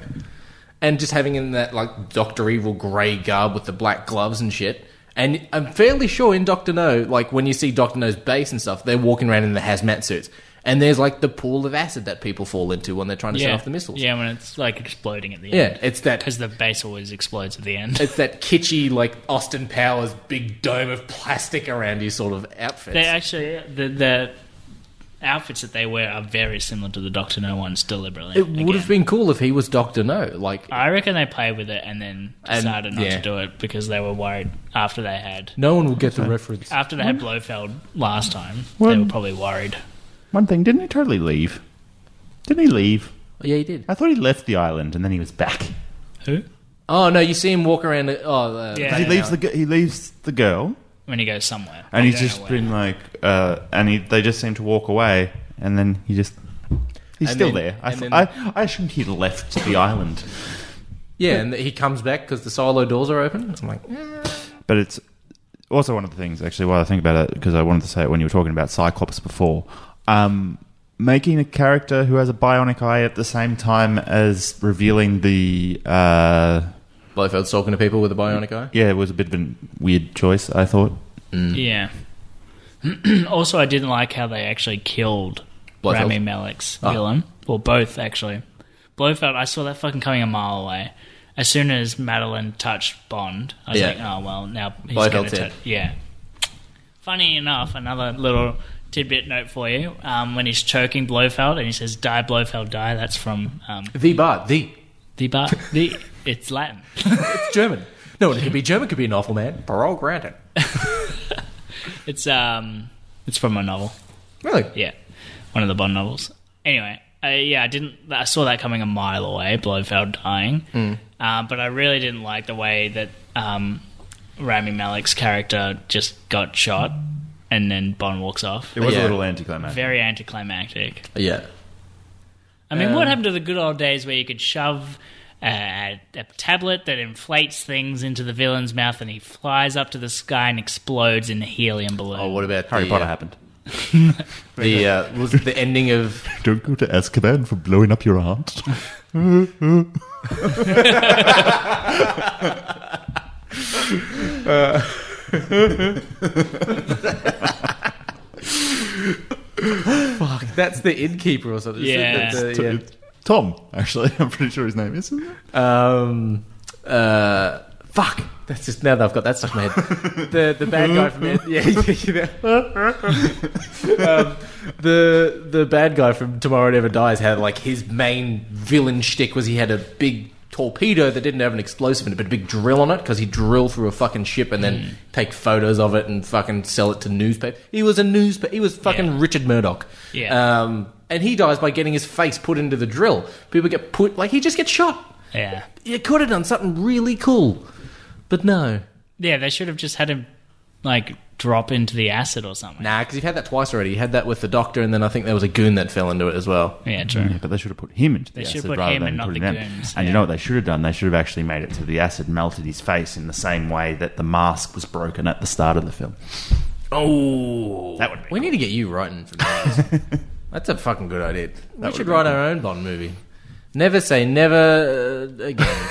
[SPEAKER 4] and just having in that like Doctor Evil grey garb with the black gloves and shit. And I'm fairly sure in Doctor No, like when you see Doctor No's base and stuff, they're walking around in the hazmat suits, and there's like the pool of acid that people fall into when they're trying to set
[SPEAKER 3] Yeah.
[SPEAKER 4] off the missiles.
[SPEAKER 3] Yeah, when it's like exploding at the
[SPEAKER 4] yeah,
[SPEAKER 3] end.
[SPEAKER 4] it's that
[SPEAKER 3] Because the base always explodes at the end.
[SPEAKER 4] it's that kitschy like Austin Powers big dome of plastic around you sort of outfit.
[SPEAKER 3] they actually, the, the outfits that they wear are very similar to the Doctor No ones deliberately.
[SPEAKER 4] it would have
[SPEAKER 3] Again,
[SPEAKER 4] been cool if he was Doctor No, like.
[SPEAKER 3] I reckon they played with it and then
[SPEAKER 4] And-
[SPEAKER 3] decided not
[SPEAKER 4] yeah.
[SPEAKER 3] to do it because they were worried after they had.
[SPEAKER 4] no one will get the reference.
[SPEAKER 3] After they had Blofeld last time, they
[SPEAKER 2] One-
[SPEAKER 3] were probably worried.
[SPEAKER 2] One thing, didn't he totally leave? Didn't he leave?
[SPEAKER 4] Oh, yeah, he did.
[SPEAKER 2] I thought he left the island and then he was back.
[SPEAKER 3] Who?
[SPEAKER 4] Oh no, you see him walk around. the- Oh, uh,
[SPEAKER 3] Yeah.
[SPEAKER 4] back
[SPEAKER 2] He
[SPEAKER 3] Yeah.
[SPEAKER 4] now.
[SPEAKER 2] leaves the g- he leaves the girl,
[SPEAKER 3] When he goes somewhere.
[SPEAKER 2] and
[SPEAKER 3] I
[SPEAKER 2] he's
[SPEAKER 3] don't know
[SPEAKER 2] just
[SPEAKER 3] where.
[SPEAKER 2] been like, uh, and he, they just seem to walk away, and then he just. He's
[SPEAKER 4] And
[SPEAKER 2] still
[SPEAKER 4] then-
[SPEAKER 2] there. I,
[SPEAKER 4] and
[SPEAKER 2] th-
[SPEAKER 4] then-
[SPEAKER 2] I, I assumed he'd left the island,
[SPEAKER 4] Yeah, and he comes back because the silo doors are open. I'm like,
[SPEAKER 2] but it's also one of the things actually. While I think about it, because I wanted to say it when you were talking about Cyclops before, um, making a character who has a bionic eye at the same time as revealing the. Uh,
[SPEAKER 4] Blofeld's talking to people with a bionic eye.
[SPEAKER 2] Yeah, it was a bit of a weird choice, I thought.
[SPEAKER 3] Yeah. also, I didn't like how they actually killed
[SPEAKER 4] Blofeld?
[SPEAKER 3] Rami Malek's
[SPEAKER 4] Ah.
[SPEAKER 3] villain. Well, both actually. Blofeld, I saw that fucking coming a mile away. As soon as Madeline touched Bond, I was
[SPEAKER 4] Yeah.
[SPEAKER 3] like, oh well, now he's going
[SPEAKER 4] Blofeld's
[SPEAKER 3] to
[SPEAKER 4] it.
[SPEAKER 3] touch. Yeah. Funny enough, another little tidbit note for you. Um, when he's choking Blofeld and he says "Die Blofeld, die," that's from um,
[SPEAKER 4] The bar, the
[SPEAKER 3] the bar. The it's Latin.
[SPEAKER 4] it's German. No, it could be German. Could be an awful man. Parole granted.
[SPEAKER 3] It's um, it's from a novel.
[SPEAKER 4] Really?
[SPEAKER 3] Yeah, one of the Bond novels. Anyway, uh, yeah, I didn't. I saw that coming a mile away. Blofeld dying,
[SPEAKER 4] Hmm.
[SPEAKER 3] uh, but I really didn't like the way that um, Rami Malek's character just got shot, and then Bond walks off.
[SPEAKER 2] It was
[SPEAKER 4] Yeah.
[SPEAKER 2] a little anticlimactic.
[SPEAKER 3] Very anticlimactic.
[SPEAKER 4] Yeah.
[SPEAKER 3] I mean, what happened to the good old days where you could shove a, a tablet that inflates things into the villain's mouth, and he flies up to the sky and explodes in a helium balloon?
[SPEAKER 4] Oh, what about
[SPEAKER 2] Harry
[SPEAKER 4] the,
[SPEAKER 2] Potter
[SPEAKER 4] Uh,
[SPEAKER 2] happened.
[SPEAKER 4] the uh, was it the ending of
[SPEAKER 2] Don't go to Azkaban for blowing up your aunt.
[SPEAKER 4] that's the innkeeper or something. isn't
[SPEAKER 3] Yeah.
[SPEAKER 4] it? That's, uh, yeah.
[SPEAKER 2] Tom, actually, I'm pretty sure his name is. isn't it?
[SPEAKER 4] Um, uh, fuck. That's just now that I've got that stuck in my head. the the bad guy from yeah, yeah, yeah. um, the the bad guy from Tomorrow Never Dies had like his main villain shtick was he had a big torpedo that didn't have an explosive in it, but a big drill on it because he drilled through a fucking ship and
[SPEAKER 3] Hmm.
[SPEAKER 4] then take photos of it and fucking sell it to newspaper. He was a newspaper. He was fucking
[SPEAKER 3] Yeah.
[SPEAKER 4] Richard Murdoch.
[SPEAKER 3] Yeah.
[SPEAKER 4] Um, and he dies by getting his face put into the drill. People get put like he just gets shot
[SPEAKER 3] Yeah.
[SPEAKER 4] you could have done something really cool, but no.
[SPEAKER 3] Yeah, they should have just had him like drop into the acid or something.
[SPEAKER 4] Nah, because you've had that twice already. You had that with the doctor, and then I think there was a goon that fell into it as well.
[SPEAKER 3] Yeah, true.
[SPEAKER 4] Mm-hmm.
[SPEAKER 2] Yeah, but they should have put him into the
[SPEAKER 3] They should
[SPEAKER 2] acid
[SPEAKER 3] have put
[SPEAKER 2] rather
[SPEAKER 3] him
[SPEAKER 2] than
[SPEAKER 3] and not
[SPEAKER 2] putting
[SPEAKER 3] the
[SPEAKER 2] them.
[SPEAKER 3] goons,
[SPEAKER 2] And
[SPEAKER 3] yeah.
[SPEAKER 2] you know what they should have done? They should have actually made it to the acid, melted his face in the same way that the mask was broken at the start of the film.
[SPEAKER 4] Oh,
[SPEAKER 2] That would be
[SPEAKER 4] We need to get you writing for those. That's a fucking good idea. we should write our own Bond movie. Never say never uh, again.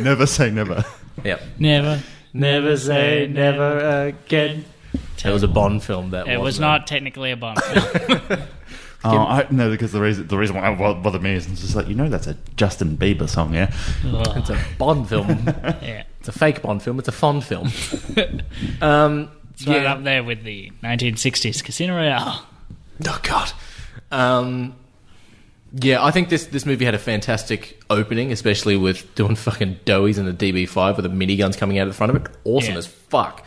[SPEAKER 2] Never say never.
[SPEAKER 4] yep.
[SPEAKER 3] Never.
[SPEAKER 4] Never
[SPEAKER 3] say never
[SPEAKER 4] again. It was a Bond film. That
[SPEAKER 3] It was
[SPEAKER 4] wasn't
[SPEAKER 3] not technically a bomb. film.
[SPEAKER 2] Oh, I, no, because the reason the reason why it bo- bothered me is it's just like you know that's a Justin Bieber song, yeah.
[SPEAKER 3] Ugh,
[SPEAKER 4] It's a Bond film.
[SPEAKER 3] yeah.
[SPEAKER 4] it's a fake Bond film. It's a fond film. um,
[SPEAKER 3] It's right up there with the 1960s Casino Royale.
[SPEAKER 4] Oh God. Um, yeah, I think this this movie had a fantastic opening, especially with doing fucking doughies in the DB5 with the miniguns coming out of the front of it. Awesome
[SPEAKER 3] Yeah.
[SPEAKER 4] as fuck.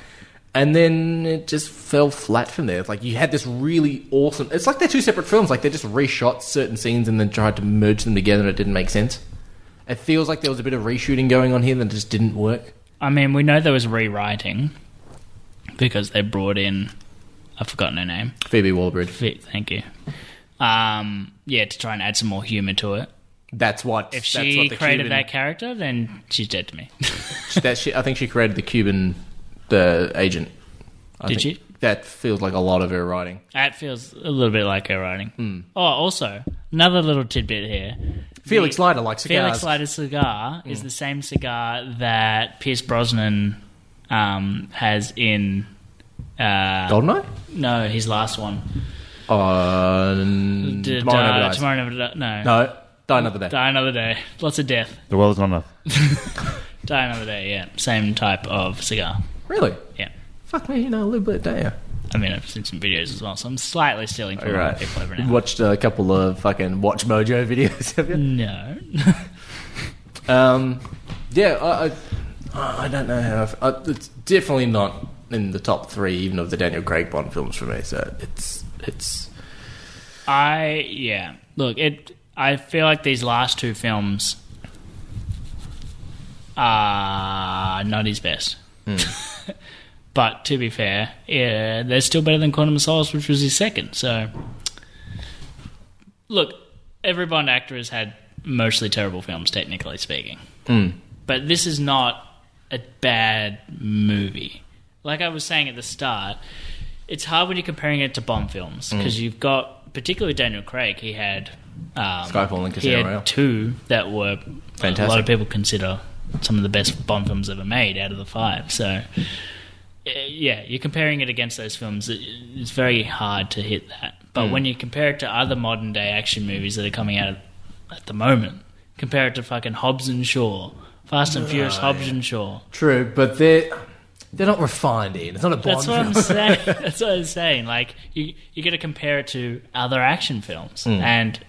[SPEAKER 4] And then it just fell flat from there. It's like you had this really awesome. It's like they're two separate films. Like they just reshot certain scenes and then tried to merge them together, and it didn't make sense. It feels like there was a bit of reshooting going on here that just didn't work.
[SPEAKER 3] I mean, we know there was rewriting because they brought in. I've forgotten her name.
[SPEAKER 4] Phoebe Waller-Bridge.
[SPEAKER 3] Fit, Thank you. Um, yeah, to try and add some more humor to it.
[SPEAKER 4] That's what.
[SPEAKER 3] If
[SPEAKER 4] that's
[SPEAKER 3] she
[SPEAKER 4] what the
[SPEAKER 3] created
[SPEAKER 4] Cuban-
[SPEAKER 3] that character, then she's dead to me.
[SPEAKER 4] that she, I think she created the Cuban the agent. I
[SPEAKER 3] Did
[SPEAKER 4] think
[SPEAKER 3] she?
[SPEAKER 4] That feels like a lot of her writing.
[SPEAKER 3] that feels a little bit like her writing.
[SPEAKER 4] Hmm.
[SPEAKER 3] Oh, also another little tidbit here.
[SPEAKER 4] Felix
[SPEAKER 3] The-
[SPEAKER 4] Leiter likes cigars.
[SPEAKER 3] Felix Leiter's cigar
[SPEAKER 4] Mm.
[SPEAKER 3] is the same cigar that Pierce Brosnan um, has in. Uh,
[SPEAKER 4] Goldeneye?
[SPEAKER 3] no, his last one.
[SPEAKER 4] On
[SPEAKER 3] D-
[SPEAKER 4] Uh, Mm, Tomorrow
[SPEAKER 3] Die-
[SPEAKER 4] Never Dies.
[SPEAKER 3] Tomorrow Never Di- No.
[SPEAKER 4] No, Die Another Day.
[SPEAKER 3] Die Another Day. Lots of death.
[SPEAKER 2] The world's not enough.
[SPEAKER 3] Die Another Day, yeah. Same type of cigar.
[SPEAKER 4] Really?
[SPEAKER 3] Yeah.
[SPEAKER 4] Fuck me, you know, a little bit, don't you?
[SPEAKER 3] I mean, I've seen some videos as well, so I'm slightly stealing from other people every now.
[SPEAKER 4] Watched a couple of fucking Watch Mojo videos, have
[SPEAKER 3] Mm.
[SPEAKER 4] you?
[SPEAKER 3] No.
[SPEAKER 4] Um, yeah, I, I, I don't know how. I f I it's definitely not in the top three, even of the Daniel Craig Bond films for me, so it's. it's
[SPEAKER 3] I yeah. Look, it. I feel like these last two films are Uh, not his best.
[SPEAKER 4] Hmm.
[SPEAKER 3] but to be fair, yeah, they're still better than Quantum of Solace, which was his second. So, look, every Bond actor has had mostly terrible films, technically speaking.
[SPEAKER 4] Hmm.
[SPEAKER 3] But this is not a bad movie. Like I was saying at the start, it's hard when you're comparing it to Bond films
[SPEAKER 4] Hmm.
[SPEAKER 3] because you've got, particularly Daniel Craig, he had um,
[SPEAKER 4] Skyfall and
[SPEAKER 3] he
[SPEAKER 4] Casino Royale.
[SPEAKER 3] had two that were a lot
[SPEAKER 4] Fantastic.
[SPEAKER 3] of people consider some of the best Bond films ever made out of the five. So, uh, yeah, you're comparing it against those films. It, it's very hard to hit that. But when you compare it to other modern day action movies that are coming out at the moment, compare it to fucking Hobbs and Shaw, Fast and Furious Hobbs and Shaw.
[SPEAKER 4] True, but they're they're not refined. Ian. It's not a Bond
[SPEAKER 3] That's what I'm
[SPEAKER 4] film.
[SPEAKER 3] saying. That's what I'm saying. Like you, you got to compare it to other action films,
[SPEAKER 4] Hmm.
[SPEAKER 3] and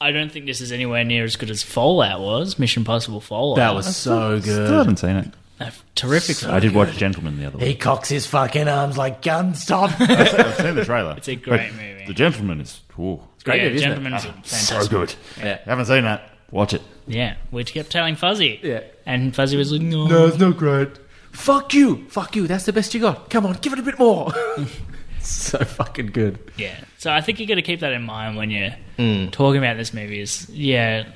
[SPEAKER 3] I don't think this is anywhere near as good as Fallout was. Mission Impossible Fallout.
[SPEAKER 4] That was so
[SPEAKER 2] Still
[SPEAKER 4] good.
[SPEAKER 2] haven't seen it.
[SPEAKER 3] a terrific. film.
[SPEAKER 2] I did watch Gentleman the other
[SPEAKER 4] He
[SPEAKER 2] week.
[SPEAKER 4] cocks his fucking arms like guns, Tom.
[SPEAKER 2] I've seen the trailer. It's
[SPEAKER 3] a great movie.
[SPEAKER 2] The Gentleman is ooh,
[SPEAKER 4] great
[SPEAKER 3] yeah,
[SPEAKER 4] movie, isn't it? Oh,
[SPEAKER 3] Gentlemen's a fantastic.
[SPEAKER 2] so good.
[SPEAKER 4] Yeah.
[SPEAKER 2] Haven't seen that. Watch it.
[SPEAKER 3] Yeah, which kept telling Fuzzy.
[SPEAKER 4] Yeah.
[SPEAKER 3] and Fuzzy was like, "No,
[SPEAKER 4] No, it's not great. Fuck you. Fuck you. That's the best you got. Come on, give it a bit more. so fucking good.
[SPEAKER 3] Yeah. So I think you got to keep that in mind when you're
[SPEAKER 4] Hmm.
[SPEAKER 3] talking about this movie. Is yeah,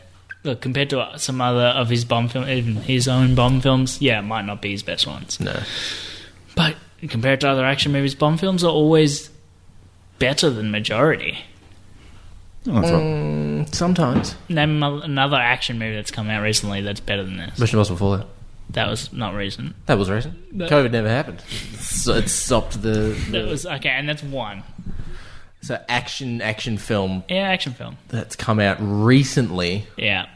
[SPEAKER 3] look compared to some other of his bomb film, even his own bomb films, yeah, it might not be his best ones.
[SPEAKER 4] No.
[SPEAKER 3] But compared to other action movies, bomb films are always better than majority.
[SPEAKER 2] Oh, that's right.
[SPEAKER 4] Mm, Sometimes.
[SPEAKER 3] Name a- another action movie that's come out recently that's better than this.
[SPEAKER 4] Mission Impossible Fallout.
[SPEAKER 3] That was not recent.
[SPEAKER 4] That was recent. COVID never happened. so it stopped the,
[SPEAKER 3] That was okay, and that's one.
[SPEAKER 4] so action action film
[SPEAKER 3] Yeah, action film.
[SPEAKER 4] that's come out recently.
[SPEAKER 3] Yeah.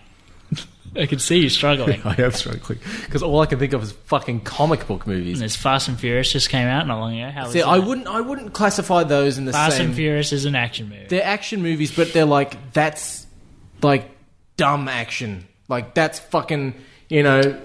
[SPEAKER 3] I could see you struggling.
[SPEAKER 4] I am struggling because all I can think of is fucking comic book movies.
[SPEAKER 3] There's Fast and Furious just came out not long ago. How was
[SPEAKER 4] See,
[SPEAKER 3] that?
[SPEAKER 4] I wouldn't I wouldn't classify those in the
[SPEAKER 3] Fast
[SPEAKER 4] same.
[SPEAKER 3] and Furious is an action movie.
[SPEAKER 4] they're action movies, but they're like that's like dumb action. Like that's fucking you know,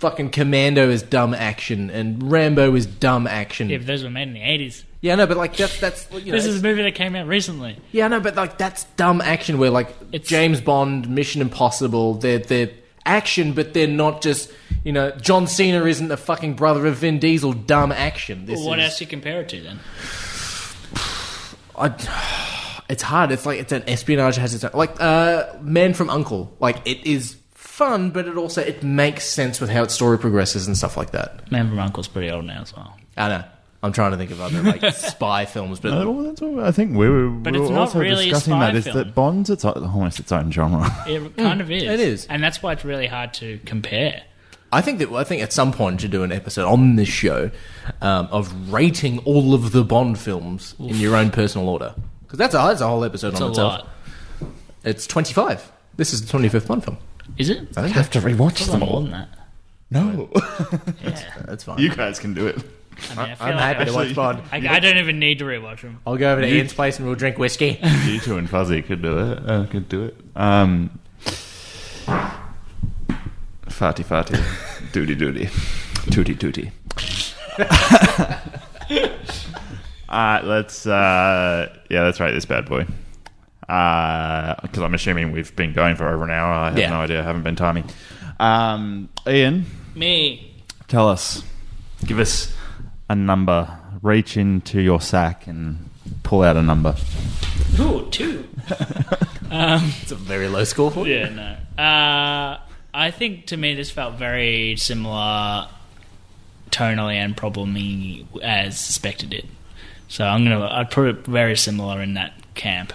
[SPEAKER 4] fucking Commando is dumb action and Rambo is dumb action.
[SPEAKER 3] Yeah,
[SPEAKER 4] Yeah,
[SPEAKER 3] but those were made in the eighties.
[SPEAKER 4] no, but like that's that's you know,
[SPEAKER 3] This is a movie that came out recently.
[SPEAKER 4] yeah, no, but like that's dumb action where like
[SPEAKER 3] It's-
[SPEAKER 4] James Bond, Mission Impossible, they're they're action, but they're not just you know John Cena isn't the fucking brother of Vin Diesel. Dumb action. This
[SPEAKER 3] Well, what
[SPEAKER 4] is,
[SPEAKER 3] else do you compare it to then?
[SPEAKER 4] I, it's hard. It's like it's an espionage has its own, like uh, Man from Uncle. Like it is fun, but it also it makes sense with how its story progresses and stuff like that.
[SPEAKER 3] Man from Uncle's pretty old now as well.
[SPEAKER 4] I know. I'm trying to think of other like spy films, but
[SPEAKER 2] Uh, well, that's what I think we were,
[SPEAKER 3] But
[SPEAKER 2] we were
[SPEAKER 3] it's not
[SPEAKER 2] also
[SPEAKER 3] really a
[SPEAKER 2] discussing
[SPEAKER 3] spy
[SPEAKER 2] that is
[SPEAKER 3] film.
[SPEAKER 2] that Bond's its own, almost its own genre.
[SPEAKER 3] It kind of is.
[SPEAKER 4] Hmm. it is.
[SPEAKER 3] and that's why it's really hard to compare.
[SPEAKER 4] I think that I think at some point to do an episode on this show um, of rating all of the Bond films in your own personal order because that's a that's a whole episode
[SPEAKER 3] It's
[SPEAKER 4] on
[SPEAKER 3] a
[SPEAKER 4] itself.
[SPEAKER 3] lot,
[SPEAKER 4] It's 25. This is the 25th Bond film.
[SPEAKER 3] is it?
[SPEAKER 4] I think
[SPEAKER 2] have to rewatch
[SPEAKER 3] It's a lot more than that.
[SPEAKER 2] No,
[SPEAKER 4] that's fine.
[SPEAKER 2] you guys can do it.
[SPEAKER 3] I mean, I feel
[SPEAKER 4] I'm
[SPEAKER 3] like
[SPEAKER 4] happy to watch Bond.
[SPEAKER 3] I, I, I don't even need to rewatch them.
[SPEAKER 4] I'll go over to Ian's place and we'll drink whiskey.
[SPEAKER 2] you two and Fuzzy could do it. Uh, could do it. Um, farty farty, duty duty, tooty tooty. All right, let's uh, yeah, let's rate this bad boy. Because I'm assuming we've been going for over an hour. I have
[SPEAKER 4] Yeah.
[SPEAKER 2] no idea. I haven't been timing. Um, Ian,
[SPEAKER 3] Me,
[SPEAKER 2] tell us, give us a number. Reach into your sack and pull out a number.
[SPEAKER 3] ooh, two.
[SPEAKER 4] It's a very low score for you.
[SPEAKER 3] Yeah, no. Uh, I think to me this felt very similar tonally and probably as suspected did. So I'm gonna I'd put it very similar in that camp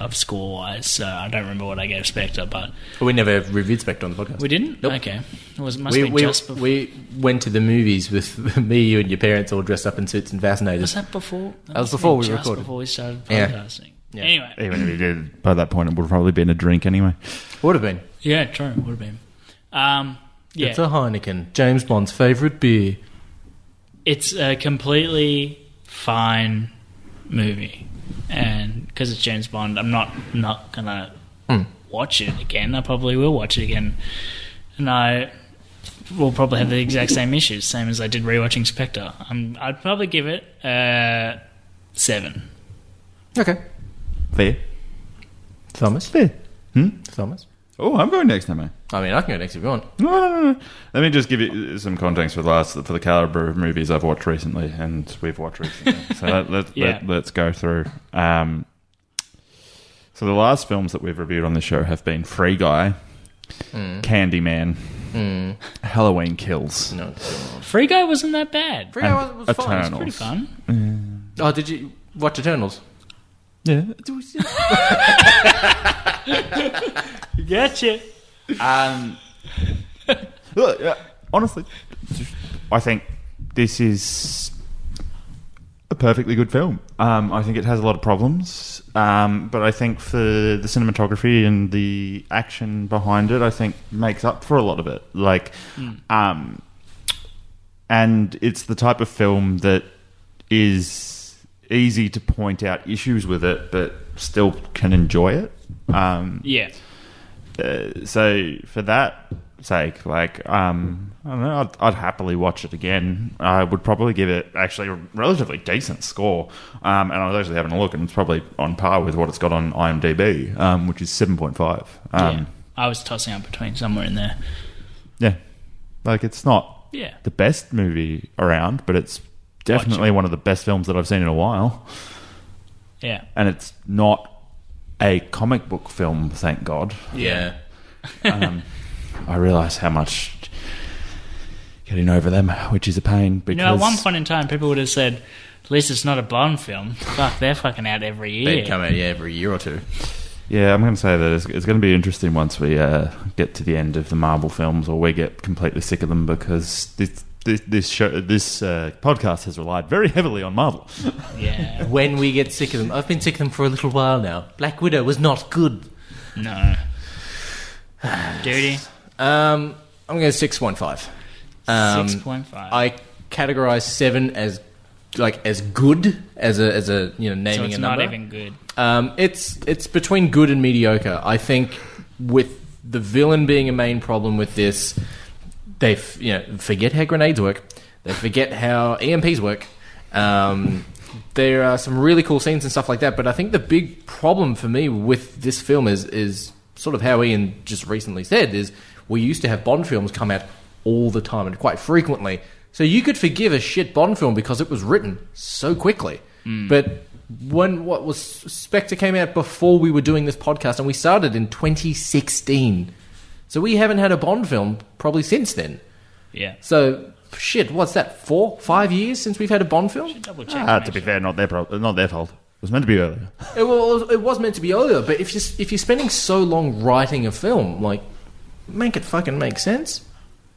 [SPEAKER 3] of score wise. So I don't remember what I gave Spectre, but
[SPEAKER 4] We never reviewed Spectre on the podcast.
[SPEAKER 3] we didn't.
[SPEAKER 4] Nope.
[SPEAKER 3] Okay, it was must
[SPEAKER 4] We,
[SPEAKER 3] be
[SPEAKER 4] we,
[SPEAKER 3] just before.
[SPEAKER 4] we went to the movies with me, you, and your parents all dressed up in suits and
[SPEAKER 3] was
[SPEAKER 4] fascinators.
[SPEAKER 3] that before?
[SPEAKER 4] That
[SPEAKER 3] must
[SPEAKER 4] was
[SPEAKER 3] have
[SPEAKER 4] before
[SPEAKER 3] been
[SPEAKER 4] we
[SPEAKER 3] just
[SPEAKER 4] recorded.
[SPEAKER 3] Before we started
[SPEAKER 4] Yeah.
[SPEAKER 3] podcasting.
[SPEAKER 4] Yeah.
[SPEAKER 3] Anyway,
[SPEAKER 2] Even if you did, by that point, it would have probably been a drink anyway.
[SPEAKER 4] Would have been.
[SPEAKER 3] yeah, true. Would have been. Um, yeah,
[SPEAKER 4] It's a Heineken, James Bond's favourite beer.
[SPEAKER 3] it's a completely fine movie, and because it's James Bond, I'm not not gonna watch it again. I probably will watch it again, and I will probably have the exact same issues, same as I did rewatching Spectre. I'm, I'd probably give it uh, seven.
[SPEAKER 4] Okay.
[SPEAKER 2] Fair.
[SPEAKER 4] Thomas?
[SPEAKER 2] Fair.
[SPEAKER 4] Thomas?
[SPEAKER 2] Oh, I'm going next, am I?
[SPEAKER 4] I mean, I can go next if you want.
[SPEAKER 2] No, no, no, no. Let me just give you some context for the last for the caliber of movies I've watched recently, and we've watched recently. so let, let,
[SPEAKER 3] Yeah.
[SPEAKER 2] let, let's go through. Um, so the last films that we've reviewed on the show have been Free Guy, Candyman, Halloween Kills,
[SPEAKER 4] No.
[SPEAKER 3] Free Guy wasn't that bad.
[SPEAKER 4] Free
[SPEAKER 2] and
[SPEAKER 4] Guy was, was fine.
[SPEAKER 2] Eternals.
[SPEAKER 3] Pretty fun.
[SPEAKER 4] Oh, did you watch Eternals?
[SPEAKER 2] Yeah,
[SPEAKER 3] Gotcha.
[SPEAKER 2] Um, look, uh, honestly, I think this is a perfectly good film. Um, I think it has a lot of problems, um, but I think for the cinematography and the action behind it, I think makes up for a lot of it. Like, um, and it's the type of film that is easy to point out issues with it, but still can enjoy it. Um,
[SPEAKER 3] Yeah.
[SPEAKER 2] uh, so for that sake, like um, I don't know, I'd, I'd happily watch it again. I would probably give it actually a relatively decent score, um, and I was actually having a look, and it's probably on par with what it's got on IMDb, um, which is seven point five.
[SPEAKER 3] yeah.
[SPEAKER 2] Um,
[SPEAKER 3] I was tossing up between somewhere in there.
[SPEAKER 2] yeah. like it's not
[SPEAKER 3] Yeah.
[SPEAKER 2] the best movie around, but it's definitely one of the best films that I've seen in a while,
[SPEAKER 3] Yeah.
[SPEAKER 2] and it's not a comic book film, thank God.
[SPEAKER 4] Yeah.
[SPEAKER 2] I realise how much getting over them, which is a pain. Because
[SPEAKER 3] You know, at one point in time, people would have said, at least it's not a Bond film. Fuck, they're fucking out every
[SPEAKER 4] They'd
[SPEAKER 3] year.
[SPEAKER 4] come out yeah, every year or two.
[SPEAKER 2] yeah, I'm going to say that it's, it's going to be interesting once we uh, get to the end of the Marvel films, or we get completely sick of them because this this, this show this uh, podcast has relied very heavily on Marvel.
[SPEAKER 3] Yeah.
[SPEAKER 4] When we get sick of them, I've been sick of them for a little while now. Black Widow was not good.
[SPEAKER 3] No. Duty.
[SPEAKER 4] Um, I'm going six point five. Um,
[SPEAKER 3] 6.5.
[SPEAKER 4] I categorize seven as like as good as a as a you know naming
[SPEAKER 3] so it's
[SPEAKER 4] a
[SPEAKER 3] not
[SPEAKER 4] number.
[SPEAKER 3] even good.
[SPEAKER 4] Um, it's it's between good and mediocre. I think with the villain being a main problem with this, they f- you know forget how grenades work. They forget how EMPs work. Um, there are some really cool scenes and stuff like that, but I think the big problem for me with this film is is sort of how Ian just recently said is we used to have Bond films come out all the time and quite frequently, so you could forgive a shit Bond film because it was written so quickly. But when what was Spectre came out before we were doing this podcast, and we started in 2016. So we haven't had a Bond film probably since then.
[SPEAKER 3] Yeah.
[SPEAKER 4] So shit, what's that? Four, five years since we've had a Bond film?
[SPEAKER 3] Double check.
[SPEAKER 2] Ah,
[SPEAKER 3] mate.
[SPEAKER 2] to be fair, not their pro- not their fault. It was meant to be earlier.
[SPEAKER 4] It was, it was meant to be earlier, but if you if you're spending so long writing a film, like make it fucking make sense.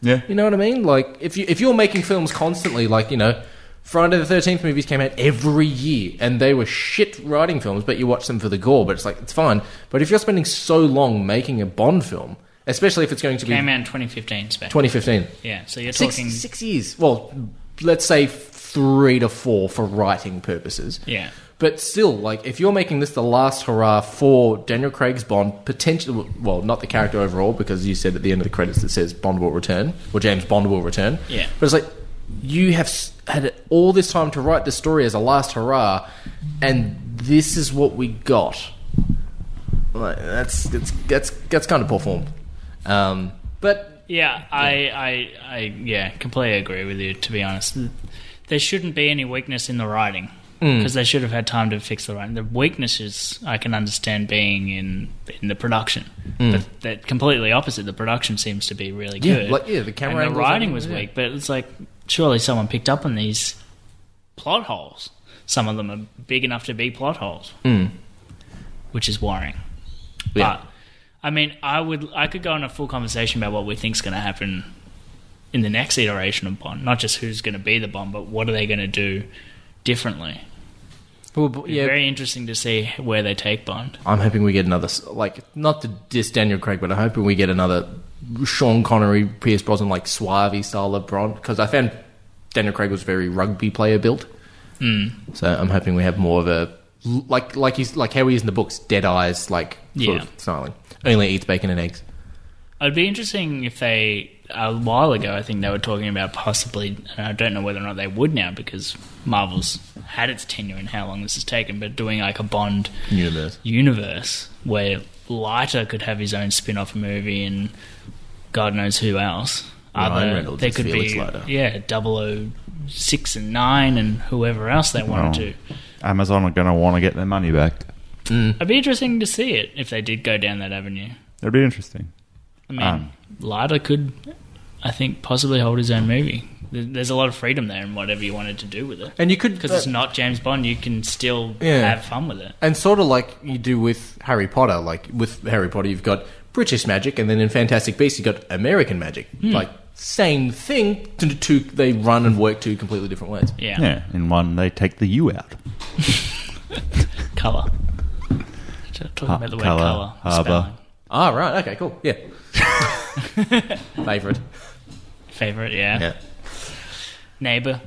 [SPEAKER 2] Yeah,
[SPEAKER 4] You know what I mean? Like if you if you're making films constantly, like you know, Friday the Thirteenth movies came out every year, and they were shit writing films, but you watch them for the gore. But it's like it's fine. But if you're spending so long making a Bond film, especially if it's going to be
[SPEAKER 3] Came out in 2015, Spec.
[SPEAKER 4] 2015,
[SPEAKER 3] Yeah, so you're
[SPEAKER 4] six,
[SPEAKER 3] talking.
[SPEAKER 4] six years. Well, let's say three to four for writing purposes.
[SPEAKER 3] Yeah.
[SPEAKER 4] But still, like, if you're making this the last hurrah for Daniel Craig's Bond, potentially, well, not the character overall, because you said at the end of the credits it says Bond will return, or James Bond will return.
[SPEAKER 3] Yeah.
[SPEAKER 4] But it's like, you have s- had all this time to write this story as a last hurrah, and this is what we got. Like, that's, that's, that's, that's kind of poor form. Um, but,
[SPEAKER 3] Yeah, I, I, I, yeah, completely agree with you. To be honest, there shouldn't be any weakness in the writing
[SPEAKER 4] Hmm.
[SPEAKER 3] because they should have had time to fix the writing. The weaknesses I can understand being in in the production, but that completely opposite. The production seems to be really
[SPEAKER 4] Hmm. Yeah,
[SPEAKER 3] good.
[SPEAKER 4] like, yeah, the camera
[SPEAKER 3] and the
[SPEAKER 4] angles,
[SPEAKER 3] writing
[SPEAKER 4] everything,
[SPEAKER 3] was
[SPEAKER 4] yeah.
[SPEAKER 3] weak, but it's like surely someone picked up on these plot holes. Some of them are big enough to be plot holes, which is worrying.
[SPEAKER 4] Hmm. yeah.
[SPEAKER 3] But I mean, I would I could go on a full conversation about what we think's going to happen in the next iteration of Bond, not just who's going to be the Bond, but what are they going to do differently.
[SPEAKER 4] Well, b-
[SPEAKER 3] It'd be very interesting to see where they take Bond.
[SPEAKER 4] I'm hoping we get another, s- like, not to diss Daniel Craig, but I'm hoping we get another Sean Connery, Pierce Brosnan, like, suave style of Bond. Because I found Daniel Craig was very rugby player built.
[SPEAKER 3] Hmm.
[SPEAKER 4] Mm. So I'm hoping we have more of a, like, like he's like how he is in the books, dead eyes, like, sort
[SPEAKER 3] Yeah.
[SPEAKER 4] of styling. Only eats bacon and eggs.
[SPEAKER 3] It'd be interesting if they a while ago I think they were talking about possibly, and I don't know whether or not they would now because Marvel's had its tenure and how long this has taken, but doing like a Bond
[SPEAKER 4] Universe.
[SPEAKER 3] universe where Leiter could have his own spin off movie and God knows who else.
[SPEAKER 4] Ryan
[SPEAKER 3] Other-
[SPEAKER 4] Reynolds
[SPEAKER 3] there
[SPEAKER 4] as
[SPEAKER 3] could
[SPEAKER 4] Felix
[SPEAKER 3] be
[SPEAKER 4] Leiter.
[SPEAKER 3] yeah, 006 and 9 and whoever else they wanted
[SPEAKER 2] Well.
[SPEAKER 3] to.
[SPEAKER 2] Amazon are going to want to get their money back.
[SPEAKER 3] It'd be interesting to see it if they did go down that avenue.
[SPEAKER 2] That'd be interesting.
[SPEAKER 3] I mean,
[SPEAKER 2] Um.
[SPEAKER 3] Leiter could, I think, possibly hold his own movie. There- There's a lot of freedom there in whatever you wanted to do with it.
[SPEAKER 4] And you could
[SPEAKER 3] Because it's not James Bond, you can still
[SPEAKER 4] Yeah.
[SPEAKER 3] have fun with it.
[SPEAKER 4] And sort of like you do with Harry Potter, like with Harry Potter, you've got British magic, and then in Fantastic Beasts, you've got American magic. Like, same thing, t- two, they run and work two completely different ways.
[SPEAKER 3] Yeah,
[SPEAKER 2] Yeah. in one they take the U out.
[SPEAKER 3] color. Talking about the word
[SPEAKER 2] colour,
[SPEAKER 3] color,
[SPEAKER 2] harbour.
[SPEAKER 3] spelling.
[SPEAKER 4] Ah, right, okay, cool, yeah. Favorite.
[SPEAKER 3] favorite, yeah. neighbor.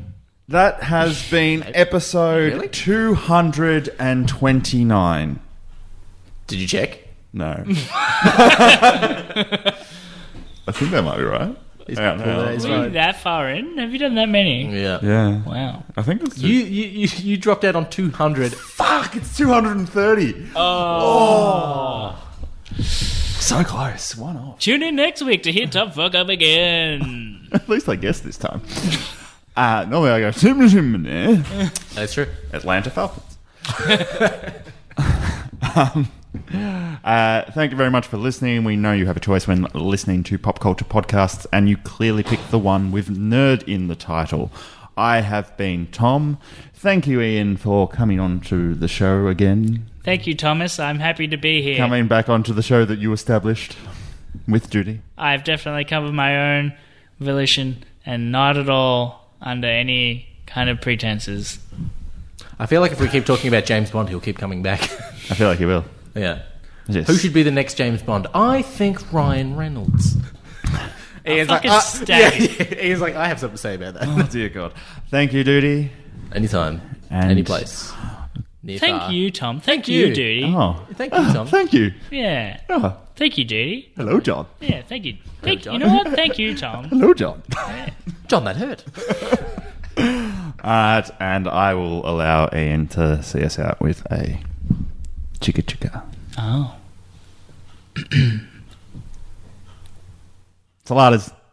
[SPEAKER 2] That has been episode
[SPEAKER 4] Really?
[SPEAKER 2] 229.
[SPEAKER 4] Did you check?
[SPEAKER 2] No. I think that might be right. Yeah,
[SPEAKER 4] Paul
[SPEAKER 2] no.
[SPEAKER 4] Days
[SPEAKER 3] Were you
[SPEAKER 4] right.
[SPEAKER 3] that far in? Have you done that many?
[SPEAKER 4] Yeah.
[SPEAKER 2] Yeah.
[SPEAKER 3] Wow.
[SPEAKER 2] I think it's
[SPEAKER 4] You, you, you, you dropped out on 200.
[SPEAKER 2] Fuck, it's 230. Oh. So close. One off.
[SPEAKER 3] Tune in next week to hear Top Fuck Up again.
[SPEAKER 2] At least I guessed this time. Uh, normally I go, zoom, zoom, eh?
[SPEAKER 4] That's true.
[SPEAKER 2] Atlanta Falcons. um, uh, thank you very much for listening. We know you have a choice when listening to pop culture podcasts, and you clearly picked the one with nerd in the title. I have been Tom. Thank you, Ian, for coming on to the show again.
[SPEAKER 3] Thank you, Thomas. I'm happy to be here.
[SPEAKER 2] Coming back onto the show that you established with Judy.
[SPEAKER 3] I've definitely come of my own volition and not at all under any kind of pretenses.
[SPEAKER 4] I feel like if we keep talking about James Bond, he'll keep coming back.
[SPEAKER 2] I feel like you will.
[SPEAKER 4] yeah.
[SPEAKER 2] Yes.
[SPEAKER 4] Who should be the next James Bond? I think Ryan Reynolds. Ian's
[SPEAKER 3] fucking
[SPEAKER 4] "Ah,
[SPEAKER 3] stay."
[SPEAKER 4] yeah, Ian's like, I have something to say about that.
[SPEAKER 2] Oh, dear God. Thank you, Judy.
[SPEAKER 4] Anytime,
[SPEAKER 2] And-
[SPEAKER 4] any place. Near
[SPEAKER 3] Thank
[SPEAKER 4] far.
[SPEAKER 3] you, Tom. Thank,
[SPEAKER 4] you.
[SPEAKER 3] you, Duty.
[SPEAKER 2] Oh,
[SPEAKER 4] Thank you, Tom.
[SPEAKER 2] thank you.
[SPEAKER 3] Yeah.
[SPEAKER 2] Oh,
[SPEAKER 3] Thank you, Duty.
[SPEAKER 2] hello, John.
[SPEAKER 3] Yeah, thank you. Thank, you
[SPEAKER 4] John.
[SPEAKER 3] know what? Thank you, Tom.
[SPEAKER 2] Hello, John.
[SPEAKER 4] John, that hurt.
[SPEAKER 2] Uh, and I will allow Ian to see us out with a chicka chicka.
[SPEAKER 3] Oh.
[SPEAKER 2] Saladas.